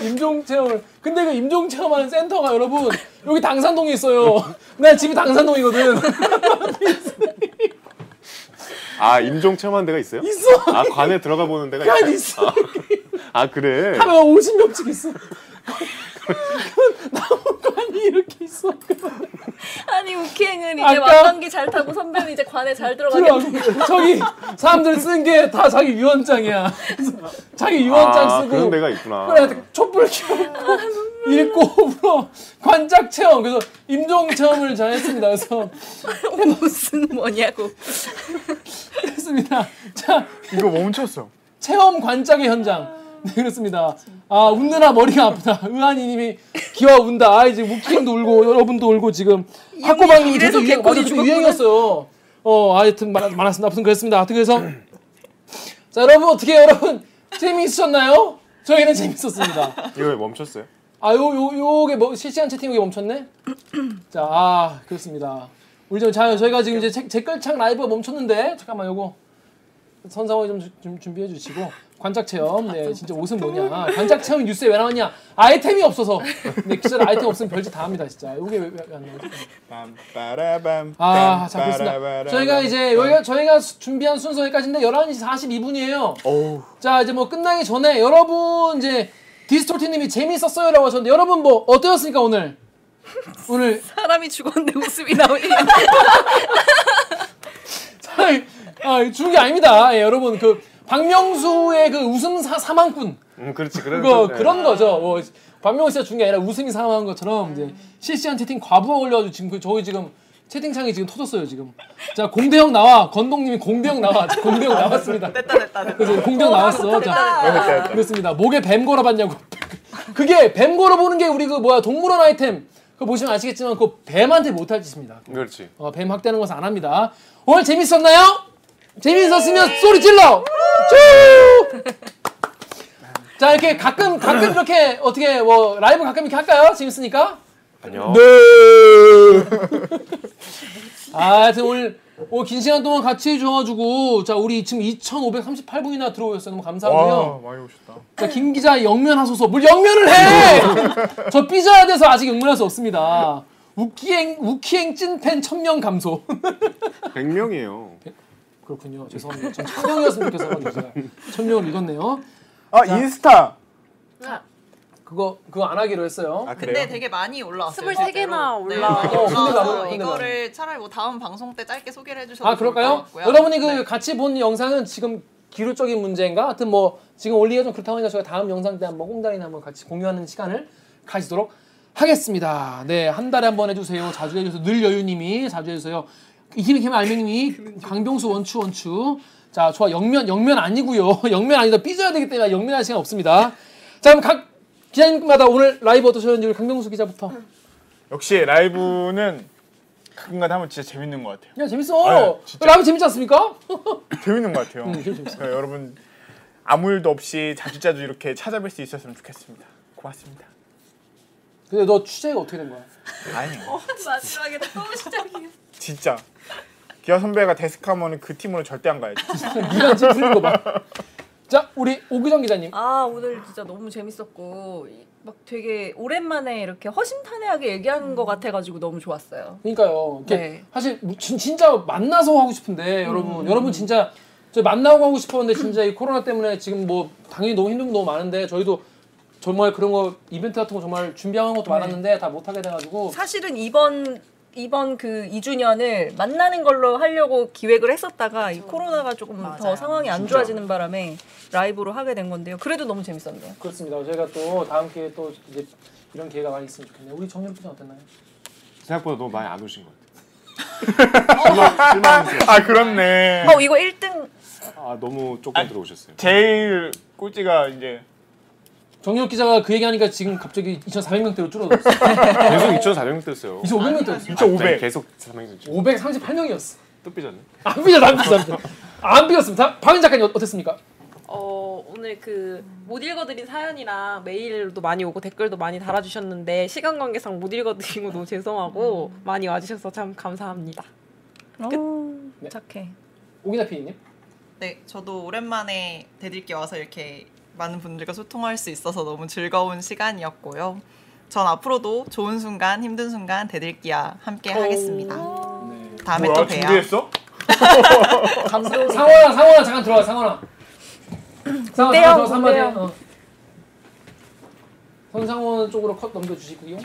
Speaker 1: 임종 체험을 근데 그 임종 체험하는 센터가 여러분 여기 당산동에 있어요. 내 집이 당산동이거든.
Speaker 12: 아 임종 체험한 데가 있어요?
Speaker 1: 있어.
Speaker 12: 아 관에 들어가 보는 데가
Speaker 1: 관
Speaker 12: 있어요?
Speaker 1: 있어.
Speaker 12: 아, 아 그래.
Speaker 1: 하면 50명씩 있어. 나무관이 이렇게 있어.
Speaker 7: 아니 우키행은 이제
Speaker 1: 아까-
Speaker 7: 왔던 기 잘 타고 선배는 이제 관에 잘 들어가겠네.
Speaker 1: 들어와. 저기 사람들 쓴 게 다 자기 유언장이야. 그래서 자기 유언장
Speaker 12: 아,
Speaker 1: 쓰고
Speaker 12: 그런 데가 있구나.
Speaker 1: 그래 촛불 켜고 읽고 불어 관짝 체험 그래서 임종 체험을 잘 했습니다. 그래서
Speaker 7: 옷은 뭐냐고.
Speaker 1: 그렇습니다. 자
Speaker 2: 이거 멈췄어.
Speaker 1: 체험 관짝의 현장. 네, 그렇습니다. 아, 웃느라 머리가 아프다. 의한이 님이 기어 운다. 아, 이제 무킹도 울고, 여러분도 울고, 지금. 학고방 님이
Speaker 7: 이래서
Speaker 1: 저도 유행, 맞아,
Speaker 7: 개콘이
Speaker 1: 저도
Speaker 7: 죽었구나.
Speaker 1: 유행이었어요. 어, 하여튼 많, 많았습니다. 아무튼 그랬습니다. 하여튼 그래서. 자, 여러분, 어떻게 해요? 여러분? 재미있으셨나요? 저희는 재밌었습니다.
Speaker 12: 이거 왜 멈췄어요?
Speaker 1: 아, 요, 요, 요게 뭐, 실시간 채팅 여기 멈췄네? 자, 아, 그렇습니다. 우리 좀, 자, 저희가 지금 이제 책- 댓글창 라이브가 멈췄는데, 잠깐만, 요거. 선상호 좀, 주- 좀 준비해 주시고. 관짝 체험, 네, 진짜 옷은 뭐냐. 관짝 체험 뉴스에 왜 나왔냐. 아이템이 없어서. 네, 기자들 아이템 없으면 별짓 다 합니다, 진짜. 요게 왜, 왜 안 나오지?
Speaker 2: 빠라밤.
Speaker 1: 아, 자, 그렇습니다. 저희가 이제, 여기가, 저희가 수- 준비한 순서 여기까지인데, 11시 42분이에요.
Speaker 2: 오.
Speaker 1: 자 이제 뭐 끝나기 전에 여러분 이제 디스토티님이 재미있었어요라고 하셨는데 여러분 뭐 어떠셨습니까 오늘? 오늘
Speaker 7: 사람이 죽었는데 웃음이 나오니.
Speaker 1: 사람이 아, 죽은 게 아닙니다. 예, 여러분 그 박명수의 그 웃음 사, 사망꾼
Speaker 12: 음 그렇지 그런
Speaker 1: 그거
Speaker 12: 네.
Speaker 1: 그런 거죠. 뭐 박명수 씨가 죽은 게 아니라 웃음이 사망한 것처럼 이제 실시간 채팅 과부하 올려가지고 지금 그 저희 지금 채팅창이 지금 터졌어요 지금. 자 공대형 나와 건동님이 공대형 나와 공대형 나왔습니다.
Speaker 12: 네,
Speaker 1: 됐다 됐다. 그래서 공대형 나왔어. 자 그러니까, 그렇습니다. 목에 뱀 걸어봤냐고. 그게 뱀 걸어보는 게 우리 그 뭐야 동물원 아이템. 그거 보시면 아시겠지만 그 뱀한테 못할 짓입니다.
Speaker 12: 그렇지.
Speaker 1: 어, 뱀 학대하는 것은 안 합니다. 오늘 재밌었나요? 재밌었으면 소리 질러! 쭈! 자, 이렇게 가끔, 가끔 이렇게 어떻게 뭐 라이브 가끔 이렇게 할까요? 재밌으니까?
Speaker 2: 네!
Speaker 12: 안녕.
Speaker 1: 아, 하여튼 오늘, 오늘 긴 시간 동안 같이 해줘가지고, 자, 우리 지금 2,538분이나 들어오셨어요. 너무
Speaker 2: 와
Speaker 1: 감사하고요.
Speaker 2: 많이 오셨다.
Speaker 1: 자, 김 기자 영면하소서. 뭘 영면을 해! 저 삐져야 돼서 아직 영면할 수 없습니다. 우키행, 우키행 찐팬 1000명 감소.
Speaker 12: 100명이에요.
Speaker 1: 그렇군요. 죄송합니다. 전 천명이었으면 좋겠어요. 제가 천명을 읽었네요.
Speaker 2: 아 인스타.
Speaker 1: 그거 그거 안 하기로 했어요.
Speaker 2: 아
Speaker 6: 아, 근데 되게 많이 올라왔어요.
Speaker 5: 23 개나
Speaker 6: 실제로.
Speaker 5: 올라와요.
Speaker 6: 많이
Speaker 1: 어, 근데
Speaker 6: 올라와서
Speaker 1: 나도, 근데
Speaker 6: 이거를 차라리 뭐 다음 방송 때 짧게 소개를 해주셔도
Speaker 1: 아
Speaker 6: 좋을 것
Speaker 1: 그럴까요?
Speaker 6: 같고요. 네.
Speaker 1: 여러분이 그 같이 본 영상은 지금 기술적인 문제인가? 하여튼 뭐 지금 올리기가 좀 그렇다 보니까 저희가 다음 영상 때 한번 꼼다리나 한번 같이 공유하는 시간을 가지도록 하겠습니다. 네, 한 달에 한 번 해주세요. 자주 해주세요. 늘 여유님이 자주 해주세요. 이김 김 알맹님이 강병수 원추 원추. 자, 좋아 영면 영면 아니고요. 영면 아니다. 삐져야 되기 때문에 영면할 시간 없습니다. 자, 그럼 각 기자님마다 오늘 라이브 어떠셨는지 우리 강병수 기자부터.
Speaker 2: 역시 라이브는 가끔가다 하면 진짜 재밌는 것 같아요.
Speaker 1: 야 재밌어.
Speaker 2: 네, 진짜.
Speaker 1: 라이브 재밌지 않습니까?
Speaker 2: 재밌는 것
Speaker 1: 음,
Speaker 2: 같아요. 그러니까 여러분 아무 일도 없이 자주자주 이렇게 찾아뵐 수 있었으면 좋겠습니다. 고맙습니다.
Speaker 1: 근데 너 취재가 어떻게 된 거야?
Speaker 2: 아니
Speaker 3: 어, 마지막에 너무 시작이야.
Speaker 2: 진짜 기아 선배가 데스카면은 그 팀으로 절대 안 가야지.
Speaker 1: 네가 지금 부린 거 봐. 자 우리 오규정 기자님.
Speaker 3: 아 오늘 진짜 너무 재밌었고 이- 막 되게 오랜만에 이렇게 허심탄회하게 얘기하는 것 같아가지고 너무 좋았어요.
Speaker 1: 그러니까요. 이렇게
Speaker 3: 네. 음.
Speaker 1: 사실 무- 진, 진짜 만나서 하고 싶은데 여러분 여러분 진짜 저 만나고 하고 싶었는데 진짜 이 코로나 때문에 지금 뭐 당연히 너무 힘든 거 너무 많은데 저희도 정말 그런 거 이벤트 같은 거 정말 준비한 것도 많았는데 다 못 하게 돼가지고
Speaker 3: 네. 사실은 이번 이번 그 2주년을 만나는 걸로 하려고 기획을 했었다가 이 코로나가 조금 더 상황이 안
Speaker 1: 진짜.
Speaker 3: 좋아지는 바람에 라이브로 하게 된 건데요. 그래도 너무 재밌었네요.
Speaker 1: 그렇습니다. 저희가 또 다음 기회에 또 이제 이런 기회가 많이 있으면 좋겠네요. 우리 정현 기자 어땠나요?
Speaker 4: 생각보다 너무 많이 안 오신 것
Speaker 2: 아 그렇네.
Speaker 3: 어 이거 1등
Speaker 4: 같아요. 아 너무 조금 들어오셨어요.
Speaker 2: 제일 꼴찌가 이제
Speaker 1: 정현 기자가 그 얘기하니까 지금 갑자기 2,400명대로 줄어들었어.
Speaker 4: 계속 2,400명 떴어요.
Speaker 1: 2,500명 떴어요.
Speaker 4: 갑자기 계속 400명
Speaker 1: 538명이었어.
Speaker 4: 또 삐졌네.
Speaker 1: 안 삐졌어, 안 삐졌어, 안 삐졌어. 안 삐졌습니다. 박윤 작가님 어- 어땠습니까?
Speaker 5: 어, 오늘 그 못 읽어드린 사연이랑 메일도 많이 오고 댓글도 많이 달아주셨는데 시간 관계상 못 읽어드린 거 너무 죄송하고
Speaker 7: 음.
Speaker 5: 많이 와주셔서 참 감사합니다.
Speaker 3: 오, 착해.
Speaker 1: 네. 오기자 PD님?
Speaker 6: 네, 저도 오랜만에 대들기 와서 이렇게 많은 분들과 소통할 수 있어서 너무 즐거운 시간이었고요. 전 앞으로도 좋은 순간, 힘든 순간 대들기와 함께 하겠습니다.
Speaker 1: 네.
Speaker 6: 다음에
Speaker 2: 뭐야,
Speaker 1: 아,
Speaker 6: 또 봬요.
Speaker 2: 준비했어?
Speaker 1: 감사합니다. 상원아, 상원아 잠깐 들어와, 상원아. 상원아,
Speaker 3: 군대요,
Speaker 1: 들어와, 상원아.
Speaker 3: 군대요.
Speaker 1: 어. 손상원 쪽으로 컷 넘겨주시고요.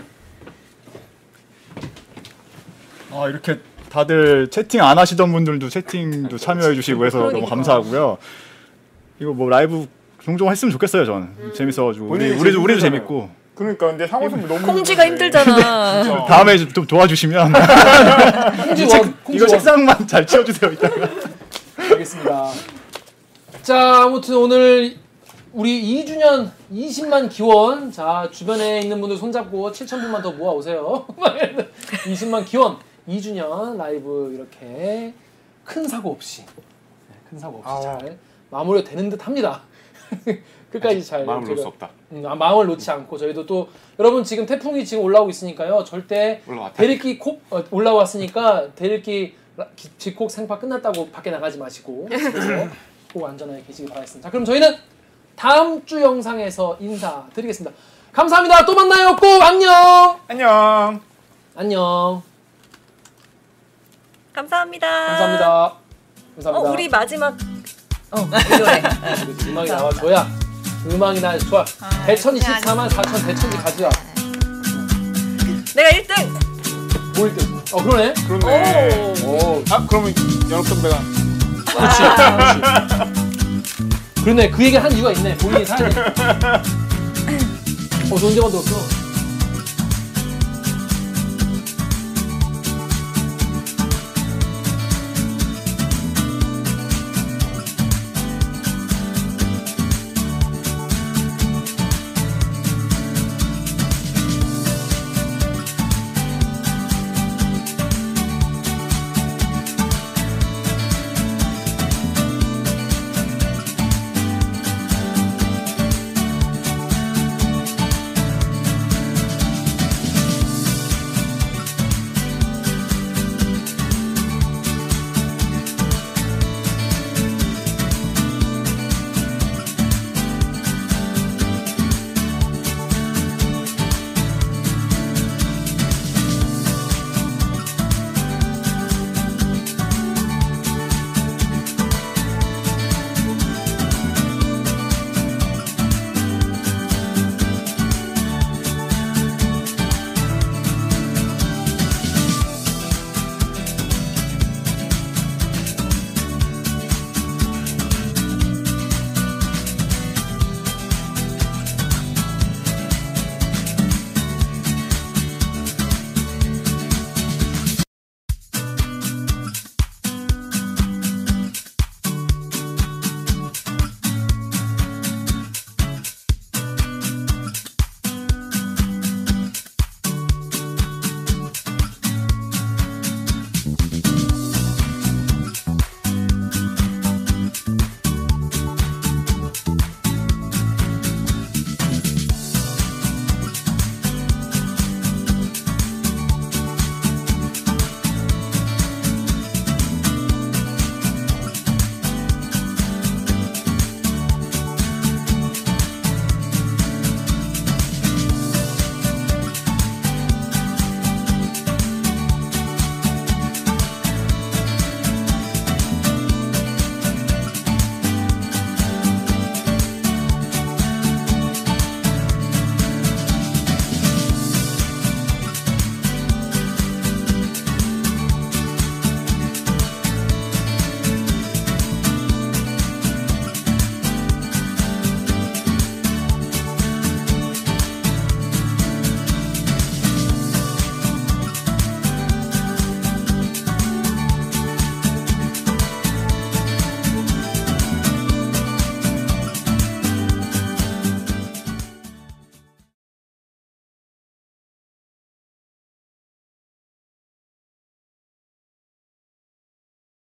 Speaker 19: 아 이렇게 다들 채팅 안 하시던 분들도
Speaker 3: 아,
Speaker 19: 채팅도 참여해 주시고 해서 너무
Speaker 1: 그러니까.
Speaker 19: 감사하고요. 이거 뭐 라이브 종종 했으면 좋겠어요, 저는.
Speaker 3: 음.
Speaker 19: 재밌어가지고 우리
Speaker 2: 본인이
Speaker 19: 우리도 우리도
Speaker 2: 재밌잖아요.
Speaker 19: 재밌고
Speaker 2: 그러니까 근데 상호 선배 너무
Speaker 3: 콩쥐가 힘들잖아.
Speaker 19: 다음에 좀, 좀 도와주시면
Speaker 1: 콩쥐
Speaker 19: 책-
Speaker 1: 원, 콩쥐
Speaker 19: 이거
Speaker 1: 원.
Speaker 19: 책상만 잘 치워주세요 이따가.
Speaker 1: 알겠습니다. 자, 아무튼 오늘 우리 2주년 20만 기원. 자, 주변에 있는 분들 손잡고 7,000분만 더 모아오세요. 20만 기원. 2주년 라이브 이렇게 큰 사고 없이, 네, 큰 사고 없이 잘 마무리가 되는 듯 합니다. 끝까지 잘.
Speaker 4: 마음을 놓을
Speaker 1: 저희가-
Speaker 4: 수 없다.
Speaker 1: 음, 아, 마음을 놓지 않고 저희도 또 여러분 지금 태풍이 지금 올라오고 있으니까요. 절대
Speaker 4: 아, 올라왔다.
Speaker 1: 대리기 콕 어, 올라왔으니까 대리기 라- 기- 집콕 생파 끝났다고 밖에 나가지 마시고 집에서 꼭 안전하게 계시길 바라겠습니다. 자, 그럼 저희는 다음 주 영상에서 인사드리겠습니다. 감사합니다. 또 만나요. 꼭 안녕.
Speaker 2: 안녕.
Speaker 1: 안녕.
Speaker 3: 감사합니다.
Speaker 1: 감사합니다. 감사합니다.
Speaker 3: 어, 우리 마지막 어, 이 노래.
Speaker 1: 음악이 나와줘야 음악이 나와줘야
Speaker 3: 아,
Speaker 1: 대천 24만 4천 대천지 가져야
Speaker 3: 네. 내가 1등.
Speaker 1: 뭘 때? 어 그러네.
Speaker 2: 그러네. 아 그러면 연락 선배가
Speaker 1: 그렇지. 그렇지. 그러네. 그 얘기 한 이유가 있네. 본인이 사야 돼. 어, 너 언제 만들었어?